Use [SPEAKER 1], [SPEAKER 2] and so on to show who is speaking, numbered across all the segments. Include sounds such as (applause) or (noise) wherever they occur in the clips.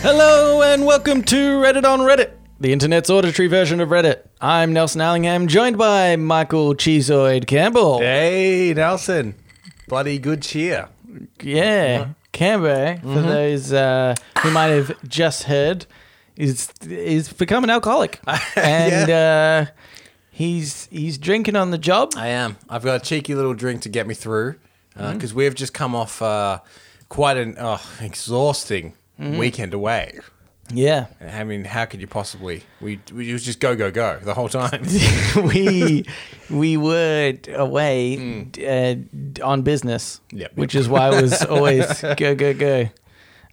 [SPEAKER 1] Hello and welcome to Reddit on Reddit, the internet's auditory version of Reddit. I'm Nelson Allingham, joined by Michael Cheezoid Campbell. Yeah,
[SPEAKER 2] Hey, Nelson. Bloody good cheer.
[SPEAKER 1] Campbell, eh? for those uh, who might have just heard, is is become an alcoholic, and uh, he's he's drinking on the job.
[SPEAKER 2] I am. I've got a cheeky little drink to get me through because we've just come off uh, quite an oh, exhausting weekend away.
[SPEAKER 1] Yeah,
[SPEAKER 2] I mean, how could you possibly? We, we it was just go go go the whole (laughs) time.
[SPEAKER 1] (laughs) we we were away uh, on business,
[SPEAKER 2] Mm. Yep.
[SPEAKER 1] which is why it was
[SPEAKER 2] (laughs)
[SPEAKER 1] always go go go.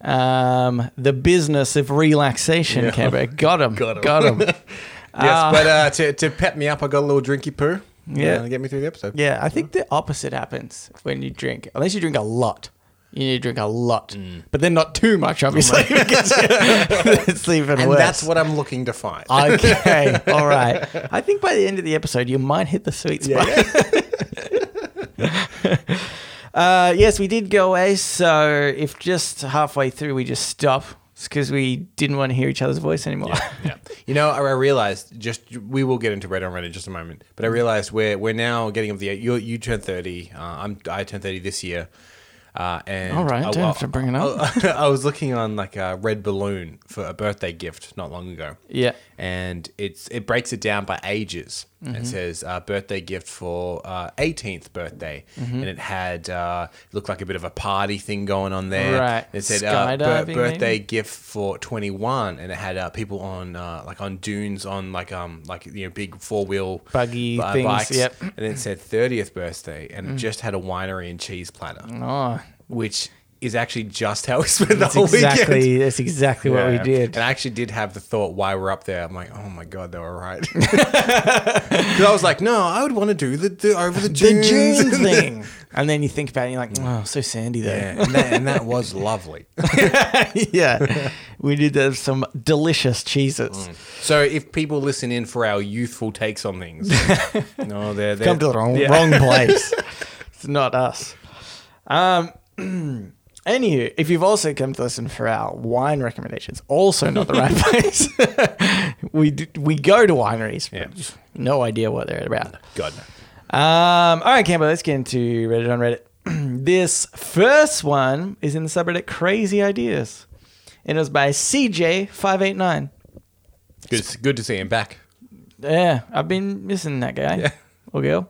[SPEAKER 1] Um, the business of relaxation, Cameron. Got him.
[SPEAKER 2] Got 'em. (laughs)
[SPEAKER 1] him.
[SPEAKER 2] yes, but uh, to to pep me up, I got a little drinky poo.
[SPEAKER 1] Yeah.
[SPEAKER 2] uh, to get me through the episode.
[SPEAKER 1] yeah, I think the opposite happens when you drink, unless you drink a lot. You need to drink a lot,
[SPEAKER 2] Mm.
[SPEAKER 1] but then not too much, obviously,
[SPEAKER 2] (laughs)
[SPEAKER 1] because (laughs) it's even
[SPEAKER 2] and
[SPEAKER 1] worse.
[SPEAKER 2] that's what I'm looking to find. (laughs)
[SPEAKER 1] okay, all right. I think by the end of the episode, you might hit the sweet spot. (laughs) uh, yes, we did go away. So if just halfway through we just stop, it's because we didn't want to hear each other's voice anymore.
[SPEAKER 2] yeah. You know, I I realized just we will get into Reddit on Reddit in just a moment, but I realized we're we're now getting of the you you turn thirty. Uh, I'm I turned thirty this year. Uh, and
[SPEAKER 1] All right,
[SPEAKER 2] I,
[SPEAKER 1] don't have to bring it up.
[SPEAKER 2] (laughs) I, was looking on like a red balloon for a birthday gift not long ago.
[SPEAKER 1] (laughs) Yeah.
[SPEAKER 2] and it's it breaks it down by ages.
[SPEAKER 1] Mm-hmm.
[SPEAKER 2] It says uh, birthday gift for uh, 18th birthday,
[SPEAKER 1] Mm-hmm.
[SPEAKER 2] and it had uh, looked like a bit of a party thing going on there.
[SPEAKER 1] Right.
[SPEAKER 2] It said uh, bir-
[SPEAKER 1] Skydiving,
[SPEAKER 2] birthday
[SPEAKER 1] maybe?
[SPEAKER 2] a gift for 21 and it had uh, people on uh, like on dunes on like um like you know big four wheel
[SPEAKER 1] Buggy things, yep. Mm.
[SPEAKER 2] and it said 30th birthday and it just had a winery and cheese platter
[SPEAKER 1] Oh,
[SPEAKER 2] which is actually just how Oh, we spent the (laughs)
[SPEAKER 1] that's
[SPEAKER 2] whole
[SPEAKER 1] exactly
[SPEAKER 2] weekend
[SPEAKER 1] that's exactly what we
[SPEAKER 2] Yeah.
[SPEAKER 1] did.
[SPEAKER 2] and I actually did have the thought while we're up there. I'm like, oh my god, they were (laughs) right. Because I was like, no, I would want to do the, the over the
[SPEAKER 1] The
[SPEAKER 2] dunes.
[SPEAKER 1] June
[SPEAKER 2] (laughs)
[SPEAKER 1] thing, and then you think about it, and you're like, oh, so sandy though.
[SPEAKER 2] yeah, and that, and that was lovely.
[SPEAKER 1] (laughs) yeah, we did have some delicious cheeses.
[SPEAKER 2] Mm. So if people listen in for our youthful takes on (laughs) things, no, they're, they're
[SPEAKER 1] Come to the wrong, wrong place. it's not us. Um, (clears throat) anywho, if you've also come to listen for our wine recommendations, also not the right place. (laughs) we d we go to wineries. but
[SPEAKER 2] Yeah.
[SPEAKER 1] No idea what they're about.
[SPEAKER 2] God. no.
[SPEAKER 1] Um, all right, Campbell, let's get into Reddit on Reddit. (clears throat) this first one is in the subreddit Crazy Ideas, and it was by CJ589.
[SPEAKER 2] Good, good to see him back.
[SPEAKER 1] Yeah, I've been missing that guy or girl.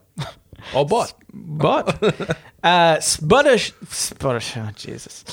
[SPEAKER 2] Oh, bot. (laughs)
[SPEAKER 1] But uh, Spotish, Spotish, oh Jesus,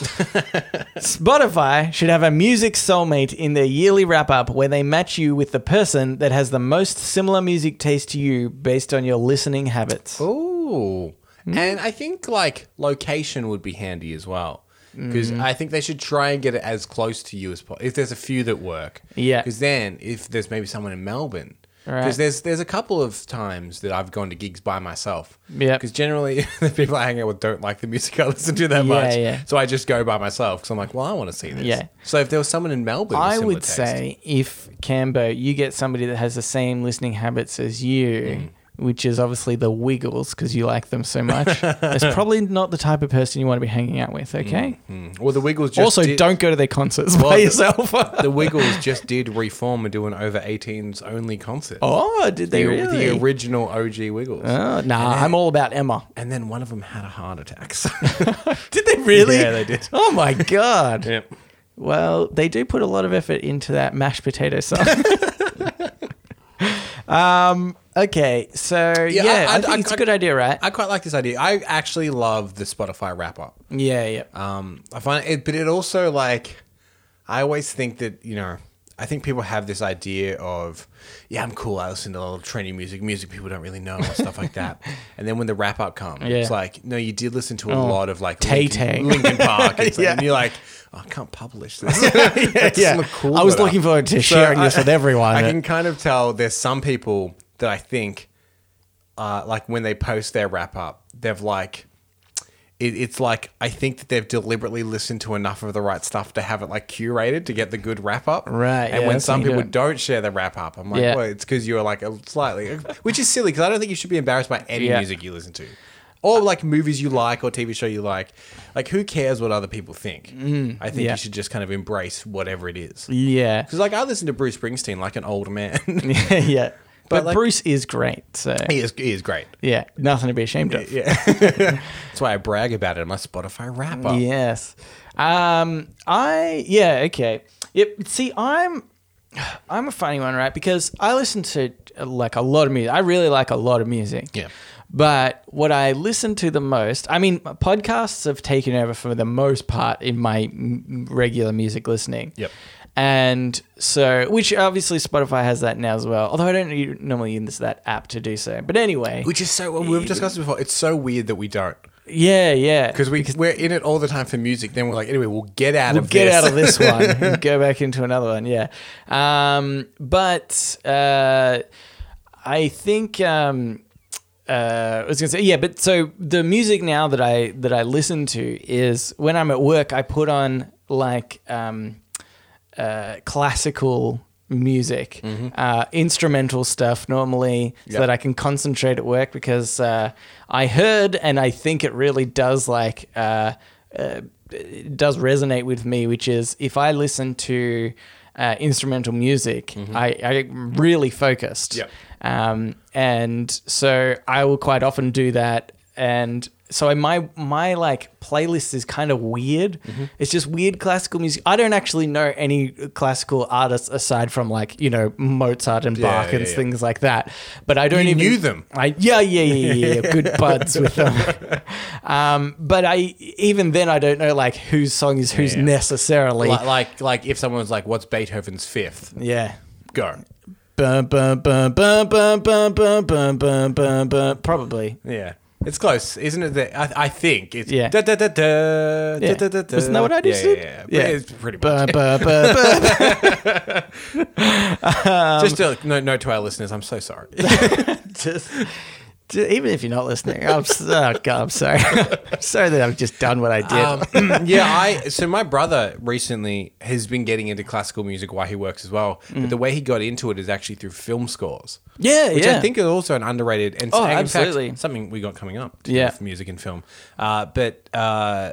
[SPEAKER 1] Spotify should have a music soulmate in their yearly wrap up where they match you with the person that has the most similar music taste to you based on your listening habits.
[SPEAKER 2] Ooh.
[SPEAKER 1] Hmm.
[SPEAKER 2] And I think like location would be handy as well. Because
[SPEAKER 1] Hmm.
[SPEAKER 2] I think they should try and get it as close to you as possible. If there's a few that work,
[SPEAKER 1] Yeah.
[SPEAKER 2] Because then, if there's maybe someone in Melbourne,
[SPEAKER 1] Right.
[SPEAKER 2] because there's there's a couple of times that I've gone to gigs by myself.
[SPEAKER 1] Yep.
[SPEAKER 2] Because generally, (laughs) the people I hang out with don't like the music I listen to that
[SPEAKER 1] Yeah,
[SPEAKER 2] much.
[SPEAKER 1] yeah.
[SPEAKER 2] So I just go by myself because I'm like, well, I want to see this.
[SPEAKER 1] Yeah.
[SPEAKER 2] So if there was someone in Melbourne, with
[SPEAKER 1] I
[SPEAKER 2] similar
[SPEAKER 1] would
[SPEAKER 2] taste-
[SPEAKER 1] say if Cambo, you get somebody that has the same listening habits as you.
[SPEAKER 2] Mm.
[SPEAKER 1] Which is obviously the Wiggles because you like them so
[SPEAKER 2] (laughs)
[SPEAKER 1] much. It's probably not the type of person you want to be hanging out with. Okay.
[SPEAKER 2] Mm. Well, the Wiggles just
[SPEAKER 1] Also,
[SPEAKER 2] did-
[SPEAKER 1] don't go to their concerts
[SPEAKER 2] Well,
[SPEAKER 1] by
[SPEAKER 2] the-
[SPEAKER 1] yourself. (laughs)
[SPEAKER 2] the Wiggles just did reform and do an over 18s only concert.
[SPEAKER 1] Oh, did they
[SPEAKER 2] the,
[SPEAKER 1] really?
[SPEAKER 2] the original OG Wiggles.
[SPEAKER 1] Oh, nah, I'm all about Emma.
[SPEAKER 2] And then one of them had a heart attack. (laughs)
[SPEAKER 1] Did they (laughs) really?
[SPEAKER 2] Yeah, they did.
[SPEAKER 1] Oh my god.
[SPEAKER 2] yep.
[SPEAKER 1] (laughs) Well, they do put a lot of effort into that mashed potato (laughs) song. um. Okay. So yeah,
[SPEAKER 2] Yeah, I-
[SPEAKER 1] I,
[SPEAKER 2] I-
[SPEAKER 1] think
[SPEAKER 2] I-
[SPEAKER 1] it's a
[SPEAKER 2] I-
[SPEAKER 1] good idea, right?
[SPEAKER 2] I quite like this idea. I actually love the Spotify wrap up.
[SPEAKER 1] yeah. Yeah.
[SPEAKER 2] Um, I find it, but it also like, I always think that you know, I think people have this idea of, yeah, I'm cool. I listen to a lot of trendy music, music people don't really know, and stuff like
[SPEAKER 1] (laughs)
[SPEAKER 2] that. And then when the wrap up comes,
[SPEAKER 1] Yeah.
[SPEAKER 2] it's like, no, you did listen to a lot of like
[SPEAKER 1] Tay-Tay.
[SPEAKER 2] Linkin, Linkin
[SPEAKER 1] (laughs)
[SPEAKER 2] Park, and, stuff,
[SPEAKER 1] Yeah.
[SPEAKER 2] and you're like, oh, I can't publish
[SPEAKER 1] (laughs)
[SPEAKER 2] this. (laughs) That doesn't look cool
[SPEAKER 1] I was
[SPEAKER 2] enough.
[SPEAKER 1] looking forward to
[SPEAKER 2] So
[SPEAKER 1] sharing
[SPEAKER 2] I-
[SPEAKER 1] this with everyone.
[SPEAKER 2] (laughs) I can kind of tell there's some people that I think, uh, like when they post their wrap up, they've like, it, it's like I think that they've deliberately listened to enough of the right stuff to have it like curated to get the good wrap up.
[SPEAKER 1] Right,
[SPEAKER 2] And
[SPEAKER 1] yeah,
[SPEAKER 2] when
[SPEAKER 1] that's
[SPEAKER 2] some
[SPEAKER 1] how you do
[SPEAKER 2] people
[SPEAKER 1] it.
[SPEAKER 2] don't share the wrap up, I'm like,
[SPEAKER 1] Yeah.
[SPEAKER 2] well, it's because you're like a slightly, which is silly because I don't think you should be embarrassed by any
[SPEAKER 1] Yeah.
[SPEAKER 2] music you listen to. Or like movies you like, or TV show you like, like who cares what other people think? I think
[SPEAKER 1] Mm-hmm. yeah.
[SPEAKER 2] you should just kind of embrace whatever it is.
[SPEAKER 1] Yeah. (laughs)
[SPEAKER 2] Because like I listen to Bruce Springsteen like an old man. (laughs)
[SPEAKER 1] yeah. But,
[SPEAKER 2] like-
[SPEAKER 1] Bruce is great. So,
[SPEAKER 2] he is he is great.
[SPEAKER 1] yeah, nothing to be ashamed of.
[SPEAKER 2] Yeah, that's why I brag about it in my Spotify wrap up.
[SPEAKER 1] Yes. Um I yeah, okay. Yep. See, I'm I'm a funny one, right? Because I listen to uh, like a lot of music. I really like a lot of music.
[SPEAKER 2] Yeah.
[SPEAKER 1] But what I listen to the most, I mean, podcasts have taken over for the most part in my m- regular music listening.
[SPEAKER 2] Yep.
[SPEAKER 1] And so, which obviously Spotify has that now as well. Although I don't u- normally use that app to do so. But anyway,
[SPEAKER 2] Which is so well, we've discussed it before. It's so weird that we don't
[SPEAKER 1] yeah, yeah.
[SPEAKER 2] because we we're in it all the time for music. Then we're like, anyway, we'll get out
[SPEAKER 1] We'll
[SPEAKER 2] of
[SPEAKER 1] get
[SPEAKER 2] this. (laughs)
[SPEAKER 1] out of this one and go back into another one. Yeah. Um, but uh, I think um, uh, I was gonna say yeah. But so the music now that I that I listen to is when I'm at work, I put on like um, uh, classical music, uh, instrumental stuff normally, so
[SPEAKER 2] Yeah.
[SPEAKER 1] that I can concentrate at work because uh, I heard and I think it really does like uh, uh, it does resonate with me, which is if I listen to uh, instrumental music, I, I really focused.
[SPEAKER 2] Yeah.
[SPEAKER 1] Um, and so I will quite often do that. And so I- my my like playlist is kind of weird.
[SPEAKER 2] Mm-hmm.
[SPEAKER 1] It's just weird classical music. I don't actually know any classical artists aside from like you know Mozart and
[SPEAKER 2] Yeah,
[SPEAKER 1] Bach and
[SPEAKER 2] yeah, yeah.
[SPEAKER 1] things like that. But I don't
[SPEAKER 2] You
[SPEAKER 1] even
[SPEAKER 2] knew them.
[SPEAKER 1] I yeah yeah yeah yeah, yeah.
[SPEAKER 2] (laughs)
[SPEAKER 1] good buds with them. um, but I even then I don't know like whose song is whose
[SPEAKER 2] yeah.
[SPEAKER 1] necessarily.
[SPEAKER 2] Like, like like if someone was like, "What's Beethoven's fifth?
[SPEAKER 1] yeah.
[SPEAKER 2] Go.
[SPEAKER 1] (laughs) Bum, bum, bum, bum, bum, bum, bum, bum, bum, bum, bum. Probably.
[SPEAKER 2] Yeah, it's close, isn't it? The, I, I think it's
[SPEAKER 1] Yeah.
[SPEAKER 2] Da, da, da, da, da,
[SPEAKER 1] Yeah.
[SPEAKER 2] da, da, da.
[SPEAKER 1] Wasn't that what I just
[SPEAKER 2] yeah,
[SPEAKER 1] did?
[SPEAKER 2] Yeah, yeah.
[SPEAKER 1] Yeah.
[SPEAKER 2] yeah. It's pretty much.
[SPEAKER 1] Ba, ba, ba, ba.
[SPEAKER 2] Just
[SPEAKER 1] Um,
[SPEAKER 2] a no, note to our listeners, I'm so
[SPEAKER 1] (laughs)
[SPEAKER 2] sorry.
[SPEAKER 1] Just- ju- even if you're not listening, I'm, s- oh God, I'm sorry. (laughs) I'm sorry that I've just done what I did.
[SPEAKER 2] Um, (clears throat) yeah, I so my brother recently has been getting into classical music while he works as well.
[SPEAKER 1] Mm.
[SPEAKER 2] But the way he got into it is actually through film scores.
[SPEAKER 1] yeah,
[SPEAKER 2] Which
[SPEAKER 1] yeah.
[SPEAKER 2] I think is also an underrated and
[SPEAKER 1] Oh,
[SPEAKER 2] and in fact,
[SPEAKER 1] absolutely.
[SPEAKER 2] something we got coming up.
[SPEAKER 1] Yeah.
[SPEAKER 2] Yeah, music and film. Uh, but uh,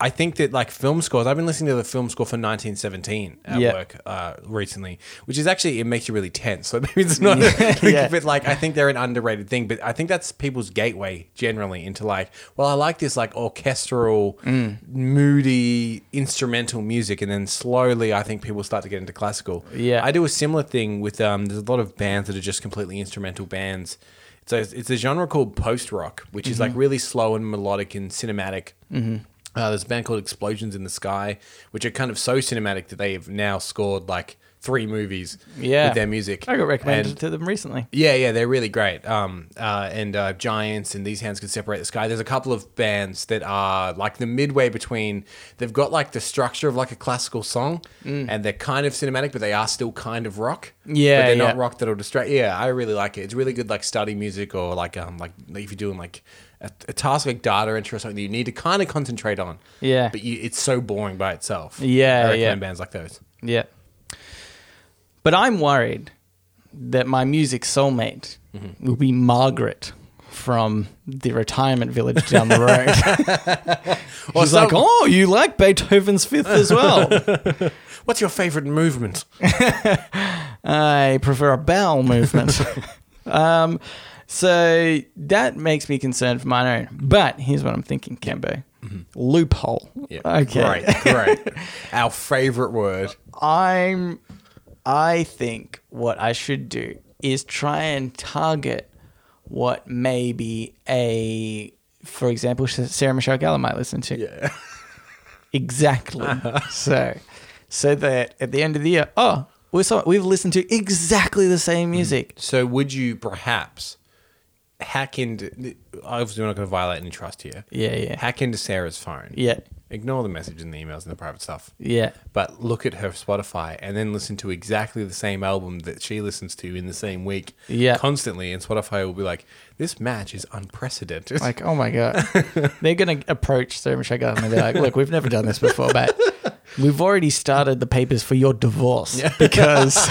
[SPEAKER 2] I think that like film scores. I've been listening to the film score for 1917 at
[SPEAKER 1] Yeah.
[SPEAKER 2] work uh, recently, which is actually it makes you really tense. (laughs) So maybe it's
[SPEAKER 1] (laughs)
[SPEAKER 2] not.
[SPEAKER 1] yeah.
[SPEAKER 2] But (laughs) like I think they're an underrated thing. But I think that's people's gateway generally into like, well, I like this like orchestral,
[SPEAKER 1] Mm.
[SPEAKER 2] moody instrumental music, and then slowly I think people start to get into classical.
[SPEAKER 1] Yeah.
[SPEAKER 2] I do a similar thing with um. There's a lot of bands that are just completely instrumental bands. So it's, it's a genre called post rock, which is
[SPEAKER 1] Mm-hmm.
[SPEAKER 2] like really slow and melodic and cinematic. Mm-hmm. Uh, there's a band called Explosions in the Sky, which are kind of so cinematic that they have now scored like three movies
[SPEAKER 1] Yeah.
[SPEAKER 2] with their music.
[SPEAKER 1] I got recommended
[SPEAKER 2] And-
[SPEAKER 1] to them recently.
[SPEAKER 2] yeah, yeah, they're really great. Um, uh, and uh, Giants and These Hands Can Separate the Sky. There's a couple of bands that are like the midway between. They've got like the structure of like a classical song, and they're kind of cinematic, but they are still kind of rock.
[SPEAKER 1] Mm. Yeah,
[SPEAKER 2] but they're not
[SPEAKER 1] yeah.
[SPEAKER 2] rock that'll distract. Yeah, I really like it. It's really good like study music or like um like if you're doing like a, a task like data entry or something that you need to kind of concentrate on.
[SPEAKER 1] Yeah.
[SPEAKER 2] but you, it's so boring by itself.
[SPEAKER 1] Yeah,
[SPEAKER 2] I
[SPEAKER 1] yeah.
[SPEAKER 2] recommend bands like those.
[SPEAKER 1] Yeah. But I'm worried that my music soulmate will be Margaret from the retirement village down the (laughs) road.
[SPEAKER 2] Or
[SPEAKER 1] She's
[SPEAKER 2] some-
[SPEAKER 1] like, oh, you like Beethoven's Fifth as (laughs) well.
[SPEAKER 2] what's your favorite movement?
[SPEAKER 1] I prefer a bowel movement. um, so that makes me concerned for my own. But here's what I'm thinking, Cambo. Loophole. Okay.
[SPEAKER 2] Great, great. Our favorite word.
[SPEAKER 1] I'm I think what I should do is try and target what maybe a for example Sarah Michelle Gellar might listen to.
[SPEAKER 2] Yeah.
[SPEAKER 1] Exactly. so so that at the end of the year, oh, we saw we've listened to exactly the same music.
[SPEAKER 2] So would you perhaps hack into obviously we're not gonna violate any trust here.
[SPEAKER 1] Yeah, yeah.
[SPEAKER 2] Hack into Sarah's phone.
[SPEAKER 1] Yeah.
[SPEAKER 2] Ignore the message and the emails and the private stuff.
[SPEAKER 1] Yeah.
[SPEAKER 2] But look at her Spotify and then listen to exactly the same album that she listens to in the same week
[SPEAKER 1] Yeah.
[SPEAKER 2] constantly. And Spotify will be like, this match is unprecedented.
[SPEAKER 1] Like, oh my God. They're going to approach Sarah Michelle Gellar and be like, look, we've never done this before, but we've already started the papers for your divorce
[SPEAKER 2] (laughs)
[SPEAKER 1] because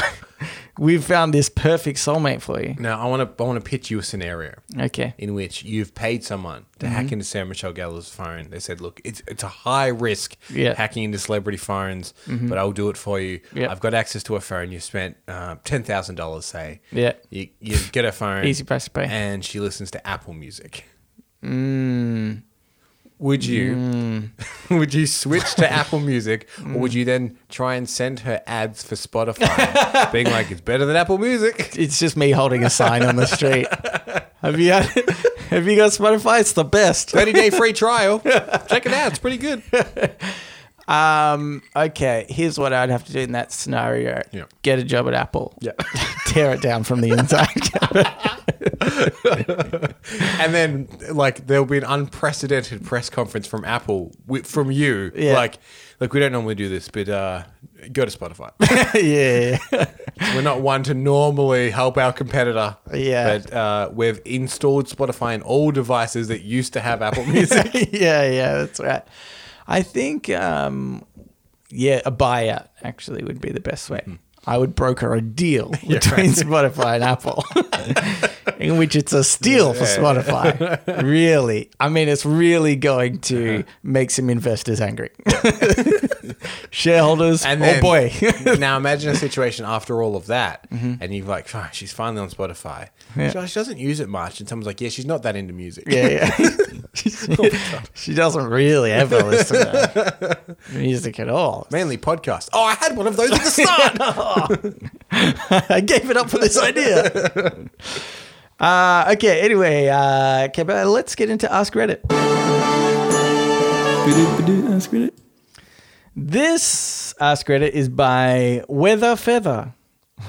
[SPEAKER 1] we've found this perfect soulmate for you.
[SPEAKER 2] (laughs) now, I want to I want to pitch you a scenario
[SPEAKER 1] Okay.
[SPEAKER 2] in which you've paid someone to
[SPEAKER 1] Mm-hmm.
[SPEAKER 2] hack into Sarah Michelle Gellar's phone. They said, "Look, it's it's a high risk
[SPEAKER 1] Yeah. Mm-hmm.
[SPEAKER 2] hacking into celebrity phones, but I'll do it for you.
[SPEAKER 1] Yeah.
[SPEAKER 2] I've got access to a phone. You spent uh, ten thousand dollars, say.
[SPEAKER 1] Yeah.
[SPEAKER 2] You you get a phone,
[SPEAKER 1] Easy price to pay.
[SPEAKER 2] and she listens to Apple Music.
[SPEAKER 1] Mm,
[SPEAKER 2] Would you (laughs) would you switch
[SPEAKER 1] (laughs)
[SPEAKER 2] to Apple Music,
[SPEAKER 1] Mm.
[SPEAKER 2] or would you then try and send her ads for
[SPEAKER 1] (laughs)
[SPEAKER 2] Spotify, being like, "It's better than Apple Music." (laughs)
[SPEAKER 1] it's just me holding a sign on the street. Have you had, (laughs) have you got Spotify? It's the best.
[SPEAKER 2] 30 day free
[SPEAKER 1] (laughs)
[SPEAKER 2] trial. Check it out. It's pretty good.
[SPEAKER 1] Um, okay, here's what I'd have to do in that scenario.
[SPEAKER 2] Yeah.
[SPEAKER 1] Get a job at Apple.
[SPEAKER 2] Yeah.
[SPEAKER 1] (laughs) Tear it down from the
[SPEAKER 2] (laughs)
[SPEAKER 1] inside.
[SPEAKER 2] And then, like, there'll be an unprecedented press conference from Apple wi- from you.
[SPEAKER 1] Yeah.
[SPEAKER 2] Like, like we don't normally do this, but uh, go to Spotify. (laughs)
[SPEAKER 1] yeah.
[SPEAKER 2] We're not one to normally help our competitor.
[SPEAKER 1] Yeah.
[SPEAKER 2] But uh, we've installed Spotify in all devices that used to have
[SPEAKER 1] (laughs)
[SPEAKER 2] Apple Music.
[SPEAKER 1] yeah, yeah, that's right. I think, um, yeah, a buyout actually would be the best way.
[SPEAKER 2] Hmm.
[SPEAKER 1] I would broker a deal
[SPEAKER 2] (laughs)
[SPEAKER 1] between Spotify and Apple, in which it's a steal for
[SPEAKER 2] Yeah.
[SPEAKER 1] Spotify. really, I mean, it's really going
[SPEAKER 2] Uh-huh.
[SPEAKER 1] to make some investors angry, (laughs) shareholders.
[SPEAKER 2] And
[SPEAKER 1] oh
[SPEAKER 2] then- (laughs)
[SPEAKER 1] boy, Mm-hmm.
[SPEAKER 2] now imagine a situation after all of that, and you're like, "Fine, she's finally on Spotify. She, she doesn't use it much, and someone's like, yeah, she's not that into music.
[SPEAKER 1] yeah, yeah. (laughs) she doesn't really ever listen to
[SPEAKER 2] (laughs)
[SPEAKER 1] music at all.
[SPEAKER 2] (laughs) Mainly podcasts. Oh, I had one of those at the start.
[SPEAKER 1] I gave it up for this idea.
[SPEAKER 2] (laughs)
[SPEAKER 1] Uh, okay, anyway, uh, okay, but let's get into Ask Reddit. Ask Reddit. This Ask Reddit is by Weather Feather.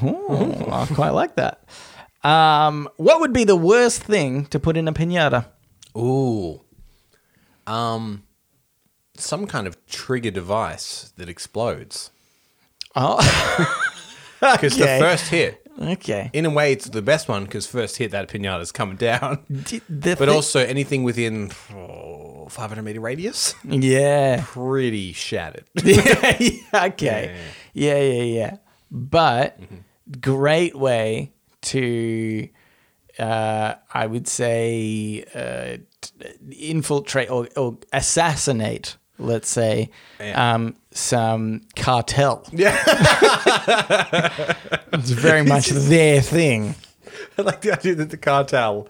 [SPEAKER 2] Oh.
[SPEAKER 1] Ooh, I quite like that. Um, what would be the worst thing to put in a pinata?
[SPEAKER 2] Ooh. Um some kind of trigger device that explodes.
[SPEAKER 1] (laughs)
[SPEAKER 2] (laughs)
[SPEAKER 1] Oh,
[SPEAKER 2] Because
[SPEAKER 1] Okay.
[SPEAKER 2] the first hit,
[SPEAKER 1] okay.
[SPEAKER 2] in a way, it's the best one because first hit, that pinata's coming down. (laughs)
[SPEAKER 1] D- the
[SPEAKER 2] But
[SPEAKER 1] thi-
[SPEAKER 2] also anything within oh, 500 meter radius,
[SPEAKER 1] yeah.
[SPEAKER 2] pretty shattered. (laughs)
[SPEAKER 1] yeah, (laughs) yeah, okay. Yeah, Mm-hmm. yeah, yeah. But great way to, uh, I would say, uh, t- infiltrate or, or assassinate, let's say,
[SPEAKER 2] Yeah.
[SPEAKER 1] um, some (laughs) cartel.
[SPEAKER 2] Yeah.
[SPEAKER 1] It's very much their thing. (laughs)
[SPEAKER 2] I like the idea that the cartel,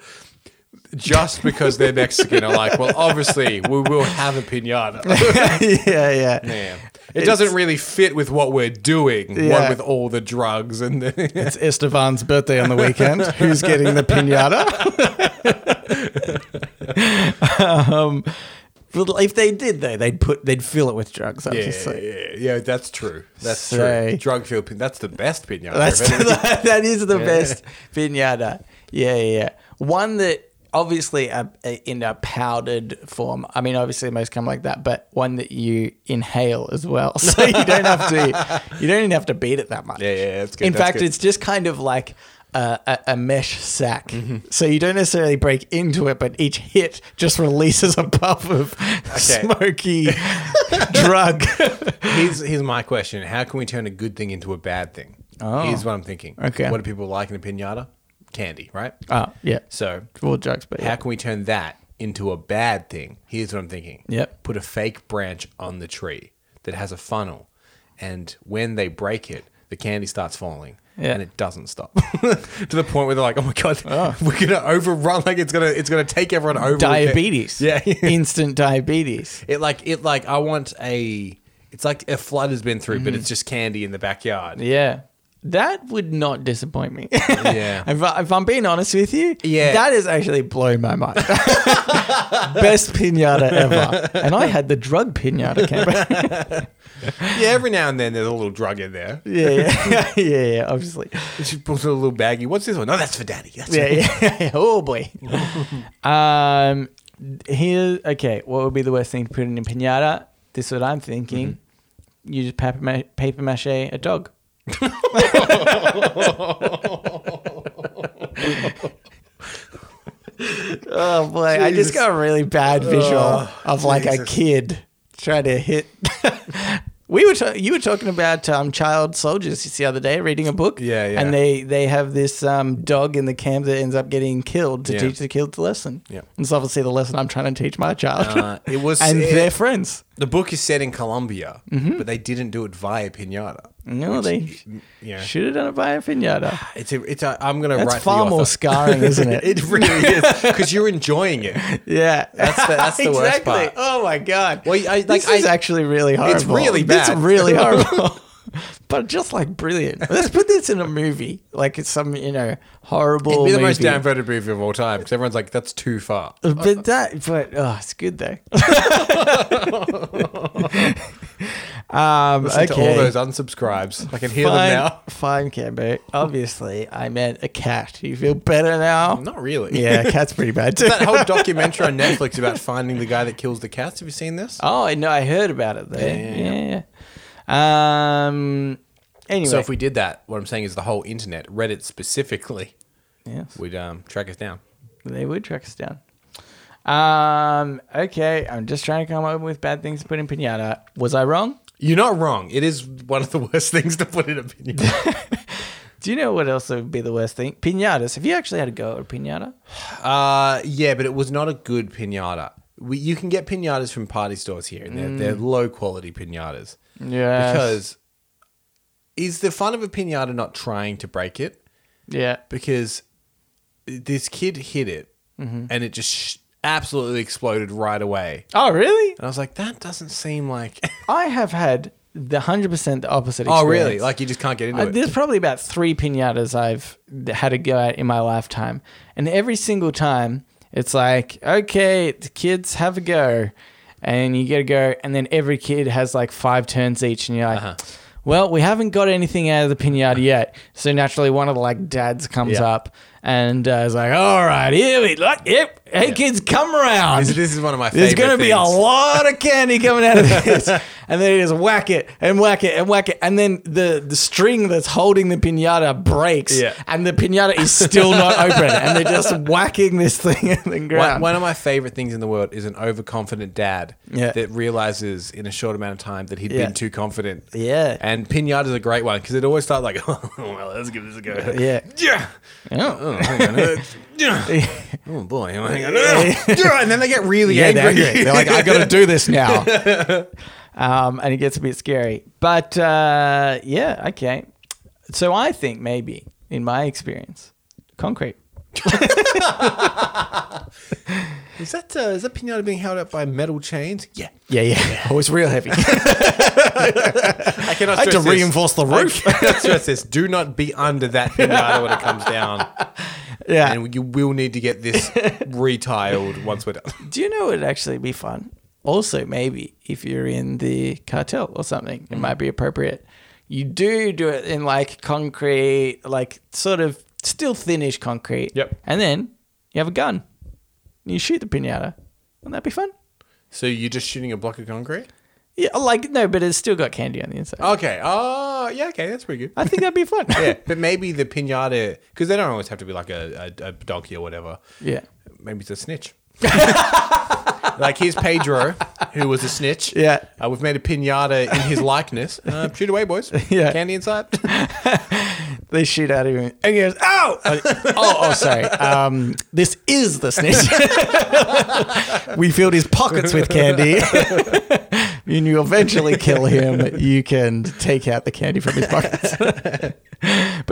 [SPEAKER 2] just because they're Mexican, are like, well, obviously, we will have
[SPEAKER 1] (laughs)
[SPEAKER 2] a pinata.
[SPEAKER 1] yeah, yeah.
[SPEAKER 2] Yeah. It doesn't really fit with what we're doing,
[SPEAKER 1] Yeah.
[SPEAKER 2] one with all the drugs and the.
[SPEAKER 1] It's Esteban's birthday on the weekend. Who's getting the pinata? (laughs) um, well, if they did though, they'd put they'd fill it with drugs.
[SPEAKER 2] Yeah,
[SPEAKER 1] Obviously,
[SPEAKER 2] yeah, yeah, that's true. That's
[SPEAKER 1] Say.
[SPEAKER 2] true. Drug field pin. That's the best pinata.
[SPEAKER 1] That's
[SPEAKER 2] I've ever-
[SPEAKER 1] (laughs) that is the best pinata. Yeah, yeah, yeah. One that obviously uh, in a powdered form. I mean, obviously most come like that, but one that you inhale as well, (laughs) so you don't have to. You don't even have to beat it that much.
[SPEAKER 2] yeah, yeah, that's good.
[SPEAKER 1] in
[SPEAKER 2] that's
[SPEAKER 1] fact,
[SPEAKER 2] good.
[SPEAKER 1] it's just kind of like. A, a, a mesh sack,
[SPEAKER 2] Mm-hmm.
[SPEAKER 1] so you don't necessarily break into it, but each hit just releases a puff of smoky
[SPEAKER 2] (laughs)
[SPEAKER 1] drug. (laughs)
[SPEAKER 2] here's here's my question: How can we turn a good thing into a bad thing?
[SPEAKER 1] Oh.
[SPEAKER 2] Here's what I'm thinking.
[SPEAKER 1] Okay.
[SPEAKER 2] what do people like in a pinata? Candy, right?
[SPEAKER 1] oh yeah,
[SPEAKER 2] So,
[SPEAKER 1] all drugs, but
[SPEAKER 2] how
[SPEAKER 1] yeah,
[SPEAKER 2] can we turn that into a bad thing? Here's what I'm thinking.
[SPEAKER 1] Yep.
[SPEAKER 2] Put a fake branch on the tree that has a funnel, and when they break it, the candy starts falling.
[SPEAKER 1] Yeah.
[SPEAKER 2] And it doesn't stop (laughs) to the point where they're like, "Oh my god, we're gonna overrun! Like it's gonna, it's gonna take everyone over." with it."
[SPEAKER 1] diabetes,
[SPEAKER 2] (laughs) Yeah,
[SPEAKER 1] instant diabetes.
[SPEAKER 2] It like it like I want a. It's like a flood has been through, but it's just candy in the backyard.
[SPEAKER 1] Mm. Yeah. That would not disappoint me.
[SPEAKER 2] Yeah.
[SPEAKER 1] (laughs) if, I, if I'm being honest with you,
[SPEAKER 2] Yeah.
[SPEAKER 1] that is actually blowing my mind. (laughs) Best pinata ever. And I had the drug pinata campaign.
[SPEAKER 2] yeah, every now and then there's a little drug in there.
[SPEAKER 1] (laughs) yeah, yeah, (laughs) yeah, yeah, obviously.
[SPEAKER 2] She pulls out a little baggie. What's this one? No, that's for daddy. That's
[SPEAKER 1] Yeah, yeah. (laughs) oh boy. um, here, okay. What would be the worst thing to put in a pinata? This is what I'm thinking. You just paper, ma- paper mache a dog. (laughs) oh boy, I
[SPEAKER 2] Jesus.
[SPEAKER 1] just got a really bad visual
[SPEAKER 2] Oh,
[SPEAKER 1] of like a
[SPEAKER 2] Jesus.
[SPEAKER 1] kid trying to hit. (laughs) we were ta- you were talking about um, child soldiers just the other day reading a book.
[SPEAKER 2] Yeah, yeah.
[SPEAKER 1] And they they have this um, dog in the camp that ends up getting killed to
[SPEAKER 2] Yeah.
[SPEAKER 1] teach the kid the lesson.
[SPEAKER 2] Yeah.
[SPEAKER 1] And it's obviously the lesson I'm trying to teach my child.
[SPEAKER 2] Uh, it
[SPEAKER 1] (laughs)
[SPEAKER 2] was
[SPEAKER 1] and
[SPEAKER 2] it-
[SPEAKER 1] their friends.
[SPEAKER 2] the book is set in Colombia,
[SPEAKER 1] Mm-hmm.
[SPEAKER 2] but they didn't do it via pinata. Mm,
[SPEAKER 1] No, they
[SPEAKER 2] Yeah,
[SPEAKER 1] should have done it by a
[SPEAKER 2] (laughs)
[SPEAKER 1] pinata.
[SPEAKER 2] it's a, it's. A, I'm gonna
[SPEAKER 1] That's
[SPEAKER 2] write
[SPEAKER 1] far
[SPEAKER 2] the
[SPEAKER 1] more
[SPEAKER 2] author.
[SPEAKER 1] scarring, isn't it?
[SPEAKER 2] (laughs) It really is because you're
[SPEAKER 1] (laughs)
[SPEAKER 2] enjoying it.
[SPEAKER 1] yeah.
[SPEAKER 2] That's the- that's the worst part.
[SPEAKER 1] Oh my god.
[SPEAKER 2] Well, I-
[SPEAKER 1] this
[SPEAKER 2] like,
[SPEAKER 1] is
[SPEAKER 2] I-
[SPEAKER 1] actually really horrible.
[SPEAKER 2] really
[SPEAKER 1] It's
[SPEAKER 2] bad. (laughs)
[SPEAKER 1] really horrible. but just like brilliant. Let's put this in a movie, like it's some you know horrible.
[SPEAKER 2] It'd be the most
[SPEAKER 1] movie.
[SPEAKER 2] downvoted movie of all time because everyone's like, "That's too
[SPEAKER 1] (laughs)
[SPEAKER 2] far."
[SPEAKER 1] But that, but oh, it's good though. (laughs) um,
[SPEAKER 2] Listen
[SPEAKER 1] okay.
[SPEAKER 2] to all those unsubscribes. I can hear
[SPEAKER 1] fine,
[SPEAKER 2] them
[SPEAKER 1] fine, Cambo. Obviously, I meant a cat. You feel better now?
[SPEAKER 2] now. (laughs) Not really.
[SPEAKER 1] Yeah, cat's pretty bad too.
[SPEAKER 2] (laughs) that whole documentary on Netflix about finding the guy that kills the cats. Have you seen this?
[SPEAKER 1] (laughs) oh, I know. I heard about it though.
[SPEAKER 2] Yeah, yeah,
[SPEAKER 1] Yeah. yeah, yeah. Um. Anyway.
[SPEAKER 2] So if we did that, what I'm saying is the whole internet, Reddit specifically,
[SPEAKER 1] yes,
[SPEAKER 2] would um, track us down.
[SPEAKER 1] they would track us down. Um. Okay. I'm just trying to come up with bad things to put in pinata. Was I wrong?
[SPEAKER 2] You're not wrong. It is one of the worst (laughs) things to put in a pinata.
[SPEAKER 1] Do you know what else would be the worst thing? Pinatas. Have you actually had a go at a pinata?
[SPEAKER 2] uh, yeah, but it was not a good pinata. We, you can get pinatas from party stores here, and they're, they're
[SPEAKER 1] Mm.
[SPEAKER 2] low quality pinatas.
[SPEAKER 1] Yeah.
[SPEAKER 2] Because is the fun of a pinata not trying to break it?
[SPEAKER 1] yeah.
[SPEAKER 2] because this kid hit it
[SPEAKER 1] Mm-hmm.
[SPEAKER 2] and it just sh- absolutely exploded right away.
[SPEAKER 1] Oh, really?
[SPEAKER 2] And I was like, that doesn't seem like.
[SPEAKER 1] I have had the hundred percent the opposite. Experience.
[SPEAKER 2] (laughs) oh, really? Like you just can't get into
[SPEAKER 1] Uh,
[SPEAKER 2] it.
[SPEAKER 1] there's probably about three pinatas I've had a go at in my lifetime, and every single time it's like, okay, the kids have a go, and you get a go, and then every kid has like five turns each, and you're like.
[SPEAKER 2] Uh-huh.
[SPEAKER 1] Well, we haven't got anything out of the pinata yet, so naturally one of the like dads comes
[SPEAKER 2] Yeah.
[SPEAKER 1] up and uh, is like, "All right, here we like, yep, hey kids, come round."
[SPEAKER 2] this, this is one of my favorite.
[SPEAKER 1] There's going to be a
[SPEAKER 2] things.
[SPEAKER 1] lot of candy coming
[SPEAKER 2] (laughs)
[SPEAKER 1] out of this. and then you just whack it and whack it and whack it. And then the, the string that's holding the pinata breaks.
[SPEAKER 2] Yeah.
[SPEAKER 1] And the pinata is still not open. And they're just whacking this thing in the
[SPEAKER 2] One,
[SPEAKER 1] ground.
[SPEAKER 2] one of my favorite things in the world is an overconfident dad
[SPEAKER 1] Yeah.
[SPEAKER 2] that realizes in a short amount of time that he had
[SPEAKER 1] Yeah.
[SPEAKER 2] been too confident.
[SPEAKER 1] Yeah.
[SPEAKER 2] And pinata is a great one because it always starts like, (laughs) oh, well, let's give this a go.
[SPEAKER 1] Yeah.
[SPEAKER 2] Yeah.
[SPEAKER 1] Oh.
[SPEAKER 2] Oh, hang on.
[SPEAKER 1] (laughs)
[SPEAKER 2] Yeah. (laughs) oh boy. Hang on. (laughs) Yeah. And then they get really
[SPEAKER 1] Yeah, they're
[SPEAKER 2] angry.
[SPEAKER 1] angry. They're like, I got to do this now.
[SPEAKER 2] (laughs)
[SPEAKER 1] um, and it gets a bit scary. But uh, yeah, okay. So I think maybe, in my experience, concrete.
[SPEAKER 2] Is that uh, is that pinata being held up by metal chains? Yeah,
[SPEAKER 1] Yeah, yeah. It was real heavy.
[SPEAKER 2] I cannot.
[SPEAKER 1] I had to
[SPEAKER 2] stress this.
[SPEAKER 1] reinforce the
[SPEAKER 2] I
[SPEAKER 1] roof.
[SPEAKER 2] cannot (laughs) stress this. Do not be under that pinata when it comes down,
[SPEAKER 1] (laughs) yeah.
[SPEAKER 2] and you will need to get this retiled once we're done.
[SPEAKER 1] Do you know it'd actually be fun? Also, maybe if you're in the cartel or something, it might be appropriate. You do do it in like concrete, like sort of still thinnish concrete.
[SPEAKER 2] Yep.
[SPEAKER 1] And then you have a gun. You shoot the pinata. Wouldn't that be fun?
[SPEAKER 2] So you're just shooting a block of concrete?
[SPEAKER 1] Yeah, like no, but it's still got candy on the inside.
[SPEAKER 2] Okay. Oh, yeah. Okay, that's pretty good.
[SPEAKER 1] I think that'd be (laughs) fun.
[SPEAKER 2] Yeah, (laughs) but maybe the pinata because they don't always have to be like a, a, a donkey or whatever.
[SPEAKER 1] yeah.
[SPEAKER 2] Maybe it's
[SPEAKER 1] (laughs)
[SPEAKER 2] a snitch. like here's Pedro, who was a snitch.
[SPEAKER 1] Yeah.
[SPEAKER 2] Uh, we've made a pinata in his likeness. Uh, shoot away, boys.
[SPEAKER 1] Yeah.
[SPEAKER 2] Candy inside.
[SPEAKER 1] They shoot out of him (laughs) and he goes, "Ow!" oh, (laughs) oh, sorry. Um, this is the snitch. (laughs) we filled his pockets with candy, (laughs) and you eventually kill him. You can take out the candy from his pockets. (laughs) but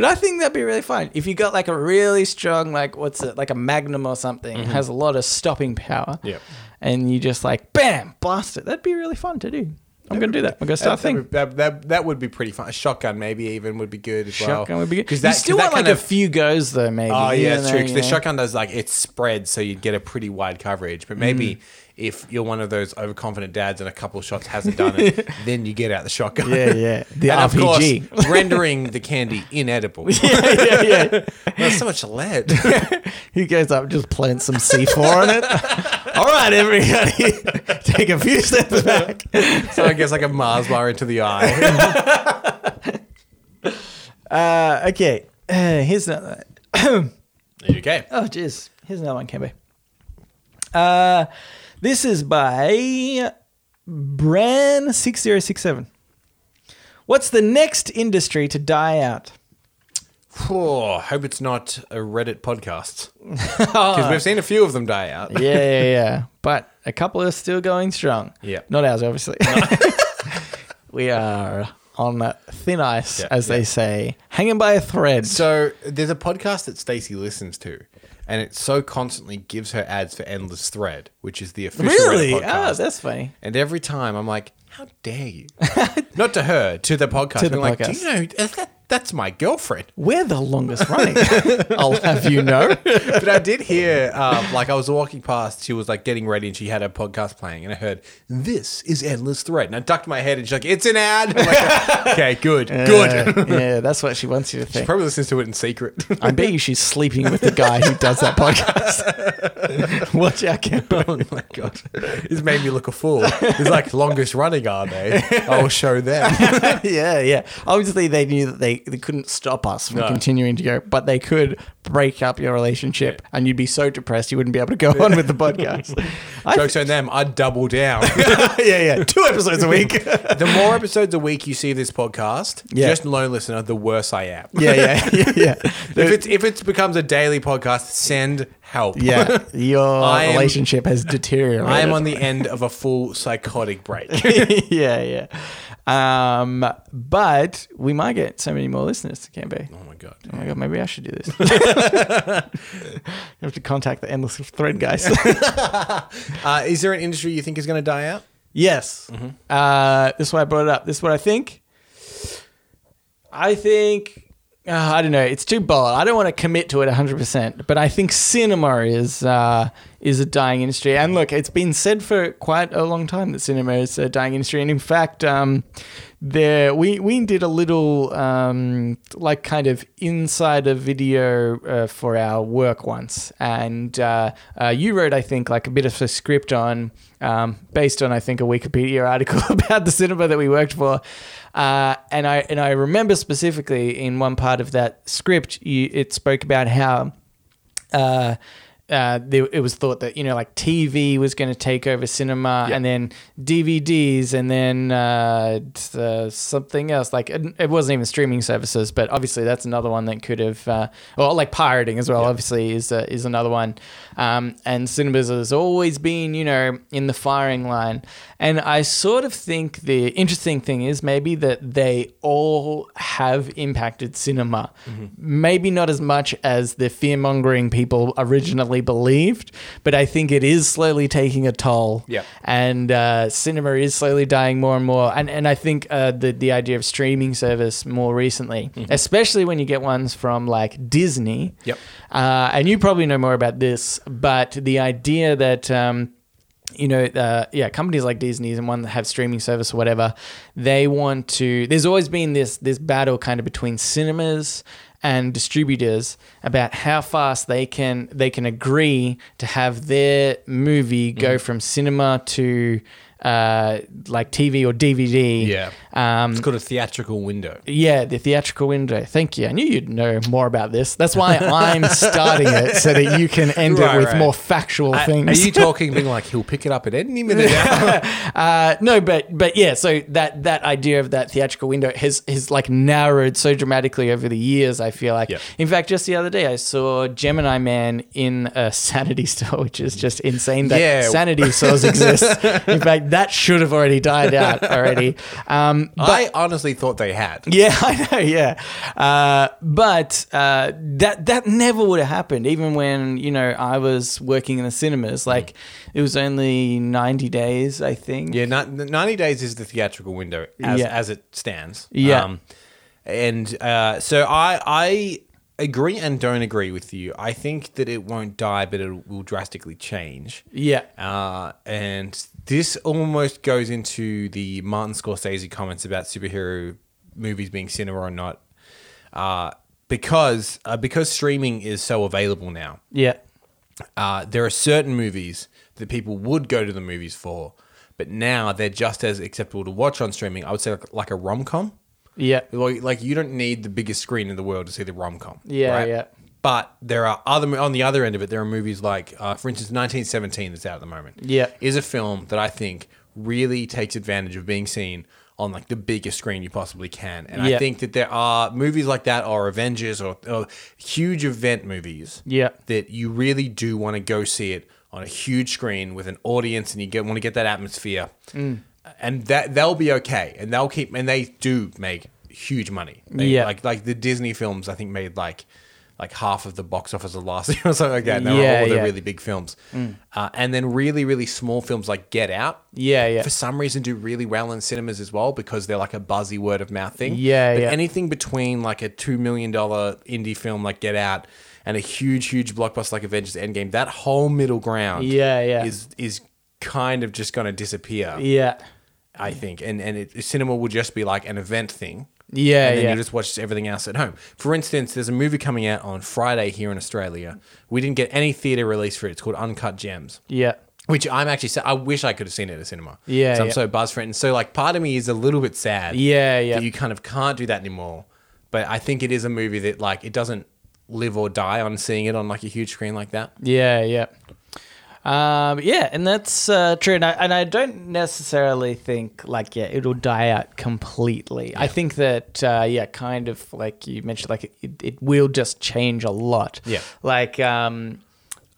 [SPEAKER 1] I think that'd be really fun if you got like a really strong, like what's it, like a magnum or something, has a lot of stopping power.
[SPEAKER 2] Yep.
[SPEAKER 1] And you just like bam, blast it. That'd be really fun to do. I'm gonna do that. I'm gonna start
[SPEAKER 2] that,
[SPEAKER 1] thinking.
[SPEAKER 2] would- that, that, that would be pretty fun. A shotgun maybe even would be good as well.
[SPEAKER 1] Shotgun would be good.
[SPEAKER 2] Because that,
[SPEAKER 1] you still
[SPEAKER 2] 'cause
[SPEAKER 1] want
[SPEAKER 2] that
[SPEAKER 1] like
[SPEAKER 2] kind
[SPEAKER 1] a
[SPEAKER 2] of,
[SPEAKER 1] few goes though, maybe.
[SPEAKER 2] Oh
[SPEAKER 1] you
[SPEAKER 2] yeah, that's
[SPEAKER 1] know,
[SPEAKER 2] true. 'cause
[SPEAKER 1] you
[SPEAKER 2] the
[SPEAKER 1] know.
[SPEAKER 2] shotgun does like it spreads, so you'd get a pretty wide coverage. But maybe
[SPEAKER 1] Mm.
[SPEAKER 2] if you're one of those overconfident dads and a couple shots hasn't done
[SPEAKER 1] (laughs)
[SPEAKER 2] it, then you get out the shotgun.
[SPEAKER 1] Yeah, yeah. The
[SPEAKER 2] and
[SPEAKER 1] RPG. (laughs)
[SPEAKER 2] of course, rendering the candy inedible.
[SPEAKER 1] yeah, yeah.
[SPEAKER 2] There's so much lead. (laughs)
[SPEAKER 1] (laughs) He goes up, and just plants some C4 on it. All right, everybody, (laughs) take a few steps back.
[SPEAKER 2] so I guess like a Mars bar into the eye.
[SPEAKER 1] Uh, okay, uh, here's another.
[SPEAKER 2] okay.
[SPEAKER 1] Oh, jeez. Here's another one, Kembe. Uh, this is by Bran6067. What's the next industry to die out?
[SPEAKER 2] Phew, hope it's not a Reddit
[SPEAKER 1] (laughs)
[SPEAKER 2] podcast because we've seen a few of them die out.
[SPEAKER 1] yeah, yeah, yeah. But a couple are still going strong.
[SPEAKER 2] Yeah.
[SPEAKER 1] Not ours, obviously. (laughs) we are on thin ice,
[SPEAKER 2] Yeah,
[SPEAKER 1] as they say, hanging by a thread.
[SPEAKER 2] So there's a podcast that Stacey listens to, and it so constantly gives her ads for Endless Thread, which is the official
[SPEAKER 1] really?
[SPEAKER 2] Reddit
[SPEAKER 1] Oh,
[SPEAKER 2] podcast.
[SPEAKER 1] that's funny.
[SPEAKER 2] and every time I'm like, "How dare
[SPEAKER 1] (laughs)
[SPEAKER 2] you?" Not to her, to the podcast.
[SPEAKER 1] To the
[SPEAKER 2] I'm like,
[SPEAKER 1] podcast.
[SPEAKER 2] Do you know that, that's my girlfriend?
[SPEAKER 1] We're the longest
[SPEAKER 2] (laughs)
[SPEAKER 1] running. I'll have you know.
[SPEAKER 2] but I did hear, um, like, I was walking past. She was like getting ready, and she had her podcast playing, and I heard, "This is Endless Thread," and I ducked my head, and she's like, "It's an ad." I'm like, okay, good, good. (laughs)
[SPEAKER 1] Uh, yeah, that's what she wants you to think.
[SPEAKER 2] Probably listens to it in secret. (laughs)
[SPEAKER 1] I bet you she's sleeping with the guy who does that podcast.
[SPEAKER 2] (laughs)
[SPEAKER 1] Watch out, Kempo.
[SPEAKER 2] Oh my god, this made me look a fool. It's like longest running, are
[SPEAKER 1] (laughs)
[SPEAKER 2] they? I'll show them.
[SPEAKER 1] (laughs) yeah, yeah. Obviously, they knew that they, they couldn't stop us from
[SPEAKER 2] No.
[SPEAKER 1] continuing to go, but they could break up your relationship, and you'd be so depressed you wouldn't be able to go on with the podcast. I-
[SPEAKER 2] (laughs) Jokes on them. I double down.
[SPEAKER 1] (laughs) yeah,
[SPEAKER 2] (laughs)
[SPEAKER 1] yeah. Two episodes a week.
[SPEAKER 2] the more episodes a week you see of this podcast,
[SPEAKER 1] Yeah.
[SPEAKER 2] just know, listener, the worse I am.
[SPEAKER 1] yeah, yeah, (laughs) yeah, yeah.
[SPEAKER 2] (laughs) If it's if it becomes a daily podcast, send help.
[SPEAKER 1] yeah, your
[SPEAKER 2] I am-
[SPEAKER 1] relationship has deteriorated.
[SPEAKER 2] (laughs) I am on the (laughs) end of a full psychotic break.
[SPEAKER 1] (laughs)
[SPEAKER 2] Oh
[SPEAKER 1] yeah, yeah. Um, but we might get so many more listeners to Can't Be.
[SPEAKER 2] oh my god.
[SPEAKER 1] Oh my god, maybe I should
[SPEAKER 2] (laughs)
[SPEAKER 1] do this. (laughs) you have to contact the endless thread
[SPEAKER 2] (laughs)
[SPEAKER 1] guys.
[SPEAKER 2] Uh, is there an industry you think is going to die out?
[SPEAKER 1] yes, uh, this is why I brought it up. This is what I think. I think uh, I don't know. It's too bold. I don't want to commit to it 100, percent but I think cinema is uh, is a dying industry. And look, it's been said for quite a long time that cinema is a dying industry. And in fact, um, there we we did a little um, like kind of insider video uh, for our work once, and uh, uh, you wrote I think like a bit of a script on um, based on I think a Wikipedia (laughs) article about the cinema that we worked for, uh, and I and I remember specifically in one part of that script you, it spoke about how uh, uh, there, it was thought that you know like TV was going to take over cinema, and then DVDs, and then uh, t- uh, something else. Like it, it wasn't even streaming services, but obviously that's another one that could have. Uh, well, like pirating as well, obviously is uh, is another one. Um, and cinemas has always been you know in the firing line, and I sort of think the interesting thing is maybe that they all have impacted cinema.
[SPEAKER 2] Mm-hmm.
[SPEAKER 1] Maybe not as much as the fear mongering people originally believed, but I think it is slowly taking a toll.
[SPEAKER 2] Yeah.
[SPEAKER 1] And uh, cinema is slowly dying more and more. And, and I think uh, the, the idea of streaming service more recently, especially when you get ones from like Disney.
[SPEAKER 2] Mm-hmm. Yep.
[SPEAKER 1] Uh, and you probably know more about this, but the idea that. Um, you know, uh, yeah, companies like Disney's and one that have streaming service or whatever, they want to. There's always been this this battle kind of between cinemas and distributors about how fast they can they can agree to have their movie go from cinema to uh, like TV or DVD.
[SPEAKER 2] Yeah.
[SPEAKER 1] Um,
[SPEAKER 2] It's called a theatrical
[SPEAKER 1] (laughs)
[SPEAKER 2] window.
[SPEAKER 1] yeah, the theatrical window. Thank you. I knew you'd know more about this. That's why
[SPEAKER 2] (laughs)
[SPEAKER 1] I'm starting it so that you can end it
[SPEAKER 2] Right,
[SPEAKER 1] with
[SPEAKER 2] right.
[SPEAKER 1] more factual
[SPEAKER 2] Are
[SPEAKER 1] things.
[SPEAKER 2] you talking being like he'll pick it up at
[SPEAKER 1] (laughs)
[SPEAKER 2] any minute? now?
[SPEAKER 1] Uh, (laughs) no, but but yeah. So that that idea of that theatrical window has has like narrowed so dramatically over the years. I feel like.
[SPEAKER 2] Yeah.
[SPEAKER 1] In fact, just the other day, I saw Gemini Man in a Sanity (laughs) store, which is just insane that
[SPEAKER 2] Yeah.
[SPEAKER 1] Sanity stores
[SPEAKER 2] (laughs)
[SPEAKER 1] exist. In fact, that should have already died out already. Um,
[SPEAKER 2] I honestly thought they had.
[SPEAKER 1] yeah, (laughs) I know. Yeah, uh, but uh, that that never would have happened. Even when you know I was working in the
[SPEAKER 2] Mm.
[SPEAKER 1] cinemas, like it was only ninety days, I think.
[SPEAKER 2] Yeah, ni- 90 days is the theatrical window as,
[SPEAKER 1] Yeah.
[SPEAKER 2] as it stands. Um,
[SPEAKER 1] Yeah.
[SPEAKER 2] and uh, so I, I agree and don't agree with you. I think that it won't die, but it will drastically change.
[SPEAKER 1] Yeah.
[SPEAKER 2] Uh, and this almost goes into the Martin Scorsese comments about superhero movies being cinema or not. Uh, because uh, because streaming is so available now,
[SPEAKER 1] Yeah.
[SPEAKER 2] uh, there are certain movies that people would go to the movies for, but now they're just as acceptable to watch on streaming. I would say like, like a rom com.
[SPEAKER 1] Yeah.
[SPEAKER 2] Like, like you don't need the biggest screen in the world to see the rom com.
[SPEAKER 1] Yeah, yeah.
[SPEAKER 2] But there are other on the other end of it. There are movies like, uh, for instance, 1917 that's out at the moment.
[SPEAKER 1] Yeah.
[SPEAKER 2] is a film that I think really takes advantage of being seen on like the biggest screen you possibly can. And I
[SPEAKER 1] Yeah.
[SPEAKER 2] think that there are movies like that, or Avengers, or, or huge event movies.
[SPEAKER 1] Yeah.
[SPEAKER 2] that you really do want to go see it on a huge screen with an audience, and you get want to get that atmosphere.
[SPEAKER 1] Mm.
[SPEAKER 2] And that they'll be okay, and they'll keep, and they do make huge money. They,
[SPEAKER 1] Yeah.
[SPEAKER 2] like like the Disney films, I think made like like half of the box office of last (laughs) year or something like that. And they were
[SPEAKER 1] Yeah, Mm.
[SPEAKER 2] all the
[SPEAKER 1] yeah.
[SPEAKER 2] really big films, uh, and then really really small films like Get Out.
[SPEAKER 1] Yeah, yeah.
[SPEAKER 2] For some reason, do really well in cinemas as well because they're like a buzzy word of mouth thing.
[SPEAKER 1] Yeah,
[SPEAKER 2] but
[SPEAKER 1] yeah.
[SPEAKER 2] Anything between like a two million dollar indie film like Get Out and a huge huge blockbuster like Avengers Endgame, that whole middle ground.
[SPEAKER 1] Yeah, yeah.
[SPEAKER 2] Is is kind of just going to disappear.
[SPEAKER 1] Yeah.
[SPEAKER 2] I think, and and it, cinema will just be like an event thing.
[SPEAKER 1] Yeah,
[SPEAKER 2] and then
[SPEAKER 1] yeah.
[SPEAKER 2] you just watch everything else at home. For instance, there's a movie coming out on Friday here in Australia. We didn't get any theater release for it. It's called Uncut Gems,
[SPEAKER 1] Yeah.
[SPEAKER 2] which I'm actually. sa- I wish I could have seen it at a cinema.
[SPEAKER 1] Yeah,
[SPEAKER 2] so I'm
[SPEAKER 1] yeah.
[SPEAKER 2] so buzzed for it. And so like, part of me is a little bit sad.
[SPEAKER 1] Yeah, yeah.
[SPEAKER 2] That you kind of can't do that anymore. But I think it is a movie that like it doesn't live or die on seeing it on like a huge screen like that.
[SPEAKER 1] Yeah, yeah. Um, yeah, and that's uh, true. And I, and I don't necessarily think, like, yeah, it'll die out completely. I think that, uh, yeah, kind of like you mentioned, like, it, it will just change a lot.
[SPEAKER 2] Yeah.
[SPEAKER 1] Like, um,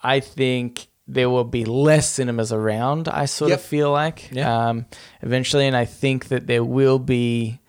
[SPEAKER 1] I think there will be less cinemas around, I sort
[SPEAKER 2] Yep.
[SPEAKER 1] of feel like,
[SPEAKER 2] Yeah.
[SPEAKER 1] um, eventually. And I think that there will be.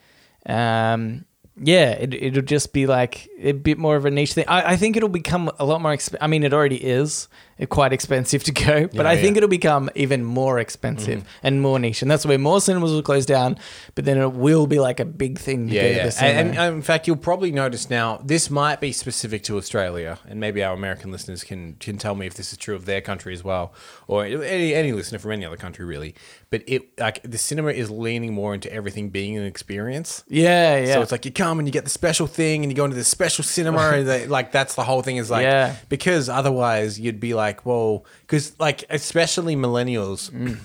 [SPEAKER 1] Um, yeah, it, it'll just be like a bit more of a niche thing. I, I think it'll become a lot more exp I mean, it already is uh, quite expensive to go, (laughs) but
[SPEAKER 2] Yeah,
[SPEAKER 1] I think
[SPEAKER 2] yeah. Mm-hmm.
[SPEAKER 1] it'll become even more expensive and more niche. And that's where more cinemas will close down, but then it will be like a big thing to
[SPEAKER 2] Yeah,
[SPEAKER 1] go
[SPEAKER 2] yeah.
[SPEAKER 1] to the cinema.
[SPEAKER 2] And, uh, and in fact, you'll probably notice now this might be specific to Australia, and maybe our American listeners can can tell me if this is true of their country as well, or any any listener from any other country really. But it like the cinema is leaning more into everything being an experience.
[SPEAKER 1] yeah, yeah.
[SPEAKER 2] So it's like you come and you get the special thing and you go into this special cinema and they, like that's the whole thing is like
[SPEAKER 1] Yeah.
[SPEAKER 2] because otherwise you'd be like well because like especially millennials
[SPEAKER 1] Mm.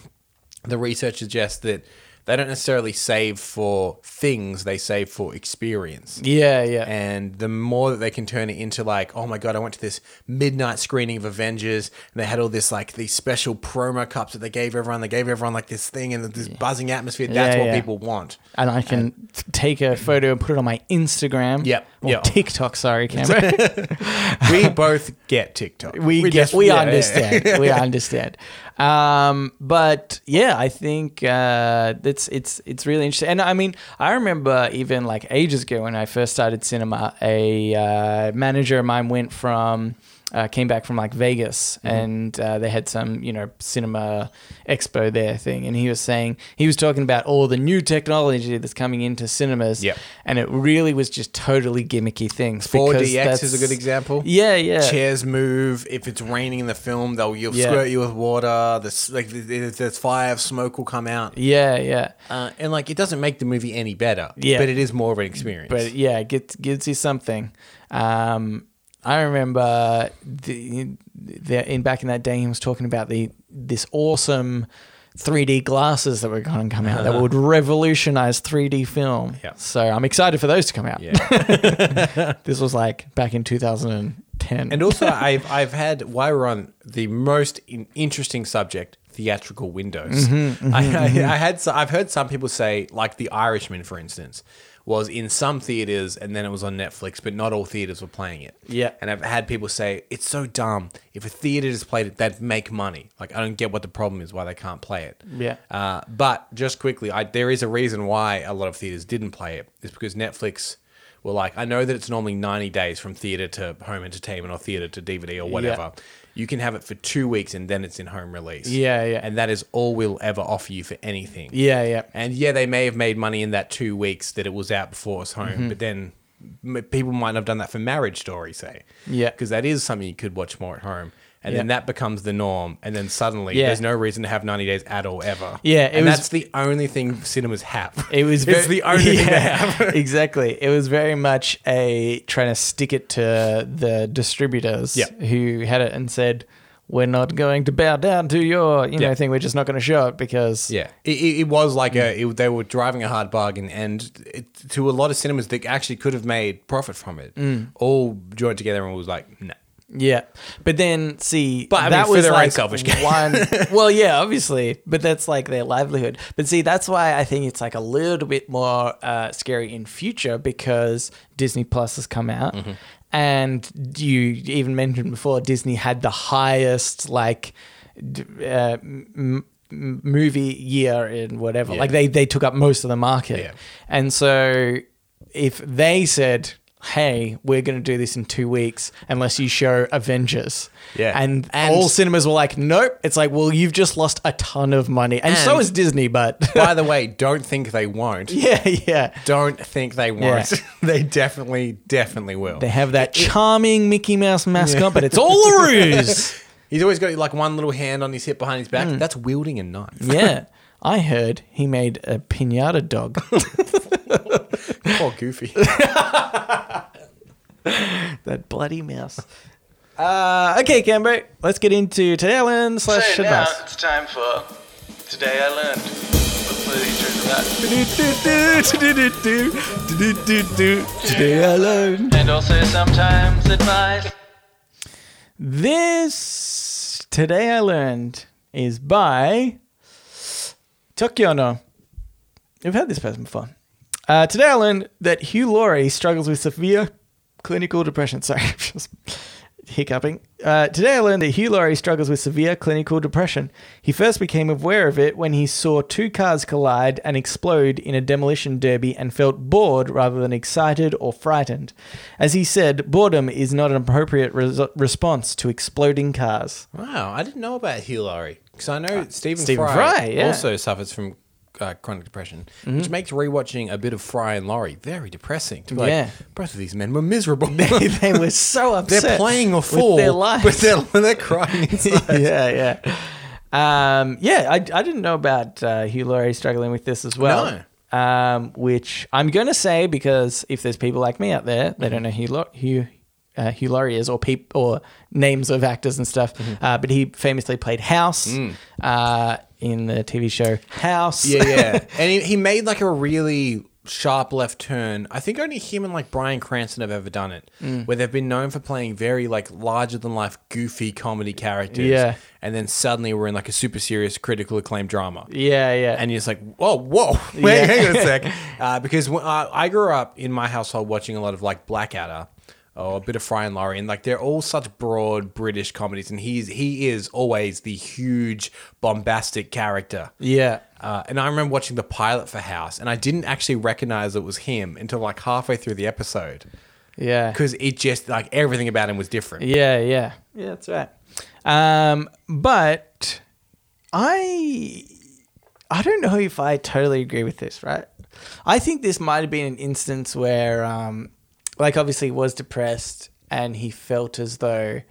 [SPEAKER 2] the research suggests that they don't necessarily save for things they save for experience
[SPEAKER 1] yeah, yeah.
[SPEAKER 2] and the more that they can turn it into like oh my god i went to this midnight screening of avengers and they had all this like these special promo cups that they gave everyone they gave everyone like this thing and this buzzing atmosphere that's
[SPEAKER 1] Yeah,
[SPEAKER 2] what
[SPEAKER 1] yeah.
[SPEAKER 2] people want
[SPEAKER 1] and I can t- take a photo and put it on my Instagram.
[SPEAKER 2] Yep,
[SPEAKER 1] Or
[SPEAKER 2] yep.
[SPEAKER 1] TikTok, sorry, camera.
[SPEAKER 2] we (laughs) both get TikTok.
[SPEAKER 1] we, get,
[SPEAKER 2] just-
[SPEAKER 1] we
[SPEAKER 2] yeah, yeah,
[SPEAKER 1] understand.
[SPEAKER 2] (laughs)
[SPEAKER 1] we understand. Um, but yeah, I think uh, it's it's it's really interesting. And I mean, I remember even like ages ago when I first started cinema, a uh, manager of mine went from. Uh, came back from like Vegas
[SPEAKER 2] Mm-hmm.
[SPEAKER 1] and uh, they had some, you know, cinema expo there thing. And he was saying, he was talking about all the new technology that's coming into cinemas.
[SPEAKER 2] Yep.
[SPEAKER 1] And it really was just totally gimmicky things.
[SPEAKER 2] 4DX
[SPEAKER 1] because
[SPEAKER 2] is a
[SPEAKER 1] that's-
[SPEAKER 2] good example.
[SPEAKER 1] Yeah, yeah.
[SPEAKER 2] Chairs move. If it's raining in the film, they'll you'll
[SPEAKER 1] Yeah.
[SPEAKER 2] squirt you with water. There's like if there's fire, smoke will come out.
[SPEAKER 1] Yeah, yeah.
[SPEAKER 2] Uh, and like it doesn't make the movie any better.
[SPEAKER 1] Yeah.
[SPEAKER 2] but it is more of an experience.
[SPEAKER 1] But yeah, it gets, gives you something. Um, I remember the, the in back in that day, he was talking about the this awesome 3D glasses that were going to come out that would revolutionize 3D film.
[SPEAKER 2] Uh-huh. Yeah.
[SPEAKER 1] So I'm excited for those to come out.
[SPEAKER 2] yeah.
[SPEAKER 1] (laughs) This was like back in 2010. (laughs)
[SPEAKER 2] and also, I've I've had while we're on the most in- interesting subject. Theatrical windows.
[SPEAKER 1] Mm-hmm,
[SPEAKER 2] I, I, I had. so- I've heard some people say, like The Irishman, for instance, was in some theaters and then it was on Netflix, but not all theaters were playing it.
[SPEAKER 1] Yeah.
[SPEAKER 2] And I've had people say, it's so dumb. If a theater has played it, they'd make money. Like, I don't get what the problem is, why they can't play it.
[SPEAKER 1] Yeah.
[SPEAKER 2] Uh, but just quickly, I, there is a reason why a lot of theaters didn't play it. It's because Netflix were like, I know that it's normally 90 days from theater to home entertainment or theater to DVD or whatever. You can have it for two weeks and then it's in home release.
[SPEAKER 1] Yeah, yeah.
[SPEAKER 2] And that is all we'll ever offer you for anything.
[SPEAKER 1] yeah, yeah.
[SPEAKER 2] And yeah, they may have made money in that two weeks that it was out before us home,
[SPEAKER 1] Mm-hmm.
[SPEAKER 2] but then m- people might not have done that for Marriage Story, say.
[SPEAKER 1] Yeah.
[SPEAKER 2] Because that is something you could watch more at home. And then
[SPEAKER 1] Yeah.
[SPEAKER 2] that becomes the norm. And then suddenly
[SPEAKER 1] Yeah.
[SPEAKER 2] there's no reason to have 90 days at all ever.
[SPEAKER 1] Yeah, it
[SPEAKER 2] and
[SPEAKER 1] was-
[SPEAKER 2] that's the only thing cinemas have.
[SPEAKER 1] It was
[SPEAKER 2] (laughs) it's the only thing they
[SPEAKER 1] (laughs)
[SPEAKER 2] have.
[SPEAKER 1] exactly. It was very much a trying to stick it to the distributors
[SPEAKER 2] Yeah.
[SPEAKER 1] who had it and said, we're not going to bow down to your, you know,
[SPEAKER 2] Yeah.
[SPEAKER 1] thing. We're just not going to show it because
[SPEAKER 2] Yeah, it, it, it was like a
[SPEAKER 1] Mm.
[SPEAKER 2] it, they were driving a hard bargain, and it, to a lot of cinemas that actually could have made profit from it,
[SPEAKER 1] Mm.
[SPEAKER 2] all joined together and was like, no.
[SPEAKER 1] Yeah, but then see,
[SPEAKER 2] But, I
[SPEAKER 1] that
[SPEAKER 2] mean, for
[SPEAKER 1] was
[SPEAKER 2] their own
[SPEAKER 1] like
[SPEAKER 2] selfish
[SPEAKER 1] (laughs)
[SPEAKER 2] gain.
[SPEAKER 1] one. well, yeah, obviously, but that's like their livelihood. But see, that's why I think it's like a little bit more uh, scary in future because Disney Plus has come out,
[SPEAKER 2] Mm-hmm.
[SPEAKER 1] and you even mentioned before Disney had the highest like d- uh, m- m- movie year in whatever.
[SPEAKER 2] Yeah.
[SPEAKER 1] Like they they took up most of the market,
[SPEAKER 2] Yeah.
[SPEAKER 1] and so if they said. Hey, we're going to do this in two weeks unless you show Avengers.
[SPEAKER 2] Yeah.
[SPEAKER 1] And,
[SPEAKER 2] And-
[SPEAKER 1] all cinemas were like, nope. It's like, well, you've just lost a ton of money. And, so
[SPEAKER 2] And-
[SPEAKER 1] is Disney, but (laughs)
[SPEAKER 2] By the way, don't think they won't.
[SPEAKER 1] yeah, yeah.
[SPEAKER 2] Don't think they won't.
[SPEAKER 1] Yeah.
[SPEAKER 2] (laughs) they definitely, definitely will.
[SPEAKER 1] They have that charming Mickey Mouse mascot, but it's all a ruse.
[SPEAKER 2] He's always got like one little hand on his hip behind his back. That's wielding a (laughs) knife.
[SPEAKER 1] (laughs) yeah. I heard he made a pinata dog.
[SPEAKER 2] Poor Goofy.
[SPEAKER 1] that bloody mouse. (laughs) Uh, okay, Cambo, let's get into today I learned slash
[SPEAKER 3] So now
[SPEAKER 1] advice.
[SPEAKER 3] it's time for Today I Learned. What literature is about.
[SPEAKER 1] Today I learned.
[SPEAKER 3] And also sometimes advice.
[SPEAKER 1] This today I learned is by Tokyono. We've had this person before. Uh, today I learned that Hugh Laurie struggles with severe clinical depression. (laughs) Sorry, I'm just hiccuping. Uh, today I learned that Hugh Laurie struggles with severe clinical depression. He first became aware of it when he saw two cars collide and explode in a demolition derby and felt bored rather than excited or frightened. As he said, boredom is not an appropriate res- response to exploding cars. (laughs)
[SPEAKER 2] wow, I didn't know about Hugh Laurie because I know Uh, Stephen,
[SPEAKER 1] Stephen
[SPEAKER 2] Fry,
[SPEAKER 1] Fry, yeah.
[SPEAKER 2] also suffers from uh, chronic depression, which makes rewatching a bit of Fry and Laurie very depressing. To be like,
[SPEAKER 1] Yeah.
[SPEAKER 2] both of these men were (laughs) miserable.
[SPEAKER 1] they were so upset.
[SPEAKER 2] They're playing a
[SPEAKER 1] with
[SPEAKER 2] fool,
[SPEAKER 1] their
[SPEAKER 2] (laughs)
[SPEAKER 1] lives.
[SPEAKER 2] but they're, they're (laughs) crying inside.
[SPEAKER 1] yeah, yeah. Um, yeah, I, I didn't know about uh, Hugh Laurie struggling with this as well. Um, which I'm going to say because if there's people like me out there, they
[SPEAKER 2] Mm-hmm.
[SPEAKER 1] don't know Hugh, Lau- Hugh, uh, Hugh Laurie is or, peop- or names of actors and stuff.
[SPEAKER 2] Mm-hmm.
[SPEAKER 1] Uh, but he famously played House uh, in the TV show House.
[SPEAKER 2] Mm.
[SPEAKER 1] (laughs)
[SPEAKER 2] yeah, yeah. And he, he made like a really sharp left turn. I think only him and like Brian Cranston have ever done it,
[SPEAKER 1] Mm.
[SPEAKER 2] where they've been known for playing very like larger than life, goofy comedy characters.
[SPEAKER 1] Yeah.
[SPEAKER 2] And then suddenly we're in like a super serious, critical acclaimed drama.
[SPEAKER 1] (laughs) yeah, yeah.
[SPEAKER 2] And you're just like, whoa, whoa, (laughs) wait,
[SPEAKER 1] Yeah.
[SPEAKER 2] hang on
[SPEAKER 1] (laughs)
[SPEAKER 2] a sec. Uh, because when, uh, I grew up in my household watching a lot of like Blackadder or a bit of Fry and Laurie, and like they're all such broad British comedies, and he's he is always the huge bombastic character.
[SPEAKER 1] yeah.
[SPEAKER 2] Uh, and I remember watching the pilot for House, and I didn't actually recognize it was him until like halfway through the episode
[SPEAKER 1] Yeah.
[SPEAKER 2] because it just like everything about him was different.
[SPEAKER 1] Yeah, yeah. Yeah, that's right. Um, but I I don't know if I totally agree with this, right? I think this might have been an instance where um like obviously he was depressed and he felt as though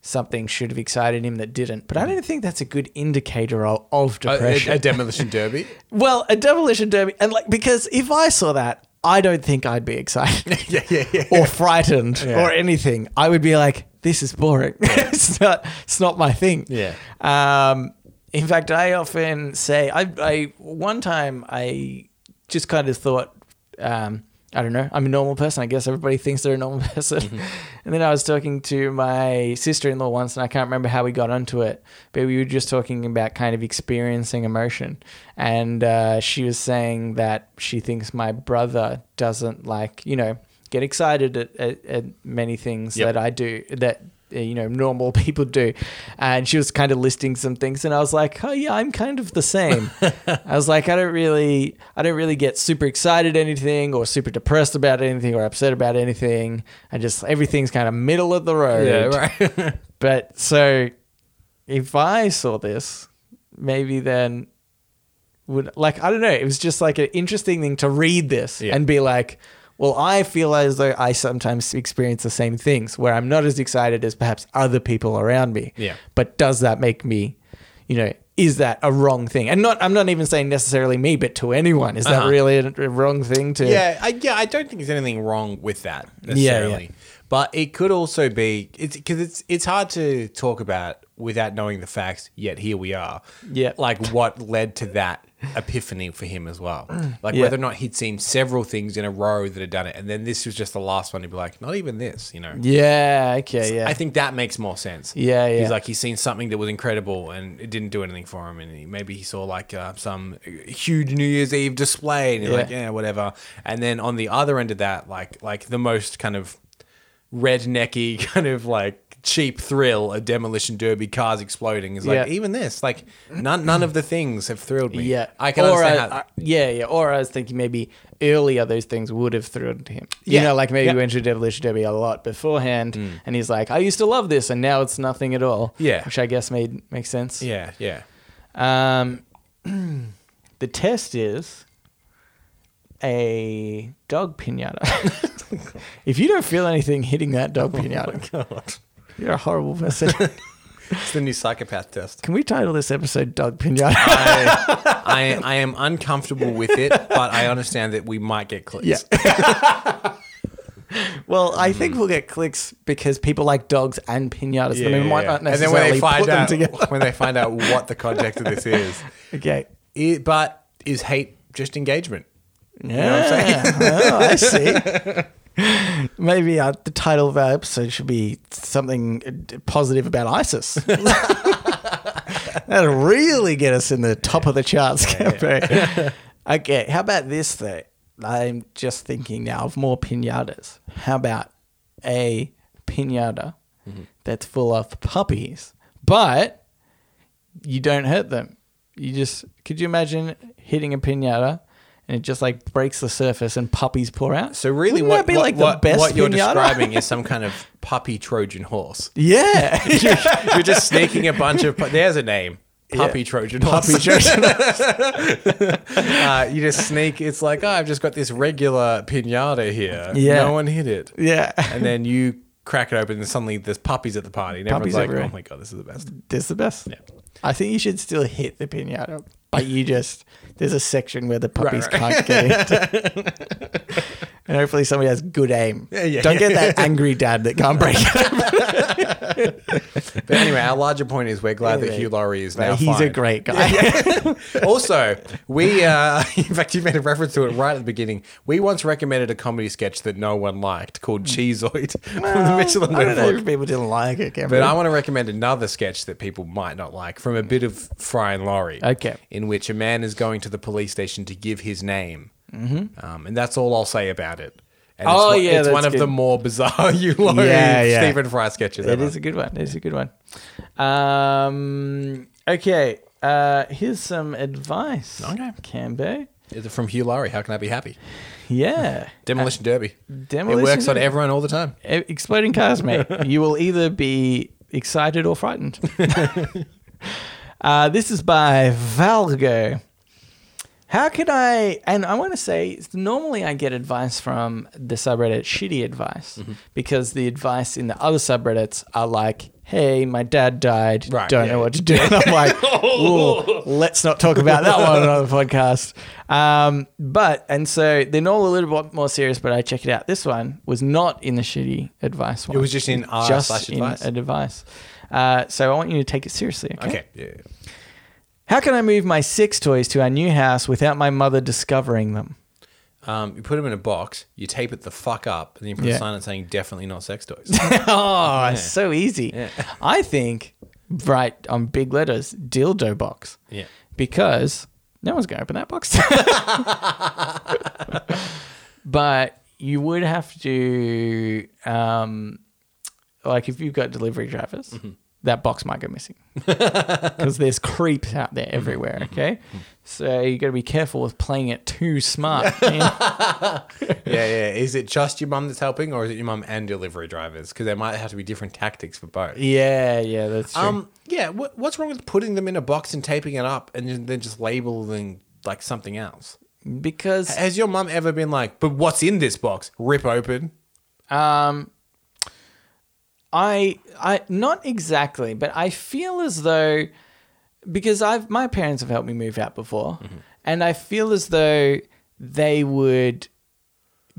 [SPEAKER 1] something should have excited him that didn't. But I don't think that's a good indicator of, of
[SPEAKER 2] A-
[SPEAKER 1] depression.
[SPEAKER 2] A, a demolition
[SPEAKER 1] (laughs)
[SPEAKER 2] derby.
[SPEAKER 1] well, a demolition derby and like because if I saw that, I don't think I'd be excited
[SPEAKER 2] (laughs) yeah, yeah, yeah.
[SPEAKER 1] (laughs) or frightened
[SPEAKER 2] Yeah.
[SPEAKER 1] or anything, I would be like, "This is boring. (laughs) it's not. It's not my thing."
[SPEAKER 2] Yeah.
[SPEAKER 1] Um, in fact, I often say, I, I one time I just kind of thought, um, I don't know, I'm a normal person. I guess everybody thinks they're a normal (laughs) person. and then I was talking to my sister-in-law once, and I can't remember how we got onto it, but we were just talking about kind of experiencing emotion, and uh, she was saying that she thinks my brother doesn't like, you know. Get excited at, at, at many things
[SPEAKER 2] Yep.
[SPEAKER 1] that I do that uh, you know normal (laughs) people do and she was kind of listing some things and i was like oh yeah i'm kind of the
[SPEAKER 2] (laughs)
[SPEAKER 1] same i was like i don't really i don't really get super excited anything or super depressed about anything or upset about anything i just everything's kind of middle of the road
[SPEAKER 2] Yeah, right.
[SPEAKER 1] but so if i saw this maybe then would like i don't know it was just like an interesting thing to read this
[SPEAKER 2] Yeah.
[SPEAKER 1] and be like well i feel as though i sometimes experience the same things where i'm not as excited as perhaps other people around me
[SPEAKER 2] Yeah.
[SPEAKER 1] but does that make me you know is that a wrong thing and not i'm not even saying necessarily me but to anyone is that
[SPEAKER 2] Uh-huh.
[SPEAKER 1] really a, a wrong thing to
[SPEAKER 2] Yeah, I, yeah. I don't think there's anything wrong with that necessarily, but it could also be it's because it's it's hard to talk about without knowing the facts, yet here we are.
[SPEAKER 1] Yeah.
[SPEAKER 2] Like what led to that epiphany for him as
[SPEAKER 1] (clears throat)
[SPEAKER 2] well. Like
[SPEAKER 1] Yeah.
[SPEAKER 2] whether or not he'd seen several things in a row that had done it. And then this was just the last one to be like, not even this, you know?
[SPEAKER 1] Yeah. Okay. Yeah.
[SPEAKER 2] I think that makes more sense.
[SPEAKER 1] Yeah, yeah.
[SPEAKER 2] He's like he's seen something that was incredible and it didn't do anything for him, and he, maybe he saw like uh, some huge New Year's Eve display, and he's
[SPEAKER 1] Yeah.
[SPEAKER 2] like, yeah, whatever. And then on the other end of that, like like the most kind of rednecky (laughs) kind of like cheap thrill, a demolition derby, cars exploding is like
[SPEAKER 1] Yeah.
[SPEAKER 2] even this, like none none of the things have thrilled me.
[SPEAKER 1] yeah.
[SPEAKER 2] I can
[SPEAKER 1] or
[SPEAKER 2] understand
[SPEAKER 1] I,
[SPEAKER 2] how.
[SPEAKER 1] I- yeah. Yeah. Or I was thinking maybe earlier those things would have thrilled him. You
[SPEAKER 2] Yeah.
[SPEAKER 1] know, like maybe
[SPEAKER 2] Yeah. Mm.
[SPEAKER 1] he went to Devilish Derby E a lot beforehand, and he's like, I used to love this, and now it's nothing at all.
[SPEAKER 2] Yeah.
[SPEAKER 1] Which I guess made makes sense.
[SPEAKER 2] yeah, yeah.
[SPEAKER 1] Um, (clears throat) the test is a dog pinata. (laughs) if you don't feel anything hitting that
[SPEAKER 2] (laughs)
[SPEAKER 1] dog
[SPEAKER 2] Oh
[SPEAKER 1] pinata, you're a horrible person.
[SPEAKER 2] It's the new psychopath test.
[SPEAKER 1] Can we title this episode "Dog Pinata"?
[SPEAKER 2] I, I, I am uncomfortable with it, but I understand that we might get clicks.
[SPEAKER 1] Yeah. well, I
[SPEAKER 2] Mm.
[SPEAKER 1] think we'll get clicks because people like dogs and pinatas. I mean, might not necessarily
[SPEAKER 2] and then when they find
[SPEAKER 1] put them
[SPEAKER 2] out,
[SPEAKER 1] together.
[SPEAKER 2] (laughs) when they find out what the context of this is,
[SPEAKER 1] okay.
[SPEAKER 2] it, but is hate just engagement?
[SPEAKER 1] Yeah, Oh, i Oh,
[SPEAKER 2] (laughs)
[SPEAKER 1] see. Maybe uh, the title of our episode should be something uh, d- positive about ISIS. That'll really get us in the top of the charts campaign.
[SPEAKER 2] (laughs)
[SPEAKER 1] okay, how about this though? I'm just thinking now of more pinatas. How about a pinata
[SPEAKER 2] Mm-hmm.
[SPEAKER 1] that's full of puppies, but you don't hurt them. You just could you imagine hitting a pinata and it just like breaks the surface and puppies pour out?
[SPEAKER 2] So really,
[SPEAKER 1] Wouldn't that
[SPEAKER 2] what
[SPEAKER 1] be
[SPEAKER 2] what,
[SPEAKER 1] like
[SPEAKER 2] what,
[SPEAKER 1] the best
[SPEAKER 2] what you're
[SPEAKER 1] pinata?
[SPEAKER 2] describing is some kind of puppy Trojan horse.
[SPEAKER 1] (laughs)
[SPEAKER 2] (laughs)
[SPEAKER 1] Yeah,
[SPEAKER 2] You're just sneaking a bunch of. pu- There's a name. Puppy Trojan horse.
[SPEAKER 1] puppy
[SPEAKER 2] (laughs)
[SPEAKER 1] Trojan.
[SPEAKER 2] Uh, you just sneak. It's like oh, I've just got this regular pinata here.
[SPEAKER 1] Yeah.
[SPEAKER 2] No one hit it.
[SPEAKER 1] yeah,
[SPEAKER 2] And then you crack it open, and suddenly there's puppies at the party, and
[SPEAKER 1] Puppies
[SPEAKER 2] everyone's like,
[SPEAKER 1] everywhere.
[SPEAKER 2] "Oh my god, this is the best."
[SPEAKER 1] that's the best.
[SPEAKER 2] Yeah.
[SPEAKER 1] I think you should still hit the pinata, but you just there's a section where the puppies
[SPEAKER 2] right.
[SPEAKER 1] can't get it.
[SPEAKER 2] (laughs)
[SPEAKER 1] and hopefully somebody has good aim.
[SPEAKER 2] Yeah, yeah,
[SPEAKER 1] Don't
[SPEAKER 2] yeah.
[SPEAKER 1] get
[SPEAKER 2] (laughs)
[SPEAKER 1] that angry dad that can't break (laughs) it.
[SPEAKER 2] But anyway, our larger point is we're glad
[SPEAKER 1] Yeah,
[SPEAKER 2] that
[SPEAKER 1] they-
[SPEAKER 2] Hugh Laurie is now.
[SPEAKER 1] But he's a
[SPEAKER 2] fine.
[SPEAKER 1] great
[SPEAKER 2] (laughs)
[SPEAKER 1] guy.
[SPEAKER 2] also, we uh, (laughs) in fact you made a reference to it right at the beginning. We once recommended a comedy sketch that no one liked called Cheezoid from the Michelin
[SPEAKER 1] I don't know
[SPEAKER 2] Notebook.
[SPEAKER 1] if people didn't like it, Cameron.
[SPEAKER 2] But I want to recommend another sketch that people might not like from a bit of Fry and Laurie.
[SPEAKER 1] Okay.
[SPEAKER 2] In which a man is going to the police station to give his name. Mm-hmm. Um, and that's all I'll say about it. And it's
[SPEAKER 1] Oh,
[SPEAKER 2] one-
[SPEAKER 1] yeah,
[SPEAKER 2] It's
[SPEAKER 1] that's
[SPEAKER 2] one of
[SPEAKER 1] good.
[SPEAKER 2] the more bizarre (laughs) Hugh Laurie,
[SPEAKER 1] Yeah, yeah.
[SPEAKER 2] Stephen Fry sketches.
[SPEAKER 1] It
[SPEAKER 2] ever.
[SPEAKER 1] is a good one. It is a good one. Um, okay. Uh, here's some advice.
[SPEAKER 2] Okay.
[SPEAKER 1] Cambo.
[SPEAKER 2] Is it from Hugh Laurie? How can I be happy?
[SPEAKER 1] Yeah. (laughs)
[SPEAKER 2] Demolition Derby.
[SPEAKER 1] Uh, Demolition
[SPEAKER 2] it works on
[SPEAKER 1] Derby.
[SPEAKER 2] everyone all the time.
[SPEAKER 1] E- Exploding cars,
[SPEAKER 2] (laughs)
[SPEAKER 1] mate. you will either be excited or frightened. uh, this is by Valgo. How can I? And I want to say, normally I get advice from the subreddit Shitty Advice
[SPEAKER 2] Mm-hmm.
[SPEAKER 1] because the advice in the other subreddits are like, hey, my dad died,
[SPEAKER 2] Right,
[SPEAKER 1] don't
[SPEAKER 2] yeah.
[SPEAKER 1] know what to do. And I'm like,
[SPEAKER 2] (laughs)
[SPEAKER 1] "Ooh, let's not talk about that one on the podcast. Um, but, and so they're all a little bit more serious, but I check it out. This one was not in the Shitty Advice one.
[SPEAKER 2] was just in r
[SPEAKER 1] Just
[SPEAKER 2] slash
[SPEAKER 1] in
[SPEAKER 2] advice?
[SPEAKER 1] a device. Uh, so I want you to take it seriously, okay?
[SPEAKER 2] Okay. Yeah.
[SPEAKER 1] How can I move my six toys to our new house without my mother discovering them?
[SPEAKER 2] Um, you put them in a box, you tape it the fuck up, and then you put
[SPEAKER 1] Yeah.
[SPEAKER 2] a sign out saying definitely not sex
[SPEAKER 1] (laughs)
[SPEAKER 2] toys.
[SPEAKER 1] oh, it's so easy.
[SPEAKER 2] Yeah.
[SPEAKER 1] I think write on big letters dildo box.
[SPEAKER 2] Yeah.
[SPEAKER 1] Because no one's going to open that box. (laughs) but you would have to, um, like, if you've got delivery drivers,
[SPEAKER 2] Mm-hmm.
[SPEAKER 1] that box might go
[SPEAKER 2] (laughs)
[SPEAKER 1] missing because there's creeps out there everywhere.
[SPEAKER 2] Mm-hmm.
[SPEAKER 1] Okay. So you got to be careful with playing it too smart.
[SPEAKER 2] (laughs)
[SPEAKER 1] you know?
[SPEAKER 2] yeah, yeah. Is it just your mum that's helping, or is it your mum and delivery drivers? Because there might have to be different tactics for both.
[SPEAKER 1] yeah. Yeah. That's true.
[SPEAKER 2] Um, yeah. What, what's wrong with putting them in a box and taping it up, and then- then just labeling like something else?
[SPEAKER 1] because
[SPEAKER 2] Has your mum ever been like, "But what's in this box? Rip open."
[SPEAKER 1] Um, I I not exactly, but I feel as though because I've my parents have
[SPEAKER 2] Mm-hmm.
[SPEAKER 1] helped me move out before, and I feel as though they would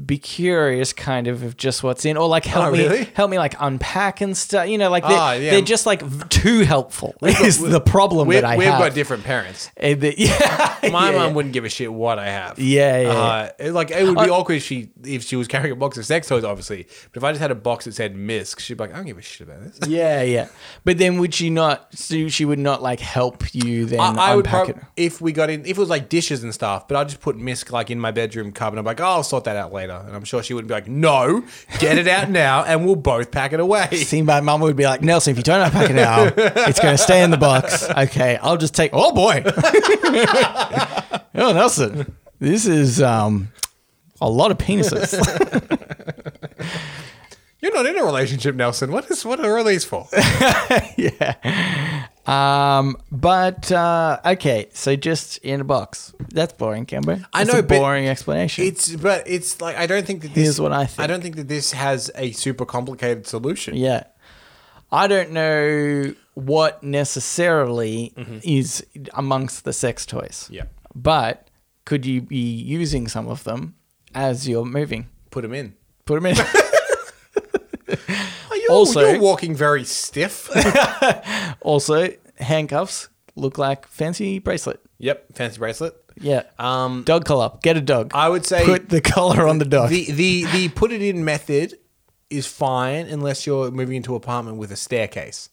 [SPEAKER 1] be curious kind of of just what's in or like help
[SPEAKER 2] Oh,
[SPEAKER 1] me
[SPEAKER 2] really?
[SPEAKER 1] help me like unpack and stuff you know like they're,
[SPEAKER 2] Ah, yeah.
[SPEAKER 1] they're just like v- too helpful is the problem
[SPEAKER 2] We've,
[SPEAKER 1] that i
[SPEAKER 2] we've
[SPEAKER 1] have
[SPEAKER 2] got different parents.
[SPEAKER 1] And the- (laughs) yeah
[SPEAKER 2] (laughs) My
[SPEAKER 1] yeah,
[SPEAKER 2] mom
[SPEAKER 1] yeah.
[SPEAKER 2] wouldn't give a shit what I have.
[SPEAKER 1] Yeah, yeah,
[SPEAKER 2] Uh, it- like it would be awkward if she if she was carrying a box of sex toys, obviously. But if I just had a box that said Misk, she'd be like, I don't give a shit about this.
[SPEAKER 1] yeah yeah but then would she not so she would not like help you then
[SPEAKER 2] I, I would
[SPEAKER 1] unpack
[SPEAKER 2] prob-
[SPEAKER 1] it
[SPEAKER 2] if we got in if it was like dishes and stuff, but I just put Misk like in my bedroom cupboard. I'm like, oh, I'll sort that out later, and I'm sure she wouldn't be like, no, get it out now, and we'll both pack it (laughs) away.
[SPEAKER 1] See, my mum would be like, Nelson, if you don't unpack it now, it's going to stay in the box. Okay, I'll just take. Oh boy, (laughs) oh Nelson, this is um, a lot of penises.
[SPEAKER 2] You're not in a relationship, Nelson. What is what are all these for?
[SPEAKER 1] (laughs) um, but uh, okay, so just in a box. That's boring, Camber.
[SPEAKER 2] I
[SPEAKER 1] That's
[SPEAKER 2] know,
[SPEAKER 1] a
[SPEAKER 2] but
[SPEAKER 1] boring explanation.
[SPEAKER 2] It's but it's like I don't think that this
[SPEAKER 1] Here's what I think.
[SPEAKER 2] I don't think that this has a super complicated solution.
[SPEAKER 1] Yeah. I don't know what necessarily is amongst the sex toys.
[SPEAKER 2] Yeah.
[SPEAKER 1] But could you be using some of them as you're moving?
[SPEAKER 2] Put them in.
[SPEAKER 1] Put
[SPEAKER 2] (laughs)
[SPEAKER 1] them in.
[SPEAKER 2] Oh, you're,
[SPEAKER 1] Also-
[SPEAKER 2] you're walking
[SPEAKER 1] (laughs)
[SPEAKER 2] very stiff.
[SPEAKER 1] also, handcuffs look like fancy bracelet.
[SPEAKER 2] yep, fancy bracelet.
[SPEAKER 1] Yeah.
[SPEAKER 2] Um,
[SPEAKER 1] dog collar. Get a dog.
[SPEAKER 2] I would say
[SPEAKER 1] Put the collar on the dog.
[SPEAKER 2] the the the put it in method is fine unless you're moving into an apartment with a staircase.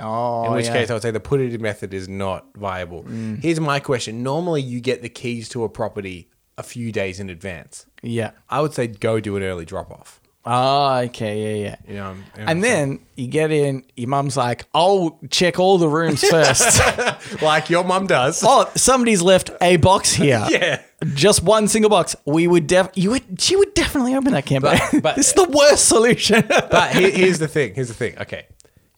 [SPEAKER 1] oh,
[SPEAKER 2] In which
[SPEAKER 1] yeah. Mm.
[SPEAKER 2] case, I would say the put it in method is not viable. Here's my question: Normally, you get the keys to a property a few days in advance.
[SPEAKER 1] Yeah.
[SPEAKER 2] I would say go do an early drop off.
[SPEAKER 1] Oh, okay. Yeah, yeah.
[SPEAKER 2] You know,
[SPEAKER 1] And then you get in, your mum's like, I'll check all the
[SPEAKER 2] (laughs)
[SPEAKER 1] rooms first.
[SPEAKER 2] like your mum does.
[SPEAKER 1] oh, somebody's left a box here.
[SPEAKER 2] (laughs) Yeah.
[SPEAKER 1] Just one single box. We would def you would she would definitely open that camper.
[SPEAKER 2] But-
[SPEAKER 1] (laughs)
[SPEAKER 2] but-
[SPEAKER 1] this is the worst solution.
[SPEAKER 2] But here, here's the thing. Here's the thing. Okay.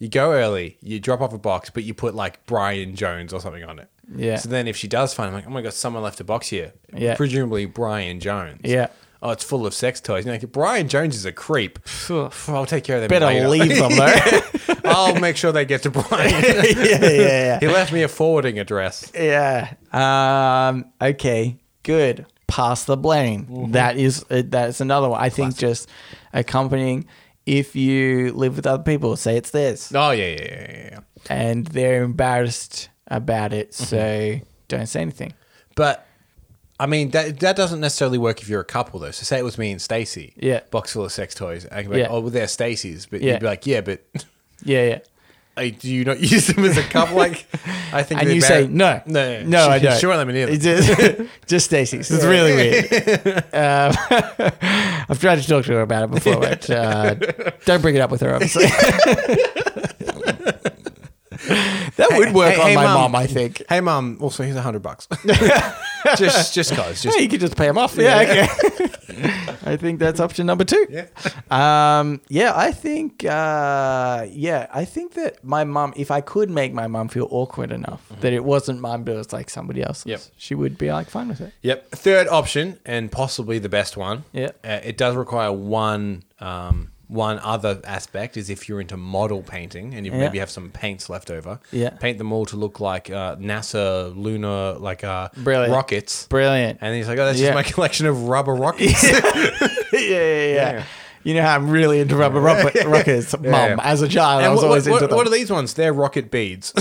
[SPEAKER 2] You go early, you drop off a box, but you put like Brian Jones or something on it.
[SPEAKER 1] Yeah.
[SPEAKER 2] So then if she does find, it, I'm like, oh my God, someone left a box here.
[SPEAKER 1] Yeah.
[SPEAKER 2] Presumably Brian Jones.
[SPEAKER 1] Yeah.
[SPEAKER 2] Oh, it's full of sex toys. You're like, Brian Jones is a creep.
[SPEAKER 1] Phew.
[SPEAKER 2] I'll take care of them.
[SPEAKER 1] Better
[SPEAKER 2] later."
[SPEAKER 1] leave them
[SPEAKER 2] (laughs)
[SPEAKER 1] though. yeah,
[SPEAKER 2] I'll make sure they get to Brian.
[SPEAKER 1] (laughs) (laughs) yeah, yeah.
[SPEAKER 2] he left me a forwarding address.
[SPEAKER 1] Yeah. Um, okay. Good. Pass the blame. That is uh, that is another one. I think just accompanying. If you live with other people, say it's theirs,
[SPEAKER 2] Oh yeah, yeah, yeah, yeah, yeah.
[SPEAKER 1] and they're embarrassed about it, so don't say anything.
[SPEAKER 2] But I mean that that doesn't necessarily work if you're a couple though. So say it was me and Stacy.
[SPEAKER 1] Yeah.
[SPEAKER 2] Box full of sex toys. I could be
[SPEAKER 1] Yeah.
[SPEAKER 2] like, oh, well, they're Stacy's, but
[SPEAKER 1] Yeah.
[SPEAKER 2] you'd be like, yeah, but (laughs)
[SPEAKER 1] Yeah, yeah.
[SPEAKER 2] like, do you not (laughs) use them as a couple? Like, I think.
[SPEAKER 1] And
[SPEAKER 2] they're
[SPEAKER 1] you
[SPEAKER 2] bad-
[SPEAKER 1] say no,
[SPEAKER 2] no,
[SPEAKER 1] no,
[SPEAKER 2] She,
[SPEAKER 1] I don't.
[SPEAKER 2] She won't let me near them.
[SPEAKER 1] It's Just, (laughs) just Stacey's. It's really weird.
[SPEAKER 2] (laughs)
[SPEAKER 1] Um, (laughs) I've tried to talk to her about it before, but uh, don't bring it up with her.
[SPEAKER 2] (laughs)
[SPEAKER 1] Obviously, that would work
[SPEAKER 2] Hey-
[SPEAKER 1] on
[SPEAKER 2] hey,
[SPEAKER 1] my
[SPEAKER 2] Mum.
[SPEAKER 1] mom. I think.
[SPEAKER 2] Hey, mum. Also, here's a hundred bucks.
[SPEAKER 1] (laughs)
[SPEAKER 2] (laughs) just, just cause. Just
[SPEAKER 1] Yeah, you could just pay him off. Yeah, okay. (laughs) I think that's option number two.
[SPEAKER 2] Yeah.
[SPEAKER 1] Um, yeah, I think. Uh, yeah, I think that my mum, if I could make my mum feel awkward enough that it wasn't mine, but it was like somebody else's,
[SPEAKER 2] Yep.
[SPEAKER 1] she would be like fine with it.
[SPEAKER 2] Yep. Third option, and possibly the best one.
[SPEAKER 1] Yeah.
[SPEAKER 2] Uh, it does require one um, one other aspect is if you're into model painting and you
[SPEAKER 1] Yeah.
[SPEAKER 2] maybe have some paints left over.
[SPEAKER 1] Yeah.
[SPEAKER 2] Paint them all to look like uh, NASA lunar like uh,
[SPEAKER 1] Brilliant.
[SPEAKER 2] rockets.
[SPEAKER 1] Brilliant.
[SPEAKER 2] And he's like, oh, that's
[SPEAKER 1] Yeah.
[SPEAKER 2] just my (laughs) collection of rubber rockets.
[SPEAKER 1] (laughs) (laughs) yeah, yeah, yeah, You know how I'm really into rubber (laughs) rock- rockets, mum.
[SPEAKER 2] Yeah.
[SPEAKER 1] As a child, I
[SPEAKER 2] and
[SPEAKER 1] was
[SPEAKER 2] what,
[SPEAKER 1] always
[SPEAKER 2] what,
[SPEAKER 1] into
[SPEAKER 2] what,
[SPEAKER 1] them.
[SPEAKER 2] what are these ones? They're rocket beads.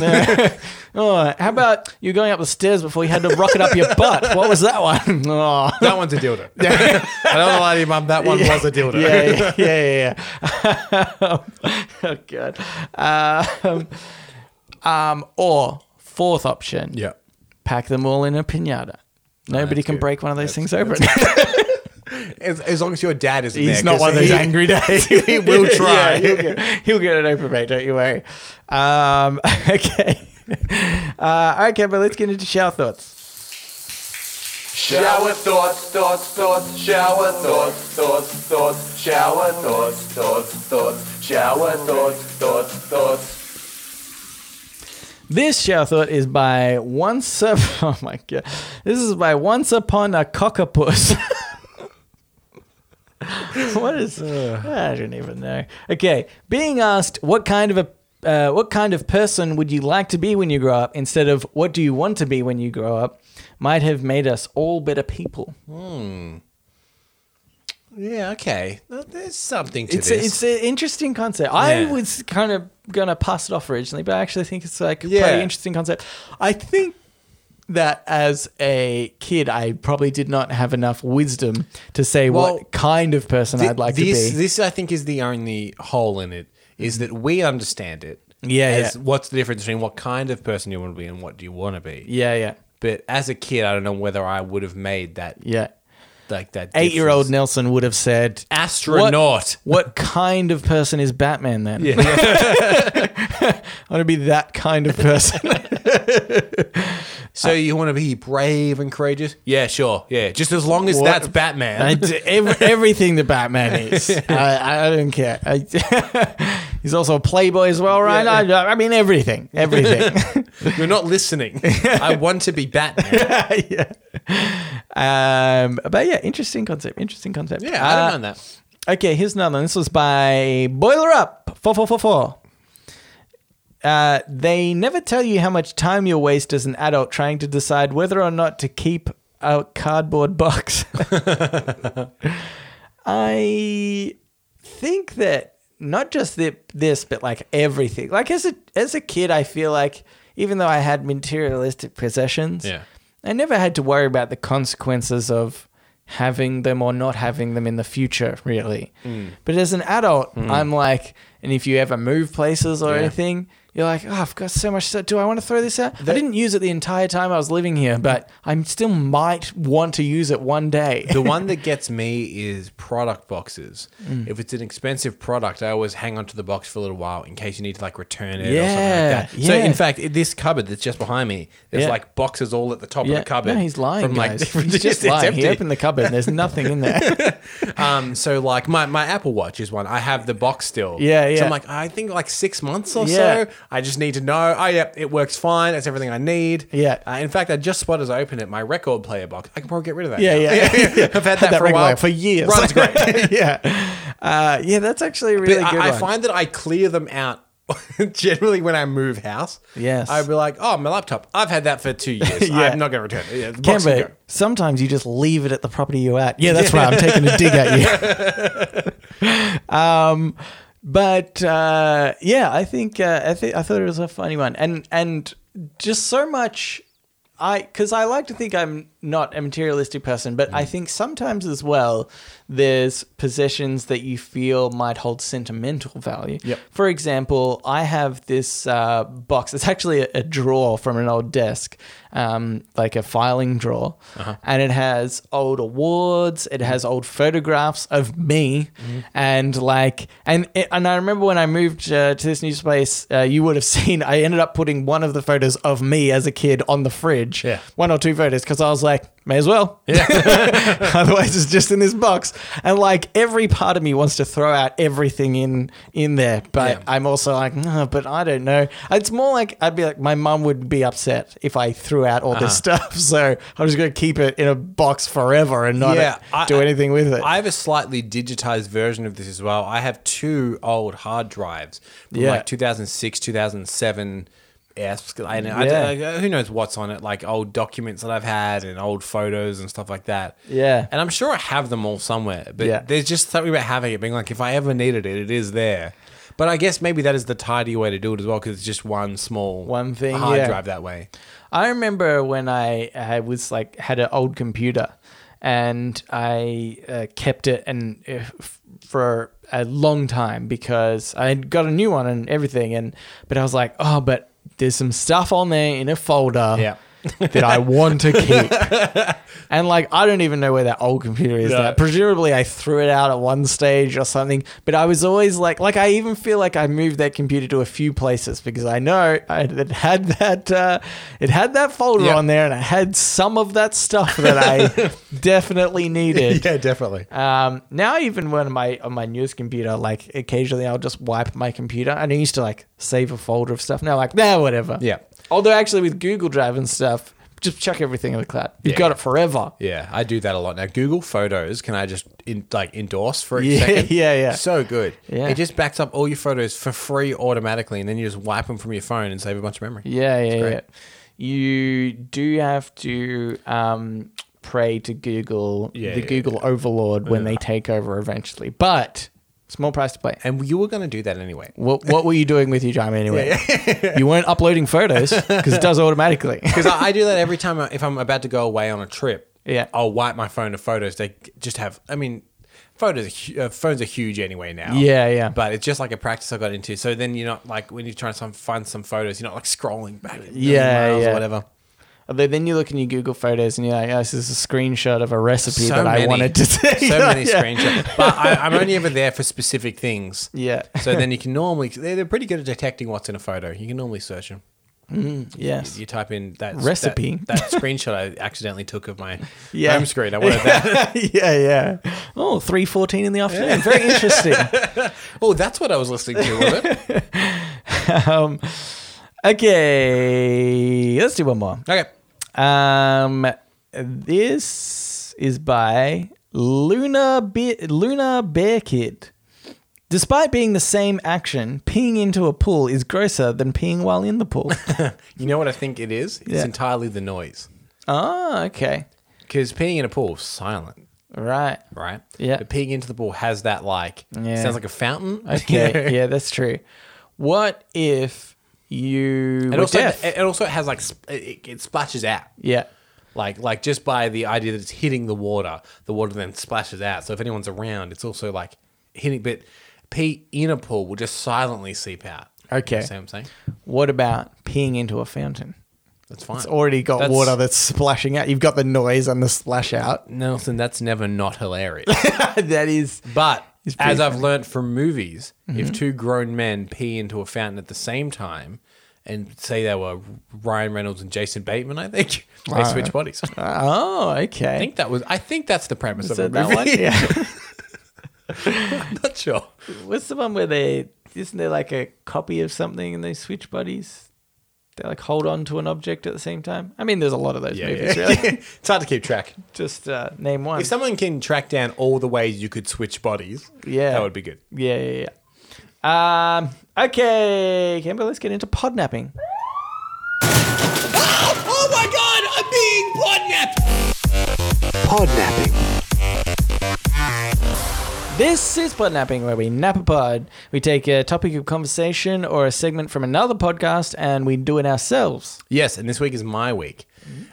[SPEAKER 1] oh, how about you going up the stairs before you had to rocket up your butt? What was that one? (laughs) Oh.
[SPEAKER 2] (laughs) that one's
[SPEAKER 1] (laughs)
[SPEAKER 2] a dildo. (laughs) I don't want to lie to you, mum. That one was a dildo.
[SPEAKER 1] Yeah, yeah,
[SPEAKER 2] (laughs)
[SPEAKER 1] yeah, yeah. (laughs) yeah. oh god. Um, um, or fourth option.
[SPEAKER 2] Yeah.
[SPEAKER 1] Pack them all in a pinata. Nobody can
[SPEAKER 2] good.
[SPEAKER 1] break one of those things
[SPEAKER 2] (laughs)
[SPEAKER 1] open.
[SPEAKER 2] As, as long as your dad isn't there,
[SPEAKER 1] He's not
[SPEAKER 2] 'cause
[SPEAKER 1] one of those
[SPEAKER 2] he-
[SPEAKER 1] angry days.
[SPEAKER 2] (laughs) he will
[SPEAKER 1] (laughs)
[SPEAKER 2] try.
[SPEAKER 1] he'll, get, he'll get it open, mate. Don't you worry. Um, (laughs) okay. Uh, okay, but let's get into shower thoughts.
[SPEAKER 3] Shower thoughts, thoughts, thoughts, shower thoughts, thoughts, thoughts, shower thoughts, thoughts, thoughts, shower thoughts, thoughts, thoughts.
[SPEAKER 1] This shower thought is by once. Up- (laughs) oh my god, this is by once upon a cockapus. (laughs) what is? I don't even know. Okay, being asked what kind of a uh, what kind of person would you like to be when you grow up, instead of what do you want to be when you grow up, might have made us all better people.
[SPEAKER 2] Yeah, okay. Th- There's something to
[SPEAKER 1] It's a,
[SPEAKER 2] this.
[SPEAKER 1] it's an interesting concept. I
[SPEAKER 2] Yeah.
[SPEAKER 1] was kind of gonna pass it off originally, but I actually think it's like a
[SPEAKER 2] Yeah.
[SPEAKER 1] pretty interesting concept. I think that as a kid, I probably did not have enough wisdom to say
[SPEAKER 2] Well,
[SPEAKER 1] what kind of person
[SPEAKER 2] Th-
[SPEAKER 1] I'd like
[SPEAKER 2] this,
[SPEAKER 1] to be.
[SPEAKER 2] This, I think, is the only hole in it is that we understand it.
[SPEAKER 1] Yeah,
[SPEAKER 2] as
[SPEAKER 1] yeah.
[SPEAKER 2] What's the difference between what kind of person you want to be and what do you want to be?
[SPEAKER 1] yeah, yeah,
[SPEAKER 2] But as a kid, I don't know whether I would have made that
[SPEAKER 1] yeah.
[SPEAKER 2] like that
[SPEAKER 1] Eight-year-old
[SPEAKER 2] difference.
[SPEAKER 1] Nelson would have said,
[SPEAKER 2] astronaut.
[SPEAKER 1] What kind of person is Batman then? (laughs) I want to be that kind of person.
[SPEAKER 2] (laughs) So you want to be brave and courageous? Uh, Yeah, sure. Yeah, just as long as
[SPEAKER 1] What-
[SPEAKER 2] that's Batman.
[SPEAKER 1] I do ev everything that Batman
[SPEAKER 2] (laughs)
[SPEAKER 1] is. I, I don't care. I, (laughs) he's also a playboy as well, right?
[SPEAKER 2] Yeah,
[SPEAKER 1] I, I mean, everything.
[SPEAKER 2] (laughs)
[SPEAKER 1] Everything.
[SPEAKER 2] (laughs) You're not (laughs) listening. I want to be Batman.
[SPEAKER 1] yeah. Um, but yeah, interesting concept. Interesting concept.
[SPEAKER 2] Yeah, I don't
[SPEAKER 1] Uh,
[SPEAKER 2] mind that.
[SPEAKER 1] Okay, here's another one. This was by Boiler Up 4444. Uh, they never tell you how much time you'll waste as an adult trying to decide whether or not to keep a cardboard box. (laughs) I think that not just the, this, but like everything. Like as a as a kid, I feel like even though I had materialistic possessions,
[SPEAKER 2] Yeah.
[SPEAKER 1] I never had to worry about the consequences of having them or not having them in the future, really.
[SPEAKER 2] Mm.
[SPEAKER 1] But as an adult, I'm like, and if you ever move places or anything, you're like, oh, I've got so much stuff. Do I want to throw this out? I didn't use it the entire time I was living here, but I still might want to use it one day.
[SPEAKER 2] The one that gets me is product boxes.
[SPEAKER 1] Mm.
[SPEAKER 2] If it's an expensive product, I always hang onto the box for a little while in case you need to like return it
[SPEAKER 1] Yeah,
[SPEAKER 2] or something like that. So
[SPEAKER 1] yeah.
[SPEAKER 2] in fact, i- this cupboard that's just behind me, there's
[SPEAKER 1] Yeah.
[SPEAKER 2] like boxes all at the top of the cupboard.
[SPEAKER 1] No, he's lying,
[SPEAKER 2] (laughs)
[SPEAKER 1] guys.
[SPEAKER 2] different-
[SPEAKER 1] He's just
[SPEAKER 2] it's
[SPEAKER 1] lying. He
[SPEAKER 2] empty.
[SPEAKER 1] opened the cupboard and there's nothing in
[SPEAKER 2] (laughs)
[SPEAKER 1] there.
[SPEAKER 2] Um, so like my, my Apple Watch is one. I have the box still.
[SPEAKER 1] Yeah,
[SPEAKER 2] So
[SPEAKER 1] yeah.
[SPEAKER 2] I'm like, I think like six months or
[SPEAKER 1] Yeah.
[SPEAKER 2] so. I just need to know. Oh, yep, it works fine. It's everything I need.
[SPEAKER 1] Yeah.
[SPEAKER 2] Uh, in fact, I just spotted as I open it my record player box. I can probably get rid of that.
[SPEAKER 1] Yeah,
[SPEAKER 2] now.
[SPEAKER 1] yeah.
[SPEAKER 2] (laughs) I've had that, for a
[SPEAKER 1] regular
[SPEAKER 2] while
[SPEAKER 1] for years. (laughs)
[SPEAKER 2] Runs great.
[SPEAKER 1] yeah. Uh, yeah, that's actually a really
[SPEAKER 2] But
[SPEAKER 1] good
[SPEAKER 2] I, I
[SPEAKER 1] one.
[SPEAKER 2] find that I clear them out. (laughs) Generally, when I move house,
[SPEAKER 1] Yes.
[SPEAKER 2] I'd be like, "Oh, my laptop. I've had that for
[SPEAKER 1] (laughs)
[SPEAKER 2] two years.
[SPEAKER 1] Yeah.
[SPEAKER 2] I'm not going to return it. Yeah, the
[SPEAKER 1] Can
[SPEAKER 2] box can
[SPEAKER 1] be.
[SPEAKER 2] go.
[SPEAKER 1] Sometimes you just leave it at the property you're at. (laughs) Yeah, that's right. I'm taking a dig at (laughs) you. um, but uh, yeah, I think uh, I think I thought it was a funny one, and and just so much. I because I like to think I'm not a materialistic person, but I think sometimes as well there's possessions that you feel might hold sentimental value.
[SPEAKER 2] Yep.
[SPEAKER 1] For example, I have this uh, box. It's actually a, a drawer from an old desk, um, like a filing drawer, and it has old awards. It has old photographs of me, and like, and it, and I remember when I moved uh, to this new space, uh, you would have (laughs) seen. I ended up putting one of the photos of me as a kid on the fridge.
[SPEAKER 2] Yeah.
[SPEAKER 1] one or two photos because I was like, may as well. (laughs) Otherwise, it's just in this box. And like every part of me wants to throw out everything in in there, but
[SPEAKER 2] Yeah.
[SPEAKER 1] I'm also like, "No, but I don't know. It's more like I'd be like, my mum would be upset if I threw out all this
[SPEAKER 2] Uh-huh.
[SPEAKER 1] stuff. (laughs) So I'm just gonna keep it in a box forever and not
[SPEAKER 2] Yeah,
[SPEAKER 1] uh,
[SPEAKER 2] I-
[SPEAKER 1] do anything with it.
[SPEAKER 2] I have a slightly digitized version of this as well. I have two old hard drives from
[SPEAKER 1] Yeah.
[SPEAKER 2] like 2006, 2007. esque. I, I,
[SPEAKER 1] Yeah.
[SPEAKER 2] I- who knows what's on it? Like old documents that I've had and old photos and stuff like that.
[SPEAKER 1] Yeah.
[SPEAKER 2] And I'm sure I have them all somewhere. But
[SPEAKER 1] Yeah.
[SPEAKER 2] there's just something about having it being like, if I ever needed it, it is there. But I guess maybe that is the tidy way to do it as well because it's just one small
[SPEAKER 1] One thing,
[SPEAKER 2] hard
[SPEAKER 1] yeah.
[SPEAKER 2] drive that way.
[SPEAKER 1] I remember when I, I was like had an old computer and I uh, kept it and uh, f- for a long time because I had got a new one and everything and but I was like oh but there's some stuff on there in a folder
[SPEAKER 2] Yeah.
[SPEAKER 1] that I want to keep and like I don't even know where that old computer is
[SPEAKER 2] No.
[SPEAKER 1] now. presumably I threw it out at one stage or something but I was always like like I even feel like I moved that computer to a few places because I know I, it had that uh, it had that folder
[SPEAKER 2] Yeah.
[SPEAKER 1] on there and I had some of that stuff that
[SPEAKER 2] (laughs)
[SPEAKER 1] I definitely needed
[SPEAKER 2] definitely.
[SPEAKER 1] um, now even when my on my news computer, like occasionally I'll just wipe my computer. And I used to like save a folder of stuff. Now like, nah, whatever.
[SPEAKER 2] Yeah.
[SPEAKER 1] Although actually with Google Drive and stuff, just chuck everything in the cloud. You've
[SPEAKER 2] Yeah.
[SPEAKER 1] got it forever.
[SPEAKER 2] Yeah, I do that a lot now. Google Photos, can I just in, like endorse for a
[SPEAKER 1] Yeah, (laughs)
[SPEAKER 2] second?
[SPEAKER 1] yeah, yeah.
[SPEAKER 2] So good.
[SPEAKER 1] Yeah.
[SPEAKER 2] It just backs up all your photos for free automatically, and then you just wipe them from your phone and save a bunch of memory.
[SPEAKER 1] Yeah, yeah, yeah.
[SPEAKER 2] great.
[SPEAKER 1] You do have to um, prey to Google,
[SPEAKER 2] Yeah,
[SPEAKER 1] the
[SPEAKER 2] yeah,
[SPEAKER 1] Google overlord when they take over eventually. But small price to pay.
[SPEAKER 2] And you were going to do that anyway.
[SPEAKER 1] What, what were you doing with your time anyway? you weren't uploading photos because it
[SPEAKER 2] (laughs)
[SPEAKER 1] does automatically.
[SPEAKER 2] Because I, I do that every time I, if I'm about to go away on a trip.
[SPEAKER 1] Yeah.
[SPEAKER 2] I'll wipe my phone to photos. They just have, I mean, photos are, hu- uh, phones are huge anyway now.
[SPEAKER 1] Yeah, yeah.
[SPEAKER 2] But it's just like a practice I got into. So then you're not like, when you're trying to some, find some photos, you're not like scrolling back. a million
[SPEAKER 1] Yeah,
[SPEAKER 2] miles
[SPEAKER 1] yeah.
[SPEAKER 2] Or whatever.
[SPEAKER 1] Although then you look in your Google photos and you're like, oh, this is a screenshot of a recipe
[SPEAKER 2] So
[SPEAKER 1] that I
[SPEAKER 2] many.
[SPEAKER 1] wanted to (laughs) take.
[SPEAKER 2] So many
[SPEAKER 1] Yeah.
[SPEAKER 2] screenshots. But I, I'm only ever there for specific things.
[SPEAKER 1] Yeah.
[SPEAKER 2] So then you can normally, they're, they're pretty good at detecting what's in a photo. You can normally search them.
[SPEAKER 1] Yes.
[SPEAKER 2] (laughs) You type in that
[SPEAKER 1] Recipe.
[SPEAKER 2] That, that screenshot I accidentally took of my
[SPEAKER 1] (laughs) Yeah.
[SPEAKER 2] home screen. I wanted that.
[SPEAKER 1] yeah, yeah. Oh, 3.14 in the afternoon. Very interesting. (laughs)
[SPEAKER 2] Oh, that's what I was listening to, was it?
[SPEAKER 1] um, okay, let's do one more.
[SPEAKER 2] Okay.
[SPEAKER 1] Um, this is by Luna Be- Luna Bear Kid. Despite being the same action, peeing into a pool is grosser than peeing while in the (laughs) pool.
[SPEAKER 2] You know what I think it is? It's
[SPEAKER 1] Yeah.
[SPEAKER 2] entirely the noise.
[SPEAKER 1] oh, okay.
[SPEAKER 2] Because peeing in a pool is silent,
[SPEAKER 1] (laughs) Right.
[SPEAKER 2] right?
[SPEAKER 1] Yeah.
[SPEAKER 2] But peeing into the pool has that like
[SPEAKER 1] Yeah.
[SPEAKER 2] sounds like a fountain. (laughs)
[SPEAKER 1] Okay. yeah, that's true. What if you
[SPEAKER 2] And
[SPEAKER 1] were
[SPEAKER 2] also,
[SPEAKER 1] deaf?
[SPEAKER 2] it it also has like sp- it, it splashes out,
[SPEAKER 1] yeah.
[SPEAKER 2] like like just by the idea that it's hitting the water, the water then splashes out. So if anyone's around, it's also like hitting. But pee in a pool will just silently seep out.
[SPEAKER 1] Okay.
[SPEAKER 2] you see what I'm saying
[SPEAKER 1] What about peeing into a fountain?
[SPEAKER 2] that's fine.
[SPEAKER 1] It's already got
[SPEAKER 2] That's-
[SPEAKER 1] water that's splashing out. You've got the noise and the splash out.
[SPEAKER 2] Nelson, that's never not hilarious.
[SPEAKER 1] (laughs) that is
[SPEAKER 2] But
[SPEAKER 1] It's pretty Mm-hmm.
[SPEAKER 2] as I've learnt from movies, if two grown men pee into a fountain at the same time, and say they were Ryan Reynolds and Jason Bateman, I think (laughs) they switch bodies. I
[SPEAKER 1] Oh, okay.
[SPEAKER 2] think that was. I think that's the premise
[SPEAKER 1] Is
[SPEAKER 2] of
[SPEAKER 1] it
[SPEAKER 2] the
[SPEAKER 1] that
[SPEAKER 2] movie. (laughs)
[SPEAKER 1] one? (laughs) Yeah.
[SPEAKER 2] I'm not sure.
[SPEAKER 1] What's the one where they isn't there like a copy of something and they switch bodies? They like hold on to an object at the same time. I mean, there's a lot of those
[SPEAKER 2] Yeah,
[SPEAKER 1] movies.
[SPEAKER 2] yeah.
[SPEAKER 1] Really,
[SPEAKER 2] (laughs) it's hard to keep track.
[SPEAKER 1] just uh, name one.
[SPEAKER 2] If someone can track down all the ways you could switch bodies,
[SPEAKER 1] Yeah.
[SPEAKER 2] that would be good.
[SPEAKER 1] yeah, yeah, yeah. Um. Okay, Campbell. Let's get into podnapping.
[SPEAKER 2] Oh my god, I'm being podnapped.
[SPEAKER 1] This is Podnapping, where we nap a pod. We take a topic of conversation or a segment from another podcast and we do it ourselves.
[SPEAKER 2] Yes, and this week is my week,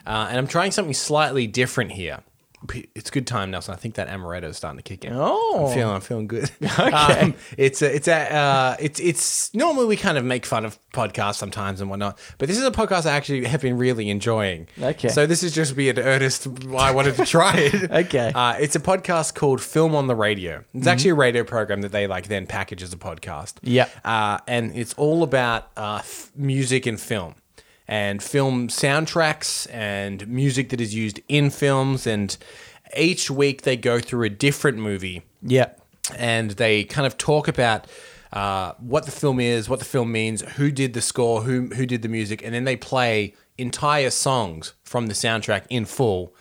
[SPEAKER 2] uh, and I'm trying something slightly different here. P- It's good time, Nelson. I think that amaretto is starting to kick in.
[SPEAKER 1] Oh.
[SPEAKER 2] I'm feeling, I'm
[SPEAKER 1] (laughs)
[SPEAKER 2] feeling good. Okay, it's a, it's a, uh, it's it's normally we kind of make fun of podcasts sometimes and whatnot, but this is a podcast I actually have been really enjoying.
[SPEAKER 1] Okay.
[SPEAKER 2] so this is just be an earnest. I wanted to try
[SPEAKER 1] (laughs)
[SPEAKER 2] it.
[SPEAKER 1] Okay. Mm-hmm.
[SPEAKER 2] uh, it's a podcast called Film on the Radio. It's actually a radio program that they like then package as a podcast.
[SPEAKER 1] Yeah.
[SPEAKER 2] uh, and it's all about uh, f- music and film. And film soundtracks and music that is used in films, and each week they go through a different movie
[SPEAKER 1] Yeah.
[SPEAKER 2] and they kind of talk about uh, what the film is, what the film means, who did the score, who who did the music, and then they play entire songs from the soundtrack in full,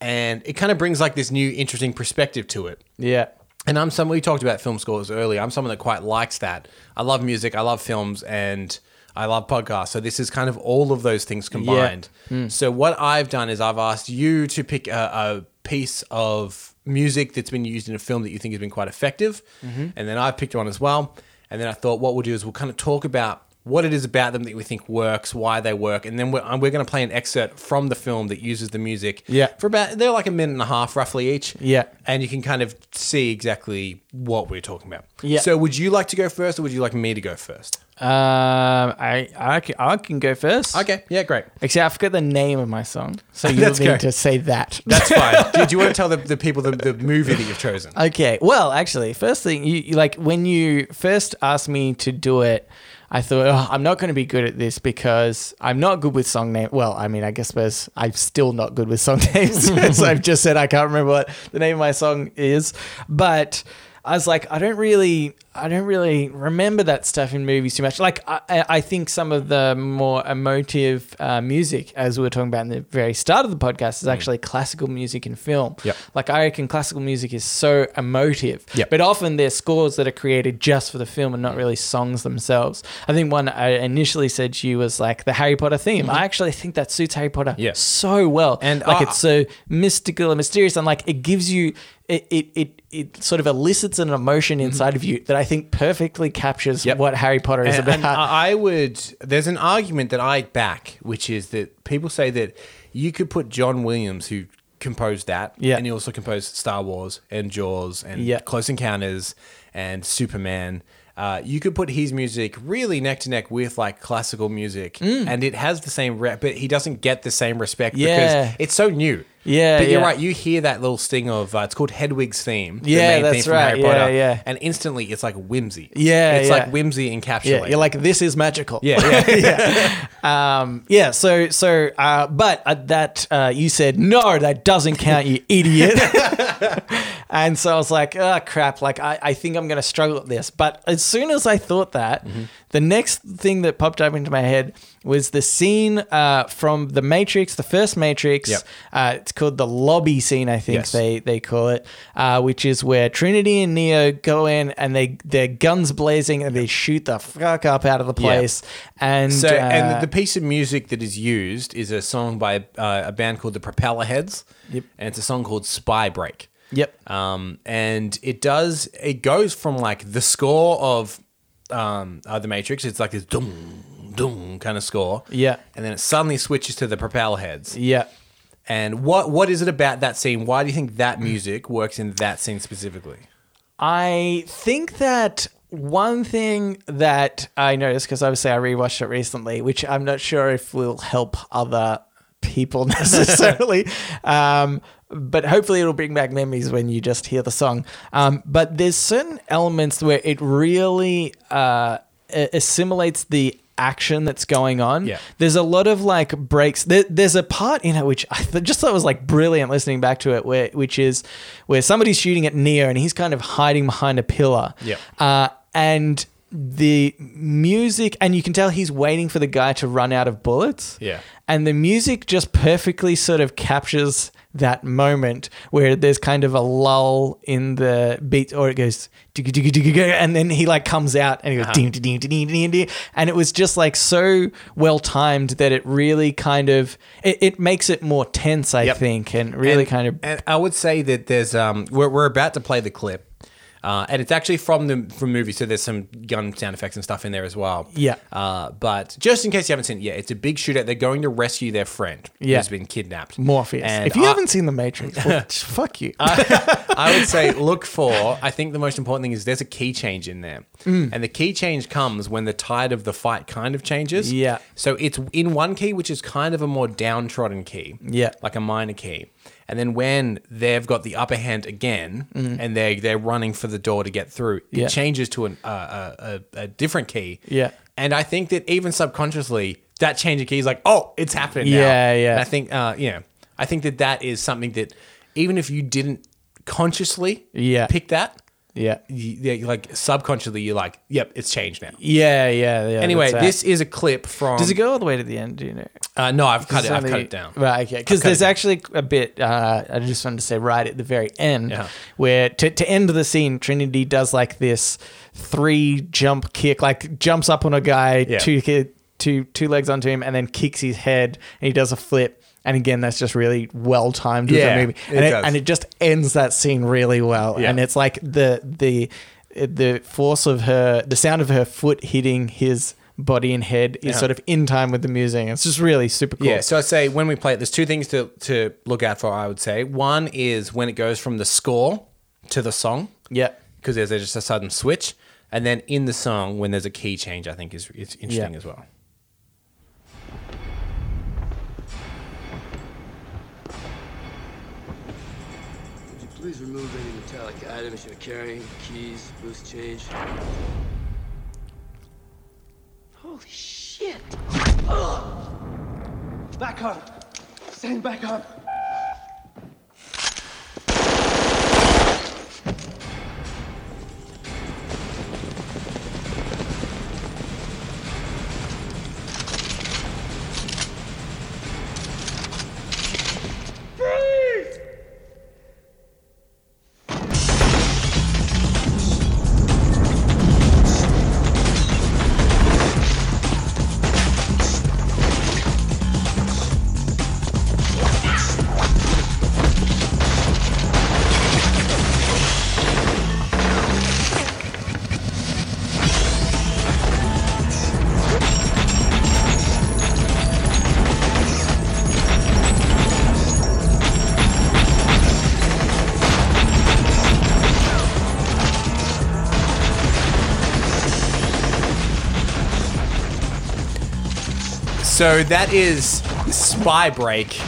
[SPEAKER 2] and it kind of brings like this new interesting perspective to it.
[SPEAKER 1] Yeah.
[SPEAKER 2] And I'm someone we talked about film scores earlier. I'm someone that quite likes that. I love music, I love films, and I love podcasts. So this is kind of all of those things combined.
[SPEAKER 1] Hmm.
[SPEAKER 2] So what I've done is I've asked you to pick a, a piece of music that's been used in a film that you think has been quite effective,
[SPEAKER 1] Mm-hmm.
[SPEAKER 2] and then I've picked one as well. And then I thought what we'll do is we'll kind of talk about what it is about them that we think works, why they work, and then we're, um, we're going to play an excerpt from the film that uses the music.
[SPEAKER 1] Yeah.
[SPEAKER 2] for about they're like a minute and a half roughly each
[SPEAKER 1] Yeah.
[SPEAKER 2] and you can kind of see exactly what we're talking about.
[SPEAKER 1] Yeah.
[SPEAKER 2] So, would you like to go first, or would you like me to go first?
[SPEAKER 1] Um, I, I, can, I can go first.
[SPEAKER 2] Okay. Yeah. Great.
[SPEAKER 1] Except I forgot the name of my song,
[SPEAKER 2] (laughs)
[SPEAKER 1] so you
[SPEAKER 2] That's
[SPEAKER 1] need
[SPEAKER 2] great.
[SPEAKER 1] to say that.
[SPEAKER 2] That's fine. do, do you want to tell the, the people the, the movie that you've chosen?
[SPEAKER 1] Okay. Well, actually, first thing you you- like when you first asked me to do it, I thought oh, I'm not going to be good at this because I'm not good with song name. Well, I mean, I guess suppose I'm still not good with song (laughs) names. so I've just said I can't remember what the name of my song is, but I was like, I don't really. I don't really remember that stuff in movies too much. Like I, I I think some of the more emotive uh, music, as we were talking about in the very start of the podcast, is actually classical music in film.
[SPEAKER 2] Yep.
[SPEAKER 1] Like I reckon classical music is so emotive,
[SPEAKER 2] Yep.
[SPEAKER 1] but often they're scores that are created just for the film and not really songs themselves. I think one I initially said to you was like the Harry Potter theme. I actually think that suits Harry Potter
[SPEAKER 2] Yeah.
[SPEAKER 1] so well,
[SPEAKER 2] Mm-hmm. And
[SPEAKER 1] like
[SPEAKER 2] I-
[SPEAKER 1] it's so mystical and mysterious and like it gives you it it it, it sort of elicits an emotion inside of you that I think perfectly captures
[SPEAKER 2] Mm-hmm. Yep.
[SPEAKER 1] what Harry Potter is
[SPEAKER 2] And,
[SPEAKER 1] about.
[SPEAKER 2] and I I would. There's an argument that I back, which is that people say that you could put John Williams, who composed that,
[SPEAKER 1] Yeah.
[SPEAKER 2] and he also composed Star Wars and Jaws and
[SPEAKER 1] Yeah.
[SPEAKER 2] Close Encounters and Superman. Uh, you could put his music really neck to neck with like classical music,
[SPEAKER 1] Mm.
[SPEAKER 2] and it has the same rep, but he doesn't get the same respect
[SPEAKER 1] Yeah.
[SPEAKER 2] because it's so new.
[SPEAKER 1] Yeah,
[SPEAKER 2] but you're
[SPEAKER 1] yeah.
[SPEAKER 2] right. You hear that little sting of uh, it's called Hedwig's theme. the
[SPEAKER 1] Yeah,
[SPEAKER 2] main
[SPEAKER 1] that's
[SPEAKER 2] theme from
[SPEAKER 1] right.
[SPEAKER 2] Harry
[SPEAKER 1] Yeah,
[SPEAKER 2] Potter,
[SPEAKER 1] yeah.
[SPEAKER 2] and instantly it's like whimsy.
[SPEAKER 1] Yeah,
[SPEAKER 2] it's
[SPEAKER 1] yeah.
[SPEAKER 2] like whimsy encapsulated.
[SPEAKER 1] yeah, you're like this is magical.
[SPEAKER 2] (laughs) Yeah, yeah.
[SPEAKER 1] um, yeah. So, so, uh, but uh, that uh, you said no, that doesn't count, you idiot. (laughs) and so I was like, oh crap! Like I, I think I'm going to struggle at this. But as soon as I thought that,
[SPEAKER 2] Mm-hmm.
[SPEAKER 1] the next thing that popped up into my head was the scene uh, from The Matrix, the first Matrix.
[SPEAKER 2] Yep.
[SPEAKER 1] Uh, it's called the lobby scene, I think
[SPEAKER 2] Yes.
[SPEAKER 1] they they call it, uh, which is where Trinity and Neo go in and they their guns blazing and they shoot the fuck up out of the place. And (laughs)
[SPEAKER 2] so, and
[SPEAKER 1] uh,
[SPEAKER 2] the piece of music that is used is a song by uh, a band called the Propeller Heads.
[SPEAKER 1] Yep.
[SPEAKER 2] And it's a song called Spy Break.
[SPEAKER 1] Yep.
[SPEAKER 2] Um, and it does, it goes from like the score of um, uh, The Matrix, it's like this dum, dum kind of score.
[SPEAKER 1] Yeah.
[SPEAKER 2] And then it suddenly switches to the Propeller Heads.
[SPEAKER 1] Yeah.
[SPEAKER 2] And what what is it about that scene? Why do you think that music works in that scene specifically?
[SPEAKER 1] I think that one thing that I noticed, because obviously I rewatched it recently, which I'm not sure if will help other people (laughs) necessarily, um, but hopefully it'll bring back memories when you just hear the song. Um, but there's certain elements where it really uh, a- assimilates the action that's going on
[SPEAKER 2] Yeah.
[SPEAKER 1] there's a lot of like breaks. There, there's a part in it which I th- just thought was like brilliant listening back to it, where which is where somebody's shooting at Neo and he's kind of hiding behind a pillar.
[SPEAKER 2] Yep.
[SPEAKER 1] Uh, and the music, and you can tell he's waiting for the guy to run out of bullets.
[SPEAKER 2] Yeah.
[SPEAKER 1] And the music just perfectly sort of captures that moment where there's kind of a lull in the beat or it goes digga, digga, digga, digga, and then he like comes out and he goes ding, ding, ding, ding, ding, ding, ding. and it was just like so well timed that it really kind of it, it makes it more tense I
[SPEAKER 2] Yep.
[SPEAKER 1] think and really
[SPEAKER 2] and,
[SPEAKER 1] kind of
[SPEAKER 2] And I would say that there's um, we're, we're about to play the clip, uh, and it's actually from the from movie. So there's some gun sound effects and stuff in there as well.
[SPEAKER 1] Yeah.
[SPEAKER 2] Uh, but just in case you haven't seen it yet, it's a big shootout. They're going to rescue their friend
[SPEAKER 1] Yeah.
[SPEAKER 2] who's been kidnapped.
[SPEAKER 1] Morpheus.
[SPEAKER 2] And
[SPEAKER 1] if you
[SPEAKER 2] I-
[SPEAKER 1] haven't seen The (laughs) Matrix, well, fuck you.
[SPEAKER 2] I would say look for. I think the most important thing is there's a key change in there,
[SPEAKER 1] Mm.
[SPEAKER 2] and the key change comes when the tide of the fight kind of changes.
[SPEAKER 1] Yeah.
[SPEAKER 2] So it's in one key, which is kind of a more downtrodden key.
[SPEAKER 1] Yeah.
[SPEAKER 2] Like a minor key, and then when they've got the upper hand again, and they they're running for the door to get through, it
[SPEAKER 1] Mm. Yeah.
[SPEAKER 2] changes to an, uh, a, a a different key.
[SPEAKER 1] Yeah.
[SPEAKER 2] And I think that even subconsciously, that change of key is like, oh, it's happening. now.
[SPEAKER 1] Yeah, yeah.
[SPEAKER 2] And I think, uh, yeah, I think that that is something that even if you didn't consciously
[SPEAKER 1] Yeah.
[SPEAKER 2] pick that,
[SPEAKER 1] yeah.
[SPEAKER 2] you, you- like subconsciously you're like, yep, it's changed now.
[SPEAKER 1] Yeah, yeah, yeah.
[SPEAKER 2] Anyway,
[SPEAKER 1] that's that.
[SPEAKER 2] this is a clip from.
[SPEAKER 1] does it go all the way to the end, do you know?
[SPEAKER 2] Uh, no, I've cut it. I've
[SPEAKER 1] Only-
[SPEAKER 2] cut it down.
[SPEAKER 1] Right, okay. Because
[SPEAKER 2] I've cut
[SPEAKER 1] there's
[SPEAKER 2] it down.
[SPEAKER 1] actually a bit, uh, I just wanted to say right at the very end,
[SPEAKER 2] Yeah.
[SPEAKER 1] where to, to end the scene, Trinity does like this three jump kick, like jumps up on a guy,
[SPEAKER 2] Yeah.
[SPEAKER 1] two, ki- two, two legs onto him, and then kicks his head, and he does a flip. And again, that's just really well timed with
[SPEAKER 2] Yeah,
[SPEAKER 1] the movie,
[SPEAKER 2] it
[SPEAKER 1] and it,
[SPEAKER 2] does.
[SPEAKER 1] and it just ends that scene really well.
[SPEAKER 2] Yeah.
[SPEAKER 1] And it's like the the the force of her, the sound of her foot hitting his body and head is
[SPEAKER 2] Yeah.
[SPEAKER 1] sort of in time with the music. It's just really super cool.
[SPEAKER 2] Yeah, so I say when we play it, there's two things to, to look out for, I would say. One is when it goes from the score to the song.
[SPEAKER 1] Yeah.
[SPEAKER 2] Because there's just a sudden switch. And then in the song, when there's a key change, I think is it's interesting
[SPEAKER 1] Yeah.
[SPEAKER 2] as well.
[SPEAKER 4] Would you please remove any metallic items you're carrying? Keys, loose change?
[SPEAKER 5] Holy shit! Ugh. Back up! Stand back up!
[SPEAKER 2] So that is Spy Break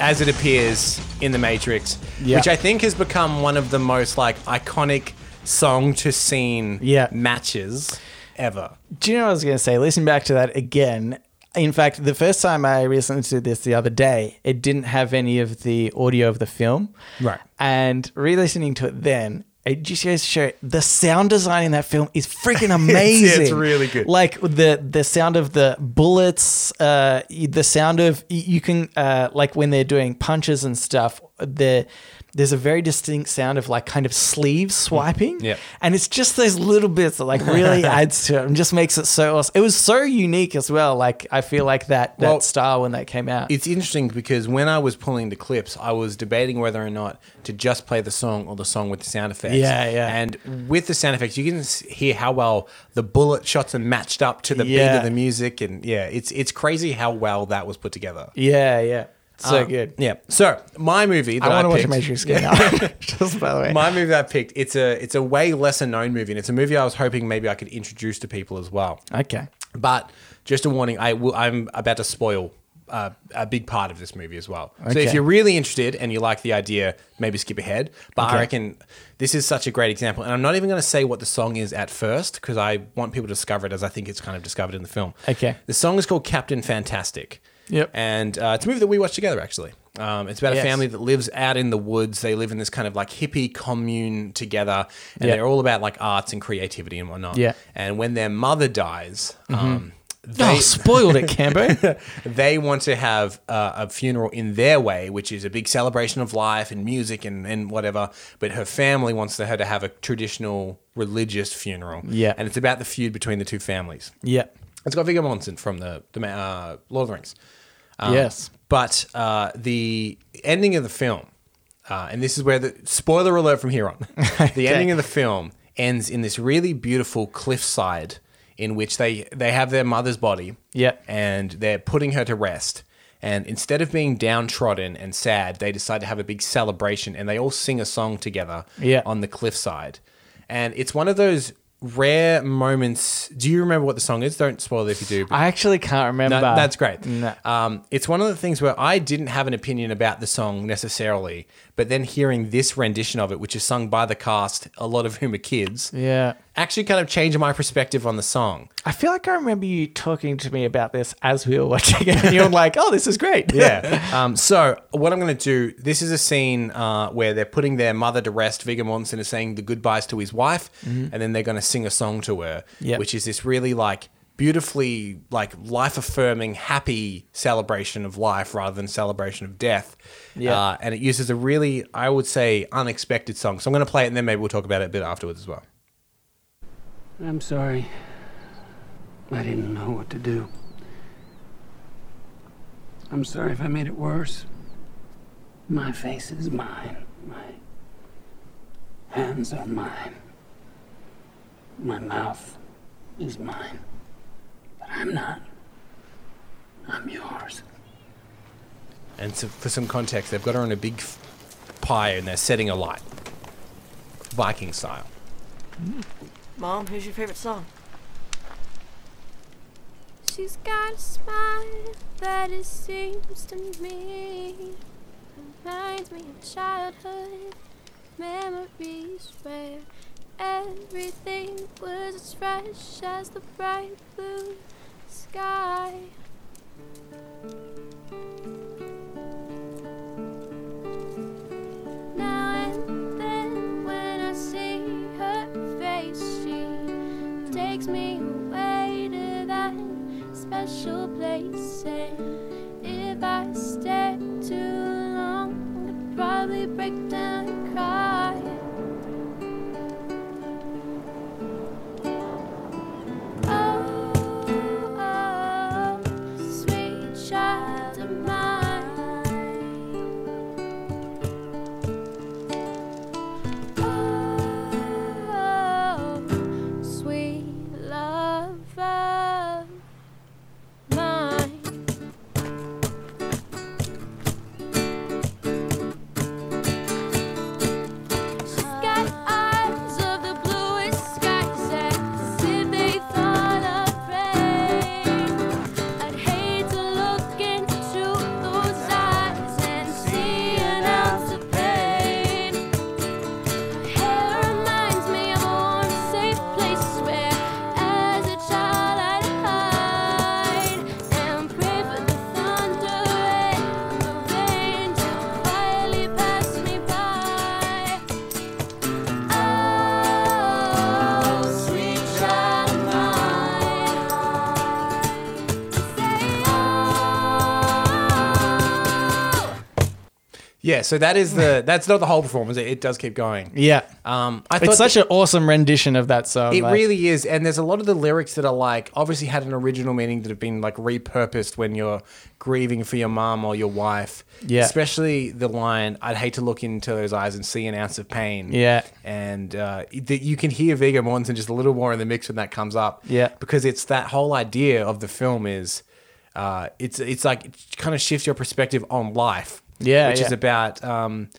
[SPEAKER 2] as it appears in The Matrix,
[SPEAKER 1] Yeah.
[SPEAKER 2] which I think has become one of the most like iconic song to scene
[SPEAKER 1] Yeah.
[SPEAKER 2] matches ever.
[SPEAKER 1] Do you know what I was going to say? Listen back to that again. In fact, the first time I listened to this the other day, it didn't have any of the audio of the film.
[SPEAKER 2] Right.
[SPEAKER 1] And re listening to it then, it just goes to show the sound design in that film is freaking (laughs) amazing.
[SPEAKER 2] really good.
[SPEAKER 1] Like the the sound of the bullets, uh, the sound of y- you can uh, like when they're doing punches and stuff. The there's a very distinct sound of like kind of
[SPEAKER 2] Mm.
[SPEAKER 1] sleeve swiping.
[SPEAKER 2] Yep.
[SPEAKER 1] And it's just those little bits that like
[SPEAKER 2] (laughs)
[SPEAKER 1] really adds to it and just makes it so awesome. It was so unique as well. Like I feel like that that
[SPEAKER 2] Well,
[SPEAKER 1] style when that came out.
[SPEAKER 2] It's interesting because when I was pulling the clips, I was debating whether or not to just play the song or the song with the sound effects.
[SPEAKER 1] Yeah, yeah.
[SPEAKER 2] And with the sound effects, you can s- hear how well the bullet shots are matched up to the beat
[SPEAKER 1] Yeah.
[SPEAKER 2] of the music, and yeah, it's it's crazy how well that was put together.
[SPEAKER 1] yeah, yeah. So
[SPEAKER 2] Um,
[SPEAKER 1] good.
[SPEAKER 2] Yeah. So my movie
[SPEAKER 1] I
[SPEAKER 2] that I,
[SPEAKER 1] want to watch Matrix
[SPEAKER 2] picked-
[SPEAKER 1] again (laughs)
[SPEAKER 2] (laughs)
[SPEAKER 1] now. just by the way.
[SPEAKER 2] My movie that I picked, it's a it's a way lesser known movie, and it's a movie I was hoping maybe I could introduce to people as well.
[SPEAKER 1] okay.
[SPEAKER 2] But just a warning, I will, I'm about to spoil uh, a big part of this movie as well. So
[SPEAKER 1] Okay.
[SPEAKER 2] if you're really interested and you like the idea, maybe skip ahead. But
[SPEAKER 1] Okay.
[SPEAKER 2] I reckon this is such a great example. And I'm not even going to say what the song is at first because I want people to discover it as I think it's kind of discovered in the film.
[SPEAKER 1] Okay.
[SPEAKER 2] The song is called Captain Fantastic.
[SPEAKER 1] Yep.
[SPEAKER 2] And uh, it's a movie that we watched together, actually. Um, it's about
[SPEAKER 1] Yes.
[SPEAKER 2] a family that lives out in the woods. They live in this kind of like hippie commune together, and
[SPEAKER 1] Yeah.
[SPEAKER 2] they're all about like arts and creativity and whatnot.
[SPEAKER 1] Yeah.
[SPEAKER 2] And when their mother dies, um,
[SPEAKER 1] oh,
[SPEAKER 2] they,
[SPEAKER 1] spoiled it,
[SPEAKER 2] (laughs)
[SPEAKER 1] Cambo.
[SPEAKER 2] they want to have uh, a funeral in their way, which is a big celebration of life and music and, and whatever. But her family wants her to have a traditional religious funeral.
[SPEAKER 1] Yeah.
[SPEAKER 2] And it's about the feud between the two families.
[SPEAKER 1] yeah.
[SPEAKER 2] It's got Viggo Mortensen from the, the ma- uh, Lord of the Rings. Um,
[SPEAKER 1] yes.
[SPEAKER 2] But uh, the ending of the film, uh, and this is where the spoiler alert from here on, the ending of the film ends in this really beautiful cliffside in which they they have their mother's body,
[SPEAKER 1] Yep.
[SPEAKER 2] and they're putting her to rest. And instead of being downtrodden and sad, they decide to have a big celebration, and they all sing a song together
[SPEAKER 1] Yeah.
[SPEAKER 2] on the cliffside. And it's one of those rare moments. Do you remember what the song is? Don't spoil it if you do. but-
[SPEAKER 1] I actually can't remember.
[SPEAKER 2] no, that's great.
[SPEAKER 1] No.
[SPEAKER 2] Um, it's one of the things where I didn't have an opinion about the song necessarily, but then hearing this rendition of it, which is sung by the cast, a lot of whom are kids,
[SPEAKER 1] Yeah.
[SPEAKER 2] actually kind of changed my perspective on the song.
[SPEAKER 1] I feel like I remember you talking to me about this as we were watching it, and you're like, "Oh, this is great."
[SPEAKER 2] yeah. (laughs) Um, so what I'm going to do, this is a scene uh, where they're putting their mother to rest. Viggo Mortensen is saying the goodbyes to his wife, and then they're going to sing a song to her,
[SPEAKER 1] Yep.
[SPEAKER 2] which is this really like beautifully like life affirming, happy celebration of life rather than celebration of death.
[SPEAKER 1] Yeah.
[SPEAKER 2] Uh, and it uses a really, I would say, unexpected song. So I'm going to play it, and then maybe we'll talk about it a bit afterwards as well.
[SPEAKER 4] I'm sorry. I didn't know what to do. I'm sorry if I made it worse. My face is mine. My hands are mine. My mouth is mine. But I'm not. I'm yours.
[SPEAKER 2] And so for some context, they've got her on a big f- pyre, and they're setting a light, Viking style.
[SPEAKER 6] Mom, who's your favorite song?
[SPEAKER 7] She's got a smile that it seems to me reminds me of childhood memories where everything was as fresh as the bright blue sky. Now and then when I see her face, she takes me away to that special place. And if I stay too long, I'd probably break down and cry. Oh, oh, sweet child of mine. Oh, sweet love of mine. Oh,
[SPEAKER 2] Yeah, so that is the that's not the whole performance. It, it does keep going.
[SPEAKER 1] (laughs) Yeah.
[SPEAKER 2] Um, I
[SPEAKER 1] it's
[SPEAKER 2] thought
[SPEAKER 1] such an awesome rendition of that song.
[SPEAKER 2] It
[SPEAKER 1] like-
[SPEAKER 2] really is, and there's a lot of the lyrics that are like obviously had an original meaning that have been like repurposed when you're grieving for your mom or your wife.
[SPEAKER 1] Yeah.
[SPEAKER 2] especially the line "I'd hate to look into those eyes and see an ounce of pain."
[SPEAKER 1] Yeah.
[SPEAKER 2] and uh, that you can hear Viggo Mortensen just a little more in the mix when that comes up.
[SPEAKER 1] Yeah.
[SPEAKER 2] because it's that whole idea of the film is, uh, it's it's like it kind of shifts your perspective on life.
[SPEAKER 1] Yeah,
[SPEAKER 2] which is
[SPEAKER 1] yeah.
[SPEAKER 2] about um,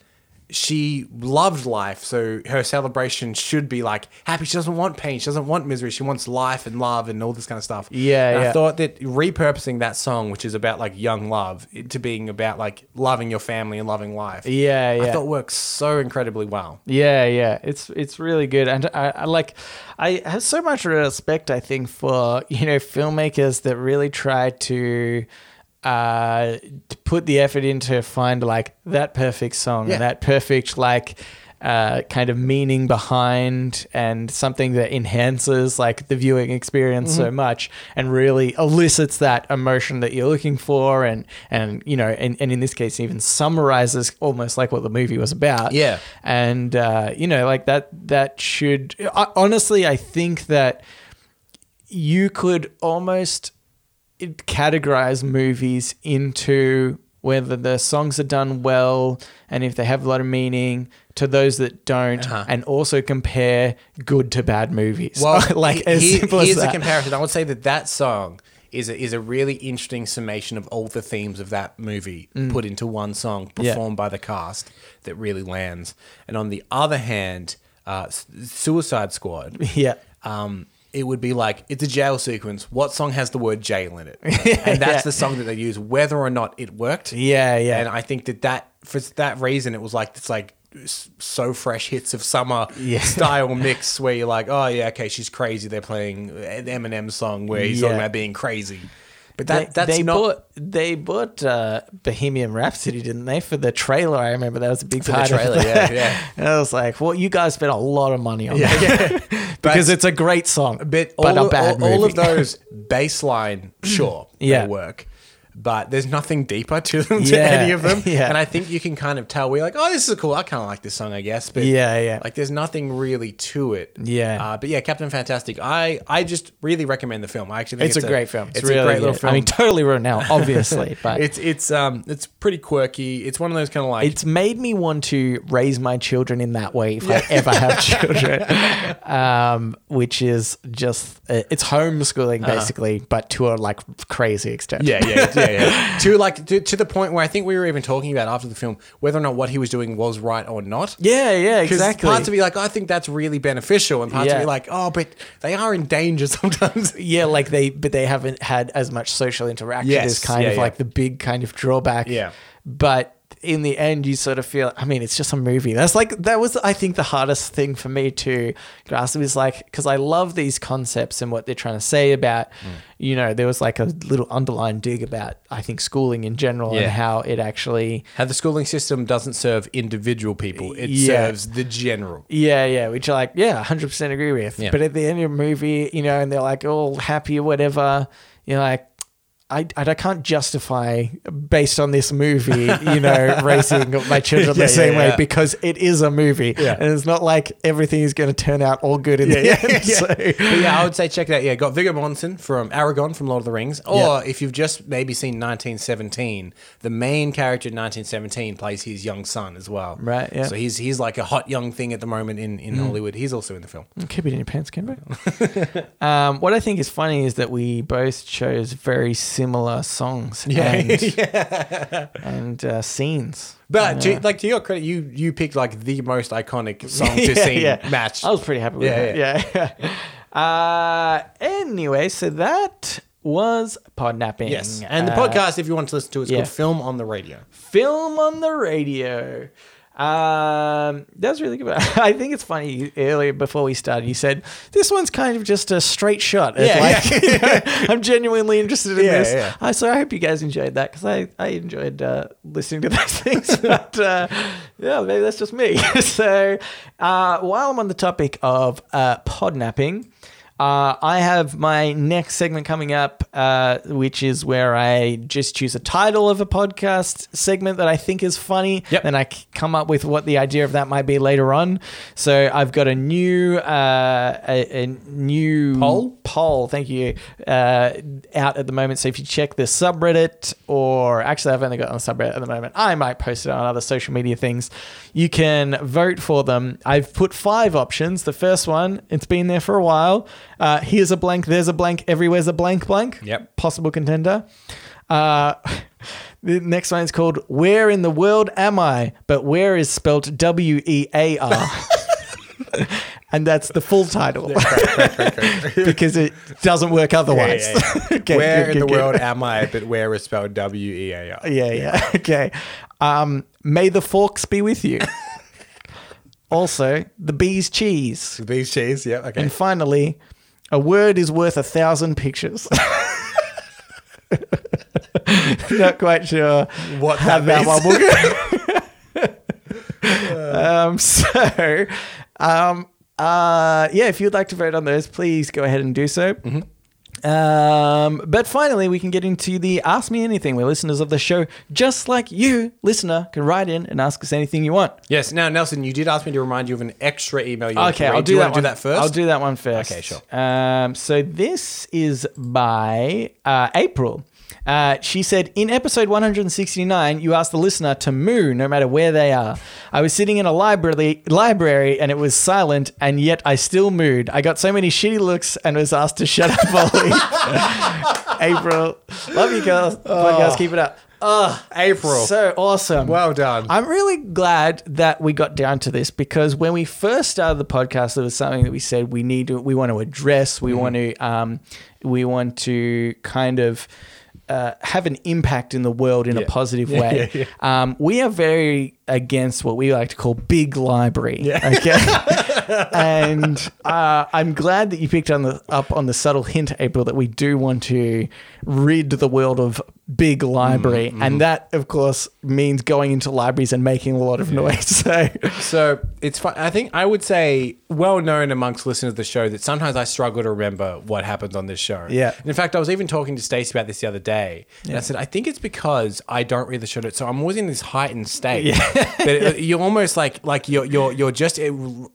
[SPEAKER 2] she loved life, so her celebration should be like happy. She doesn't want pain. She doesn't want misery. She wants life and love and all this kind of stuff.
[SPEAKER 1] Yeah,
[SPEAKER 2] And I
[SPEAKER 1] yeah.
[SPEAKER 2] thought that repurposing that song, which is about like young love, it- to being about like loving your family and loving life.
[SPEAKER 1] Yeah, yeah.
[SPEAKER 2] I thought works so incredibly well.
[SPEAKER 1] Yeah, yeah, it's it's really good, and I, I like I have so much respect. I think for you know filmmakers that really try to uh to put the effort into find like that perfect song
[SPEAKER 2] Yeah.
[SPEAKER 1] and that perfect like uh kind of meaning behind and something that enhances like the viewing experience so much and really elicits that emotion that you're looking for and and you know and, and in this case even summarizes almost like what the movie was about
[SPEAKER 2] Yeah.
[SPEAKER 1] and uh, you know like that that should I, honestly i think that you could almost categorize movies into whether the songs are done well and if they have a lot of meaning to those that don't
[SPEAKER 2] Uh-huh.
[SPEAKER 1] and also compare good to bad movies (laughs) like
[SPEAKER 2] he-
[SPEAKER 1] as
[SPEAKER 2] he-
[SPEAKER 1] simple as
[SPEAKER 2] here's
[SPEAKER 1] that.
[SPEAKER 2] a comparison. I would say that that song is a, is a really interesting summation of all the themes of that movie put into one song
[SPEAKER 1] Mm. Yeah.
[SPEAKER 2] performed by the cast that really lands. And on the other hand, uh, S- Suicide Squad.
[SPEAKER 1] (laughs) yeah
[SPEAKER 2] um, it would be like it's a jail sequence. What song has the word jail
[SPEAKER 1] (laughs)
[SPEAKER 2] in it? And that's the song that they use, whether or not it worked.
[SPEAKER 1] Yeah, yeah.
[SPEAKER 2] And I think that that for that reason, it was like it's like s- so fresh hits of summer
[SPEAKER 1] Yeah.
[SPEAKER 2] (laughs) style mix where you're like, oh yeah, okay, she's crazy. They're playing an Eminem song where he's talking
[SPEAKER 1] Yeah.
[SPEAKER 2] about being crazy. But that
[SPEAKER 1] they,
[SPEAKER 2] that's
[SPEAKER 1] they
[SPEAKER 2] not
[SPEAKER 1] bought they bought uh, Bohemian Rhapsody, didn't they? For the trailer, I remember that was a big
[SPEAKER 2] the
[SPEAKER 1] part
[SPEAKER 2] trailer,
[SPEAKER 1] Of that.
[SPEAKER 2] yeah, yeah.
[SPEAKER 1] And (laughs) I was like, "Well, you guys spent a lot of money on that
[SPEAKER 2] (laughs)
[SPEAKER 1] (laughs) because
[SPEAKER 2] But-
[SPEAKER 1] it's a great song,
[SPEAKER 2] But all,
[SPEAKER 1] but a
[SPEAKER 2] of-
[SPEAKER 1] bad
[SPEAKER 2] all, all
[SPEAKER 1] movie." (laughs)
[SPEAKER 2] of those baseline, sure,
[SPEAKER 1] Yeah.
[SPEAKER 2] they work. But there's nothing deeper to them to
[SPEAKER 1] Yeah,
[SPEAKER 2] any of them.
[SPEAKER 1] (laughs) yeah.
[SPEAKER 2] And I think you can kind of tell we're like, oh, this is cool. I kind of like this song, I guess. But
[SPEAKER 1] Yeah, yeah.
[SPEAKER 2] Like there's nothing really to it.
[SPEAKER 1] Yeah.
[SPEAKER 2] Uh, but yeah, Captain Fantastic. I I just really recommend the film. I actually think
[SPEAKER 1] it's,
[SPEAKER 2] it's,
[SPEAKER 1] a great film.
[SPEAKER 2] It's, a great little
[SPEAKER 1] good.
[SPEAKER 2] film.
[SPEAKER 1] I mean, totally ruined now,
[SPEAKER 2] (laughs)
[SPEAKER 1] obviously, (laughs) but
[SPEAKER 2] it's it's um it's pretty quirky. It's one of those kind of like
[SPEAKER 1] it's made me want to raise my children in that way if I ever
[SPEAKER 2] (laughs)
[SPEAKER 1] have children, um, which is just uh, it's homeschooling basically, but to a like crazy extent.
[SPEAKER 2] Uh-huh. Yeah, (laughs) yeah, yeah, yeah. to like to, to the point where I think we were even talking about after the film whether or not what he was doing was right or not.
[SPEAKER 1] (laughs) yeah, yeah,
[SPEAKER 2] Because
[SPEAKER 1] exactly.
[SPEAKER 2] Parts of me like, oh, I think that's really beneficial, and parts of
[SPEAKER 1] Yeah.
[SPEAKER 2] me like, oh, but they are in danger (laughs) sometimes.
[SPEAKER 1] Yeah, like they, but they haven't had as much social interaction
[SPEAKER 2] Yes,
[SPEAKER 1] as kind
[SPEAKER 2] yeah,
[SPEAKER 1] of
[SPEAKER 2] yeah.
[SPEAKER 1] like the big kind of drawback.
[SPEAKER 2] Yeah.
[SPEAKER 1] But in the end, you sort of feel, I mean, it's just a movie. That's like, that was, I think, the hardest thing for me to grasp is like, because I love these concepts and what they're trying to say about,
[SPEAKER 2] Mm.
[SPEAKER 1] you know, there was like a little underlying dig about, I think, schooling in general and
[SPEAKER 2] Yeah.
[SPEAKER 1] how it actually,
[SPEAKER 2] How the schooling system doesn't serve individual people; it
[SPEAKER 1] Yeah.
[SPEAKER 2] serves the general.
[SPEAKER 1] Yeah, yeah, which are like, yeah, 100% agree with.
[SPEAKER 2] Yeah.
[SPEAKER 1] But at the end of the movie, you know, and they're like all happy or whatever, you're like, I, I can't justify based on this movie, you
[SPEAKER 2] (laughs)
[SPEAKER 1] know, raising my children
[SPEAKER 2] Yeah,
[SPEAKER 1] the same
[SPEAKER 2] yeah,
[SPEAKER 1] way
[SPEAKER 2] yeah.
[SPEAKER 1] because it is a movie.
[SPEAKER 2] Yeah.
[SPEAKER 1] And it's not like everything is going to turn out all good in the end. So.
[SPEAKER 2] But yeah, I would say check it out. Yeah, got Viggo Mortensen from Aragon from Lord of the Rings, or
[SPEAKER 1] Yeah.
[SPEAKER 2] if you've just maybe seen 1917, the main character in 1917 plays his young son as well.
[SPEAKER 1] Right, yeah.
[SPEAKER 2] So he's he's like a hot young thing at the moment in in Hollywood. He's also in the film.
[SPEAKER 1] Keep it in your pants,
[SPEAKER 2] (laughs)
[SPEAKER 1] Kimber. um, what I think is funny is that we both chose very similar songs
[SPEAKER 2] (laughs)
[SPEAKER 1] and, and uh, scenes.
[SPEAKER 2] But to, like to your credit, you you picked like the most iconic
[SPEAKER 1] (laughs)
[SPEAKER 2] (laughs) song to scene match.
[SPEAKER 1] I was pretty happy with
[SPEAKER 2] Yeah,
[SPEAKER 1] that. Yeah. (laughs) uh, anyway, so that was podnapping.
[SPEAKER 2] Yes. And the
[SPEAKER 1] Uh,
[SPEAKER 2] podcast, if you want to listen to it, is
[SPEAKER 1] yeah.
[SPEAKER 2] called Film on the Radio.
[SPEAKER 1] film on the radio. Um, that was really good. (laughs) I think it's funny you- earlier before we started, you said this one's kind of just a straight shot. It's
[SPEAKER 2] Yeah,
[SPEAKER 1] like, (laughs) I'm genuinely interested in
[SPEAKER 2] Yeah,
[SPEAKER 1] this.
[SPEAKER 2] yeah.
[SPEAKER 1] I so I hope you guys enjoyed that because I I enjoyed uh, listening to (laughs) those
[SPEAKER 2] (laughs)
[SPEAKER 1] things. but uh, yeah, maybe that's (laughs) just me. so uh, while I'm on the topic of uh, podnapping. Uh, I have my next segment coming up, uh, which is where I just choose a title of a podcast segment that I think is funny.
[SPEAKER 2] Yep.
[SPEAKER 1] Then I c- come up with what the idea of that might be later on. So I've got a new, uh, a, a new
[SPEAKER 2] Poll?
[SPEAKER 1] Poll, thank you, uh, out at the moment. So if you check the subreddit, or actually, I've only got it on the subreddit at the moment. I might post it on other social media things. You can vote for them. I've put five options. The first one, it's been there for a while. Uh, here's a blank. There's a blank. Everywhere's a blank. Blank.
[SPEAKER 2] Yep.
[SPEAKER 1] Possible contender. Uh, (laughs) the next one is called "Where in the world am I?" But where is spelled W E A R. (laughs) And that's the full title (laughs) because it doesn't work otherwise. (laughs)
[SPEAKER 2] Yeah, yeah,
[SPEAKER 1] okay,
[SPEAKER 2] where
[SPEAKER 1] good,
[SPEAKER 2] in the
[SPEAKER 1] good, good.
[SPEAKER 2] world am I? But where is spelled W E A (laughs) R?
[SPEAKER 1] Yeah, yeah. (laughs) Okay. Um, may the forks be with
[SPEAKER 2] (laughs)
[SPEAKER 1] you. also, the bee's cheese.
[SPEAKER 2] These cheese. Yeah. Okay.
[SPEAKER 1] And finally, a word is worth a thousand pictures. (laughs) Not quite sure
[SPEAKER 2] What
[SPEAKER 1] how
[SPEAKER 2] that
[SPEAKER 1] that
[SPEAKER 2] means.
[SPEAKER 1] one will go. (laughs) um, so, um, uh, yeah, if you'd like to vote on those, please go ahead and do so. Um, but finally, we can get into the Ask Me Anything, where listeners of the show, just like you, listener, can write in and ask us anything you want.
[SPEAKER 2] Yes. Now, Nelson, you did ask me to remind you of an extra email. You
[SPEAKER 1] Okay, I'll do,
[SPEAKER 2] do, you
[SPEAKER 1] that
[SPEAKER 2] want to
[SPEAKER 1] one.
[SPEAKER 2] do that first.
[SPEAKER 1] I'll do that one first.
[SPEAKER 2] Okay, sure.
[SPEAKER 1] Um, so this is by uh, April. Uh, she said, in episode 169, you asked the listener to moo no matter where they are. I was sitting in a library, library and it was silent, and yet I still mooed. I got so many shitty looks and was asked to shut up, Ollie. (laughs) April, love you, girls. Podcast, keep it up. Oh,
[SPEAKER 2] April.
[SPEAKER 1] so awesome.
[SPEAKER 2] Well done.
[SPEAKER 1] I'm really glad that we got down to this because when we first started the podcast, there was something that we said we need to, we want to address,
[SPEAKER 2] Mm-hmm.
[SPEAKER 1] we want to, um, we want to kind of. Uh, have an impact in the world in a positive way. Um, we are very against what we like to call big library.
[SPEAKER 2] (laughs)
[SPEAKER 1] Okay, and uh, I'm glad that you picked on the up on the subtle hint, April, that we do want to rid the world of big library, and that, of course, means going into libraries and making a lot of noise. (laughs) So,
[SPEAKER 2] So it's fun. I think I would say well known amongst listeners of the show that sometimes I struggle to remember what happens on this show.
[SPEAKER 1] Yeah.
[SPEAKER 2] And in fact, I was even talking to Stacey about this the other day, and I said I think it's because I don't read the show, so I'm always in this heightened state. that it- uh, you're almost like like you're you're you're just eh,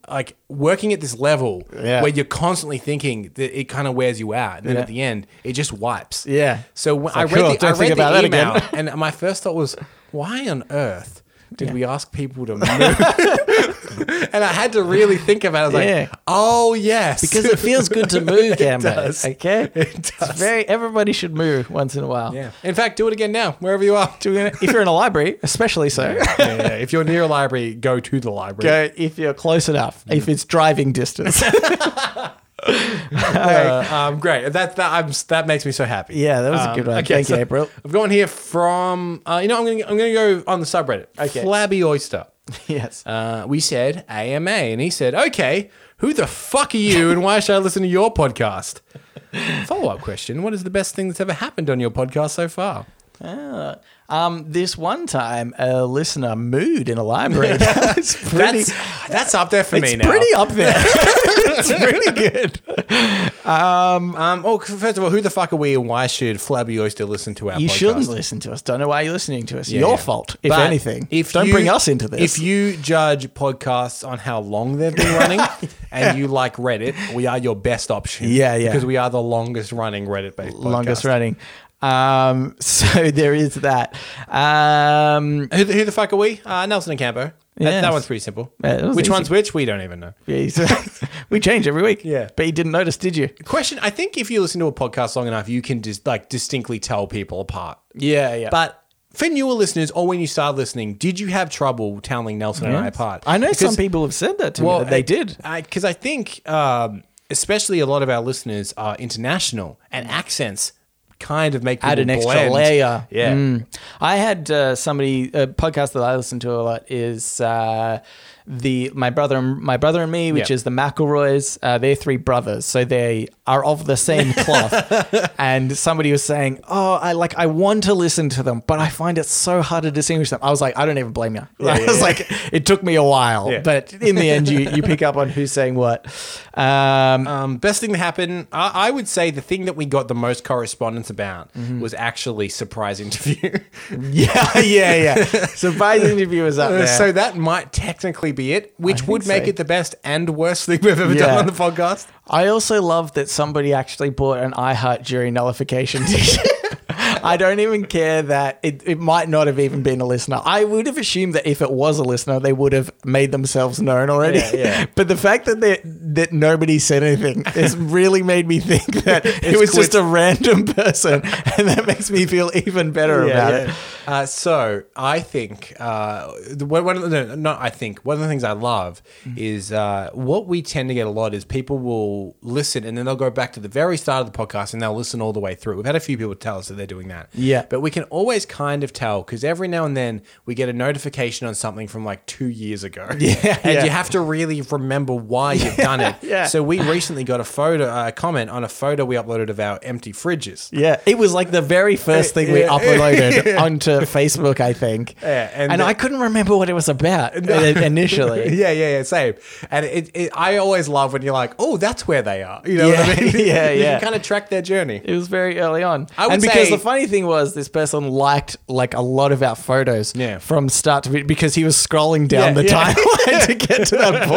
[SPEAKER 2] like working at this level
[SPEAKER 1] Yeah.
[SPEAKER 2] where you're constantly thinking that it kind of wears you out, and then
[SPEAKER 1] Yeah.
[SPEAKER 2] at the end it just wipes.
[SPEAKER 1] Yeah.
[SPEAKER 2] So when I
[SPEAKER 1] like,
[SPEAKER 2] read
[SPEAKER 1] cool,
[SPEAKER 2] the, I
[SPEAKER 1] don't think
[SPEAKER 2] read
[SPEAKER 1] about that
[SPEAKER 2] the email,
[SPEAKER 1] again.
[SPEAKER 2] and my first thought was, why on earth? Did we ask people
[SPEAKER 1] (laughs)
[SPEAKER 2] to move? and I had to really think about it. I was
[SPEAKER 1] Yeah.
[SPEAKER 2] like, oh, yes.
[SPEAKER 1] because it feels good
[SPEAKER 2] (laughs)
[SPEAKER 1] to move, Gambo.
[SPEAKER 2] does.
[SPEAKER 1] Okay,
[SPEAKER 2] It does.
[SPEAKER 1] It's very everybody should move once in a while.
[SPEAKER 2] yeah. In fact, do it again now, wherever you
[SPEAKER 1] (laughs)
[SPEAKER 2] are. Do it.
[SPEAKER 1] If you're in a library, especially so.
[SPEAKER 2] (laughs) yeah, yeah. If you're near a library, go to the library.
[SPEAKER 1] Go if you're close enough. If it's driving distance.
[SPEAKER 2] Uh, um, great. That, that, I'm, that makes me so happy.
[SPEAKER 1] (laughs) Yeah, that was a
[SPEAKER 2] Um,
[SPEAKER 1] good one.
[SPEAKER 2] okay,
[SPEAKER 1] Thank
[SPEAKER 2] so
[SPEAKER 1] you, April.
[SPEAKER 2] I've gone here from, uh, you know, I'm going to I'm gonna go on the subreddit.
[SPEAKER 1] Okay.
[SPEAKER 2] Flabby Oyster.
[SPEAKER 1] (laughs) Yes.
[SPEAKER 2] Uh, we said AMA, and he said, "Okay, who the fuck are you, and why should I listen to your podcast?"
[SPEAKER 1] (laughs)
[SPEAKER 2] Follow up question: What is the best thing that's ever happened on your podcast so far?
[SPEAKER 1] Ah. Um, this one time, a listener mooed in a library. (laughs) That's pretty.
[SPEAKER 2] that's that's up there for me
[SPEAKER 1] it's
[SPEAKER 2] now. (laughs)
[SPEAKER 1] pretty (laughs) up there. it's pretty good.
[SPEAKER 2] um, oh, first of all, who the fuck are we, and why should Flabby Oyster listen to our?
[SPEAKER 1] You
[SPEAKER 2] podcast?
[SPEAKER 1] shouldn't listen to us. Don't know why you're listening to us.
[SPEAKER 2] Yeah,
[SPEAKER 1] Your
[SPEAKER 2] yeah.
[SPEAKER 1] fault, if
[SPEAKER 2] But
[SPEAKER 1] anything. Don't
[SPEAKER 2] you-
[SPEAKER 1] bring us into this.
[SPEAKER 2] If you judge podcasts on how long they've been running
[SPEAKER 1] (laughs)
[SPEAKER 2] and you like Reddit, we are your best option.
[SPEAKER 1] Yeah, yeah.
[SPEAKER 2] Because we are the longest running Reddit based podcast.
[SPEAKER 1] longest running. Um, (laughs) so there is that. Um,
[SPEAKER 2] Who the, who the fuck are we? Uh, Nelson and Campo. That- That,
[SPEAKER 1] Yes.
[SPEAKER 2] one's pretty simple.
[SPEAKER 1] Yeah, that was
[SPEAKER 2] which
[SPEAKER 1] easy.
[SPEAKER 2] one's which? We don't even know.
[SPEAKER 1] geez. (laughs) we change every week.
[SPEAKER 2] Yeah.
[SPEAKER 1] but you didn't notice, did you?
[SPEAKER 2] Question: I think if you listen to a podcast long enough, you can just like distinctly tell people apart.
[SPEAKER 1] Yeah, yeah. But
[SPEAKER 2] But for newer listeners, or when you started listening, did you have trouble telling Nelson and I apart?
[SPEAKER 1] I know some
[SPEAKER 2] Because-
[SPEAKER 1] people have said that to me. That they did.
[SPEAKER 2] Because I, think, um, especially a lot of our listeners are international, and accents kind of make people
[SPEAKER 1] add an extra
[SPEAKER 2] blend.
[SPEAKER 1] layer. Hmm.
[SPEAKER 2] Yeah.
[SPEAKER 1] Mm. I had uh, somebody a podcast that I listen to a lot is uh, the my brother and my brother and me, which
[SPEAKER 2] Yeah.
[SPEAKER 1] is the McElroys. Uh, they're three brothers, so they are of the
[SPEAKER 2] (laughs)
[SPEAKER 1] same cloth. and somebody was saying, "Oh, I like I want to listen to them, but I find it so hard to distinguish them." I was like, "I don't even blame you." (laughs) I was like, "It took me a while,
[SPEAKER 2] Yeah.
[SPEAKER 1] but in the end, you you pick up on who's saying what." Um, (laughs)
[SPEAKER 2] Um, best thing to happen, I, I would say the thing that we got the most correspondence about
[SPEAKER 1] Mm-hmm.
[SPEAKER 2] was actually surprise interview. (laughs)
[SPEAKER 1] yeah, yeah, yeah. Surprise interview was up there.
[SPEAKER 2] Uh, so that might technically be it, which
[SPEAKER 1] think
[SPEAKER 2] would make
[SPEAKER 1] so.
[SPEAKER 2] it the best and worst thing we've ever done
[SPEAKER 1] Yeah.
[SPEAKER 2] on the podcast.
[SPEAKER 1] I also love that somebody actually bought an iHeart jury
[SPEAKER 2] (laughs)
[SPEAKER 1] nullification t-shirt. I don't even care that it, it might not have even been a listener. I would have assumed that if it was a listener, they would have made themselves known already.
[SPEAKER 2] Yeah, yeah.
[SPEAKER 1] (laughs) But the fact that they, that nobody said anything has really made me think
[SPEAKER 2] (laughs)
[SPEAKER 1] that it was just a random person, and that makes me feel even better about it.
[SPEAKER 2] Uh, so I think uh, the- one one of the no, not I think one of the things I love
[SPEAKER 1] Mm-hmm.
[SPEAKER 2] is uh, what we tend to get a lot is people will listen and then they'll go back to the very start of the podcast and they'll listen all the way through. We've had a few people tell us that they're doing that.
[SPEAKER 1] Yeah.
[SPEAKER 2] but we can always kind of tell because every now and then we get a notification on something from like two years ago.
[SPEAKER 1] (laughs) Yeah,
[SPEAKER 2] (laughs) and
[SPEAKER 1] yeah.
[SPEAKER 2] you have to really remember why you've done it.
[SPEAKER 1] (laughs) yeah.
[SPEAKER 2] So we recently got a photo uh, comment on a photo we uploaded of our empty fridges.
[SPEAKER 1] Yeah, it was like the very first thing we
[SPEAKER 2] (laughs) Yeah.
[SPEAKER 1] uploaded onto Facebook, I think.
[SPEAKER 2] Yeah, and
[SPEAKER 1] and
[SPEAKER 2] the-
[SPEAKER 1] I couldn't remember what it was about i- initially.
[SPEAKER 2] (laughs) yeah, yeah, yeah, same. And it, it, I always love when you're like, oh, that's where they are. You know what I
[SPEAKER 1] Yeah, (laughs)
[SPEAKER 2] mean?
[SPEAKER 1] yeah,
[SPEAKER 2] (laughs) you
[SPEAKER 1] yeah.
[SPEAKER 2] can kind of track their journey.
[SPEAKER 1] It was very early on.
[SPEAKER 2] I would
[SPEAKER 1] and because
[SPEAKER 2] say-
[SPEAKER 1] the funny thing was, this person liked like a lot of our photos
[SPEAKER 2] Yeah.
[SPEAKER 1] from start to finish because he was scrolling down
[SPEAKER 2] Yeah,
[SPEAKER 1] the
[SPEAKER 2] yeah.
[SPEAKER 1] timeline to get to
[SPEAKER 2] (laughs)
[SPEAKER 1] that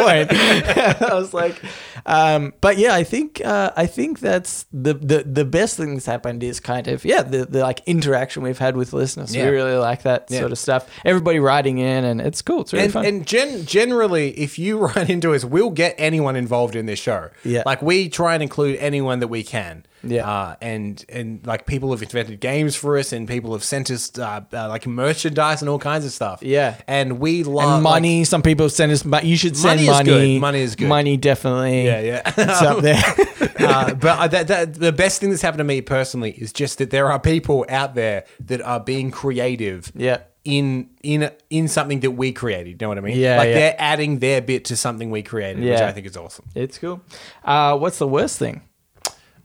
[SPEAKER 1] point. (laughs) I was like, um, but yeah, I think uh, I think that's the, the the best thing that's happened is kind of yeah the, the like interaction we've had with listeners.
[SPEAKER 2] Yeah.
[SPEAKER 1] We really like that
[SPEAKER 2] Yeah.
[SPEAKER 1] sort of stuff. Everybody writing in, and it's cool. It's really
[SPEAKER 2] And,
[SPEAKER 1] fun.
[SPEAKER 2] and gen- generally, if you (laughs) run into us, we'll get anyone involved in this show.
[SPEAKER 1] Yeah.
[SPEAKER 2] Like, we try and include anyone that we can.
[SPEAKER 1] Yeah.
[SPEAKER 2] Uh, and, and, like, people have invented games for us, and people have sent us, uh, uh, like, merchandise and all kinds of stuff.
[SPEAKER 1] Yeah.
[SPEAKER 2] And we love.
[SPEAKER 1] And
[SPEAKER 2] uh, like-
[SPEAKER 1] money. some people send us. money. You should
[SPEAKER 2] Money
[SPEAKER 1] send
[SPEAKER 2] is
[SPEAKER 1] money.
[SPEAKER 2] good. Money is good.
[SPEAKER 1] Money definitely.
[SPEAKER 2] (laughs) yeah, yeah.
[SPEAKER 1] It's
[SPEAKER 2] (laughs)
[SPEAKER 1] up there.
[SPEAKER 2] uh, but I- that, that, the best thing that's happened to me personally is just that there are people out there that are being creative.
[SPEAKER 1] Yeah.
[SPEAKER 2] In in in something that we created, you know what I mean?
[SPEAKER 1] Yeah,
[SPEAKER 2] like
[SPEAKER 1] yeah.
[SPEAKER 2] they're adding their bit to something we created, which
[SPEAKER 1] Yeah.
[SPEAKER 2] I think is awesome.
[SPEAKER 1] It's cool. Uh, what's the worst thing?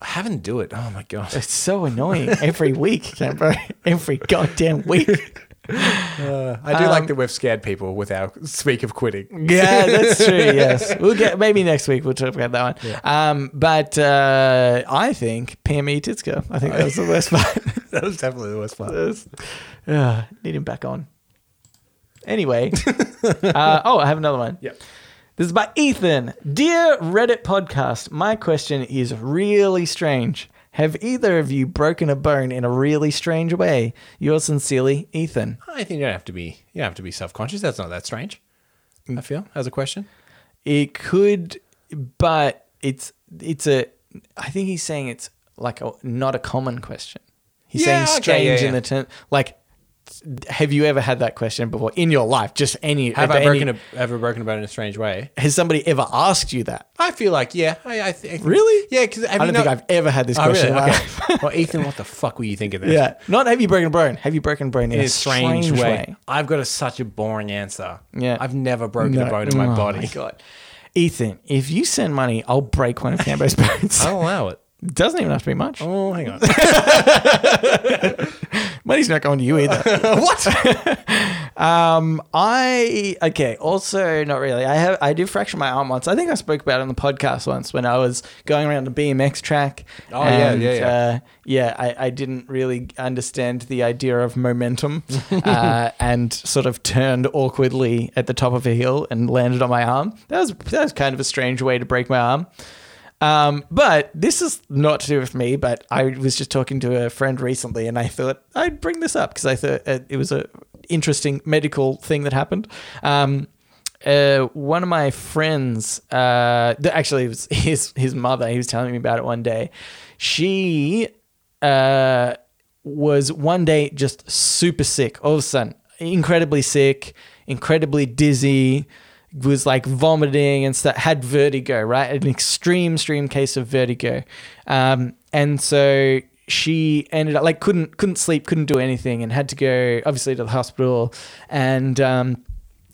[SPEAKER 2] I haven't do it. Oh my god!
[SPEAKER 1] It's so annoying (laughs) every week, Camper. Every goddamn week.
[SPEAKER 2] (laughs) I do like that we've scared people with our speak of quitting.
[SPEAKER 1] (laughs) Yeah, (laughs) that's true. Yes, we'll get maybe next week. We'll talk about that one. Um, but uh, I think PME Titsko. I think that was the worst part.
[SPEAKER 2] (laughs) That was definitely the worst part.
[SPEAKER 1] That's- Ugh, Uh, need him back on.
[SPEAKER 2] (laughs)
[SPEAKER 1] Anyway, uh, oh, I have another one.
[SPEAKER 2] Yep.
[SPEAKER 1] This is by Ethan. Dear Reddit podcast, my question is really strange. Have either of you broken a bone in a really strange way? Yours sincerely, Ethan.
[SPEAKER 2] I think you don't have to be. You don't have to be self conscious. That's not that strange. I feel as a question.
[SPEAKER 1] It could, but it's it's a. I think he's saying it's like a, not a common question. He's
[SPEAKER 2] Yeah,
[SPEAKER 1] saying
[SPEAKER 2] okay,
[SPEAKER 1] strange
[SPEAKER 2] yeah, yeah.
[SPEAKER 1] in the term like. Have you ever had that question before in your life? Just any
[SPEAKER 2] Have
[SPEAKER 1] at
[SPEAKER 2] I
[SPEAKER 1] any-
[SPEAKER 2] broken a, ever broken a bone in a strange way?
[SPEAKER 1] Has somebody ever asked you that?
[SPEAKER 2] I feel like yeah. I, I think
[SPEAKER 1] Really?
[SPEAKER 2] yeah. Because
[SPEAKER 1] I don't think I've ever had this
[SPEAKER 2] Oh,
[SPEAKER 1] question.
[SPEAKER 2] really?
[SPEAKER 1] in my
[SPEAKER 2] Okay.
[SPEAKER 1] life.
[SPEAKER 2] well, Ethan, what the fuck were you thinking?
[SPEAKER 1] (laughs)
[SPEAKER 2] Then?
[SPEAKER 1] yeah. Not have you broken a bone? Have you broken a bone in,
[SPEAKER 2] In
[SPEAKER 1] a strange, way?
[SPEAKER 2] I've got a, such a boring answer.
[SPEAKER 1] Yeah.
[SPEAKER 2] I've never broken a
[SPEAKER 1] No.
[SPEAKER 2] bone in my
[SPEAKER 1] Oh
[SPEAKER 2] body.
[SPEAKER 1] my God. Ethan, if you send money, I'll break one of Cambo's (laughs) bones.
[SPEAKER 2] I'll allow it.
[SPEAKER 1] Doesn't even have to be much.
[SPEAKER 2] Oh, hang on.
[SPEAKER 1] (laughs) Money's not going to you either.
[SPEAKER 2] (laughs)
[SPEAKER 1] Um,
[SPEAKER 2] what?
[SPEAKER 1] (laughs) I okay. Also, not really. I have I did fracture my arm once. I think I spoke about it on the podcast once when I was going around a BMX track.
[SPEAKER 2] Oh, yeah, yeah, yeah.
[SPEAKER 1] Uh, yeah, I, I didn't really understand the idea of
[SPEAKER 2] (laughs)
[SPEAKER 1] momentum, uh, and sort of turned awkwardly at the top of a hill and landed on my arm. That was that was kind of a strange way to break my arm. Um, but this is not to do with me, but I was just talking to a friend recently and I thought I'd bring this up because I thought uh, it was a interesting medical thing that happened. Um, uh, one of my friends, uh, th- actually it was (laughs) his, his mother, he was telling me about it one day. She, uh, was one day just super sick all of a sudden incredibly sick incredibly dizzy was like vomiting and stuff had vertigo right an extreme extreme case of vertigo um, and so she ended up like couldn't couldn't sleep couldn't do anything and had to go obviously to the hospital and um,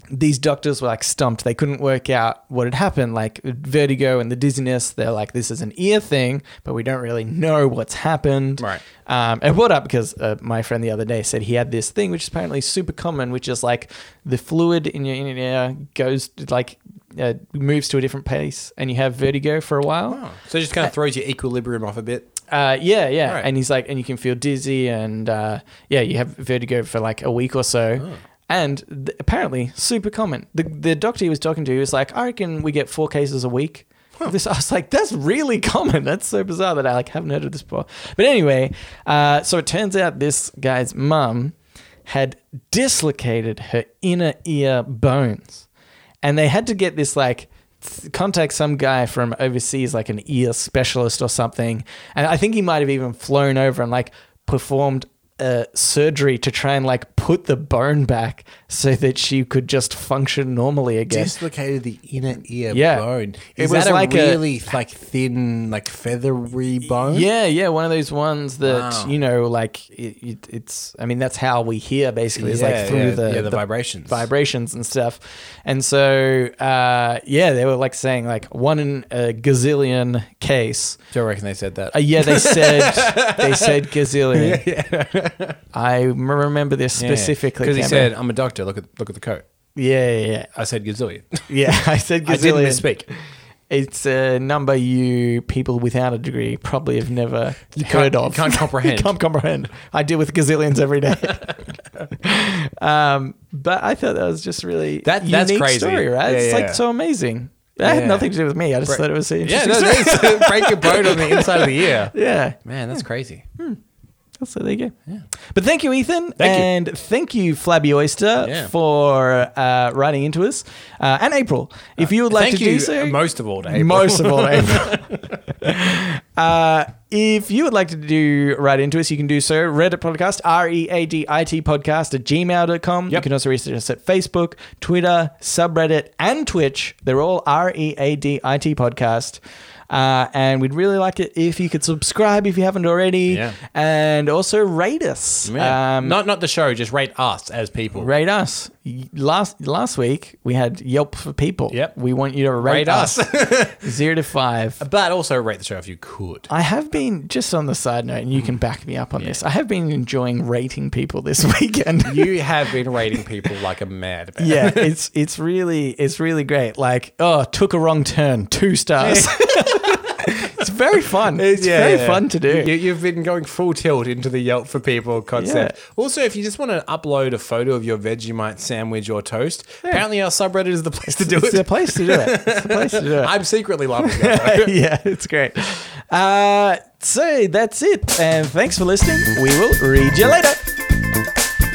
[SPEAKER 1] these doctors were like stumped. They couldn't work out what had happened, like vertigo and the dizziness. They're like, this is an ear thing, but we don't really know what's happened.
[SPEAKER 2] Right.
[SPEAKER 1] Um, I brought up because uh, my friend the other day said he had this thing, which is apparently super common, which is like the fluid in your in your ear goes like uh, moves to a different pace, and you have vertigo for a while.
[SPEAKER 2] So it just kind of throws your equilibrium off a bit.
[SPEAKER 1] Uh, yeah, yeah.
[SPEAKER 2] Right.
[SPEAKER 1] And he's like, and you can feel dizzy, and uh, yeah, you have vertigo for like a week or so. And th- apparently, super common. The the doctor he was talking to was like, I reckon we get four cases a week. of This (laughs) I was like, that's really common. That's so bizarre that I like haven't heard of this before. But anyway, uh, so it turns out this guy's mum had dislocated her inner ear bones and they had to get this like th- contact some guy from overseas like an ear specialist or something and i think he might have even flown over and like performed a surgery to try and like put the bone back so that she could just function normally again
[SPEAKER 2] Dislocated the inner ear
[SPEAKER 1] Yeah.
[SPEAKER 2] bone. It
[SPEAKER 1] Is
[SPEAKER 2] was
[SPEAKER 1] that a
[SPEAKER 2] like
[SPEAKER 1] really,
[SPEAKER 2] really like thin, like feathery bone.
[SPEAKER 1] yeah yeah one of those ones that
[SPEAKER 2] Wow.
[SPEAKER 1] you know like it, it, it's i mean that's how we hear basically it's
[SPEAKER 2] Yeah,
[SPEAKER 1] like through
[SPEAKER 2] yeah,
[SPEAKER 1] the,
[SPEAKER 2] yeah, the vibrations.
[SPEAKER 1] vibrations and stuff and so uh yeah they were like saying like one in a gazillion case
[SPEAKER 2] Do you reckon they said that?
[SPEAKER 1] Uh, yeah, they
[SPEAKER 2] (laughs)
[SPEAKER 1] said they said gazillion. I m- remember this specifically.
[SPEAKER 2] because he
[SPEAKER 1] Cameron.
[SPEAKER 2] said, "I'm a doctor. Look at look at the coat."
[SPEAKER 1] "Yeah, yeah, yeah."
[SPEAKER 2] I said gazillion. (laughs)
[SPEAKER 1] yeah (laughs) I said gazillion.
[SPEAKER 2] I didn't misspeak.
[SPEAKER 1] It's a number you people without a degree probably have never heard
[SPEAKER 2] can't-
[SPEAKER 1] of.
[SPEAKER 2] you can't
[SPEAKER 1] (laughs)
[SPEAKER 2] comprehend.
[SPEAKER 1] you can't comprehend. I deal with gazillions every
[SPEAKER 2] (laughs)
[SPEAKER 1] day. um, but I thought that was just really
[SPEAKER 2] That-
[SPEAKER 1] unique
[SPEAKER 2] that's crazy.
[SPEAKER 1] story, right?
[SPEAKER 2] Yeah,
[SPEAKER 1] it's
[SPEAKER 2] yeah.
[SPEAKER 1] like so amazing. That had
[SPEAKER 2] Yeah.
[SPEAKER 1] nothing to do with me. I just
[SPEAKER 2] Right.
[SPEAKER 1] thought it was an
[SPEAKER 2] Yeah,
[SPEAKER 1] interesting.
[SPEAKER 2] no,
[SPEAKER 1] story.
[SPEAKER 2] it is. (laughs) break your bone on the inside of the ear.
[SPEAKER 1] (laughs) yeah.
[SPEAKER 2] Man, that's crazy.
[SPEAKER 1] So there you go. But thank you, Ethan.
[SPEAKER 2] Thank you.
[SPEAKER 1] and thank you, Flabby Oyster,
[SPEAKER 2] Yeah.
[SPEAKER 1] for uh, writing into us. Uh, and April, if you would like
[SPEAKER 2] Thank
[SPEAKER 1] to
[SPEAKER 2] you uh,
[SPEAKER 1] do so.
[SPEAKER 2] most of all, Dave.
[SPEAKER 1] Most of
[SPEAKER 2] (laughs)
[SPEAKER 1] all, April. uh, if you would like to do write into us, you can do so. Reddit podcast, R E A D I T podcast at gmail.com. You
[SPEAKER 2] Yep.
[SPEAKER 1] can also research us at Facebook, Twitter, subreddit, and Twitch. They're all R E A D I T podcast. Uh, and we'd really like it if you could subscribe if you haven't already,
[SPEAKER 2] Yeah.
[SPEAKER 1] and also rate us.
[SPEAKER 2] Yeah.
[SPEAKER 1] Um,
[SPEAKER 2] not not the show, just rate us as people.
[SPEAKER 1] rate us. Y- Last last week we had Yelp for people.
[SPEAKER 2] Yep.
[SPEAKER 1] we want you to rate,
[SPEAKER 2] Rate us.
[SPEAKER 1] zero to five.
[SPEAKER 2] But also rate the show if you could.
[SPEAKER 1] I have been just on the side note, and you
[SPEAKER 2] Mm.
[SPEAKER 1] can back me up on this. I have been enjoying rating people this (laughs) weekend.
[SPEAKER 2] You have been rating people like a mad man.
[SPEAKER 1] yeah, it's it's really it's really great. Like, oh, took a wrong turn, two stars. (laughs) it's very fun. (laughs) It's
[SPEAKER 2] Yeah,
[SPEAKER 1] very
[SPEAKER 2] yeah.
[SPEAKER 1] fun to do.
[SPEAKER 2] You, you've been going full tilt into the Yelp for People concept.
[SPEAKER 1] Yeah.
[SPEAKER 2] Also, if you just want to upload a photo of your Vegemite sandwich or toast, apparently our subreddit is the place to do
[SPEAKER 1] it's the
[SPEAKER 2] it.
[SPEAKER 1] place to do it. It's the place to do
[SPEAKER 2] (laughs)
[SPEAKER 1] it.
[SPEAKER 2] I'm secretly loving
[SPEAKER 1] (laughs)
[SPEAKER 2] it. (laughs)
[SPEAKER 1] yeah, it's great. Uh, so that's it. And thanks for listening. We will read you later.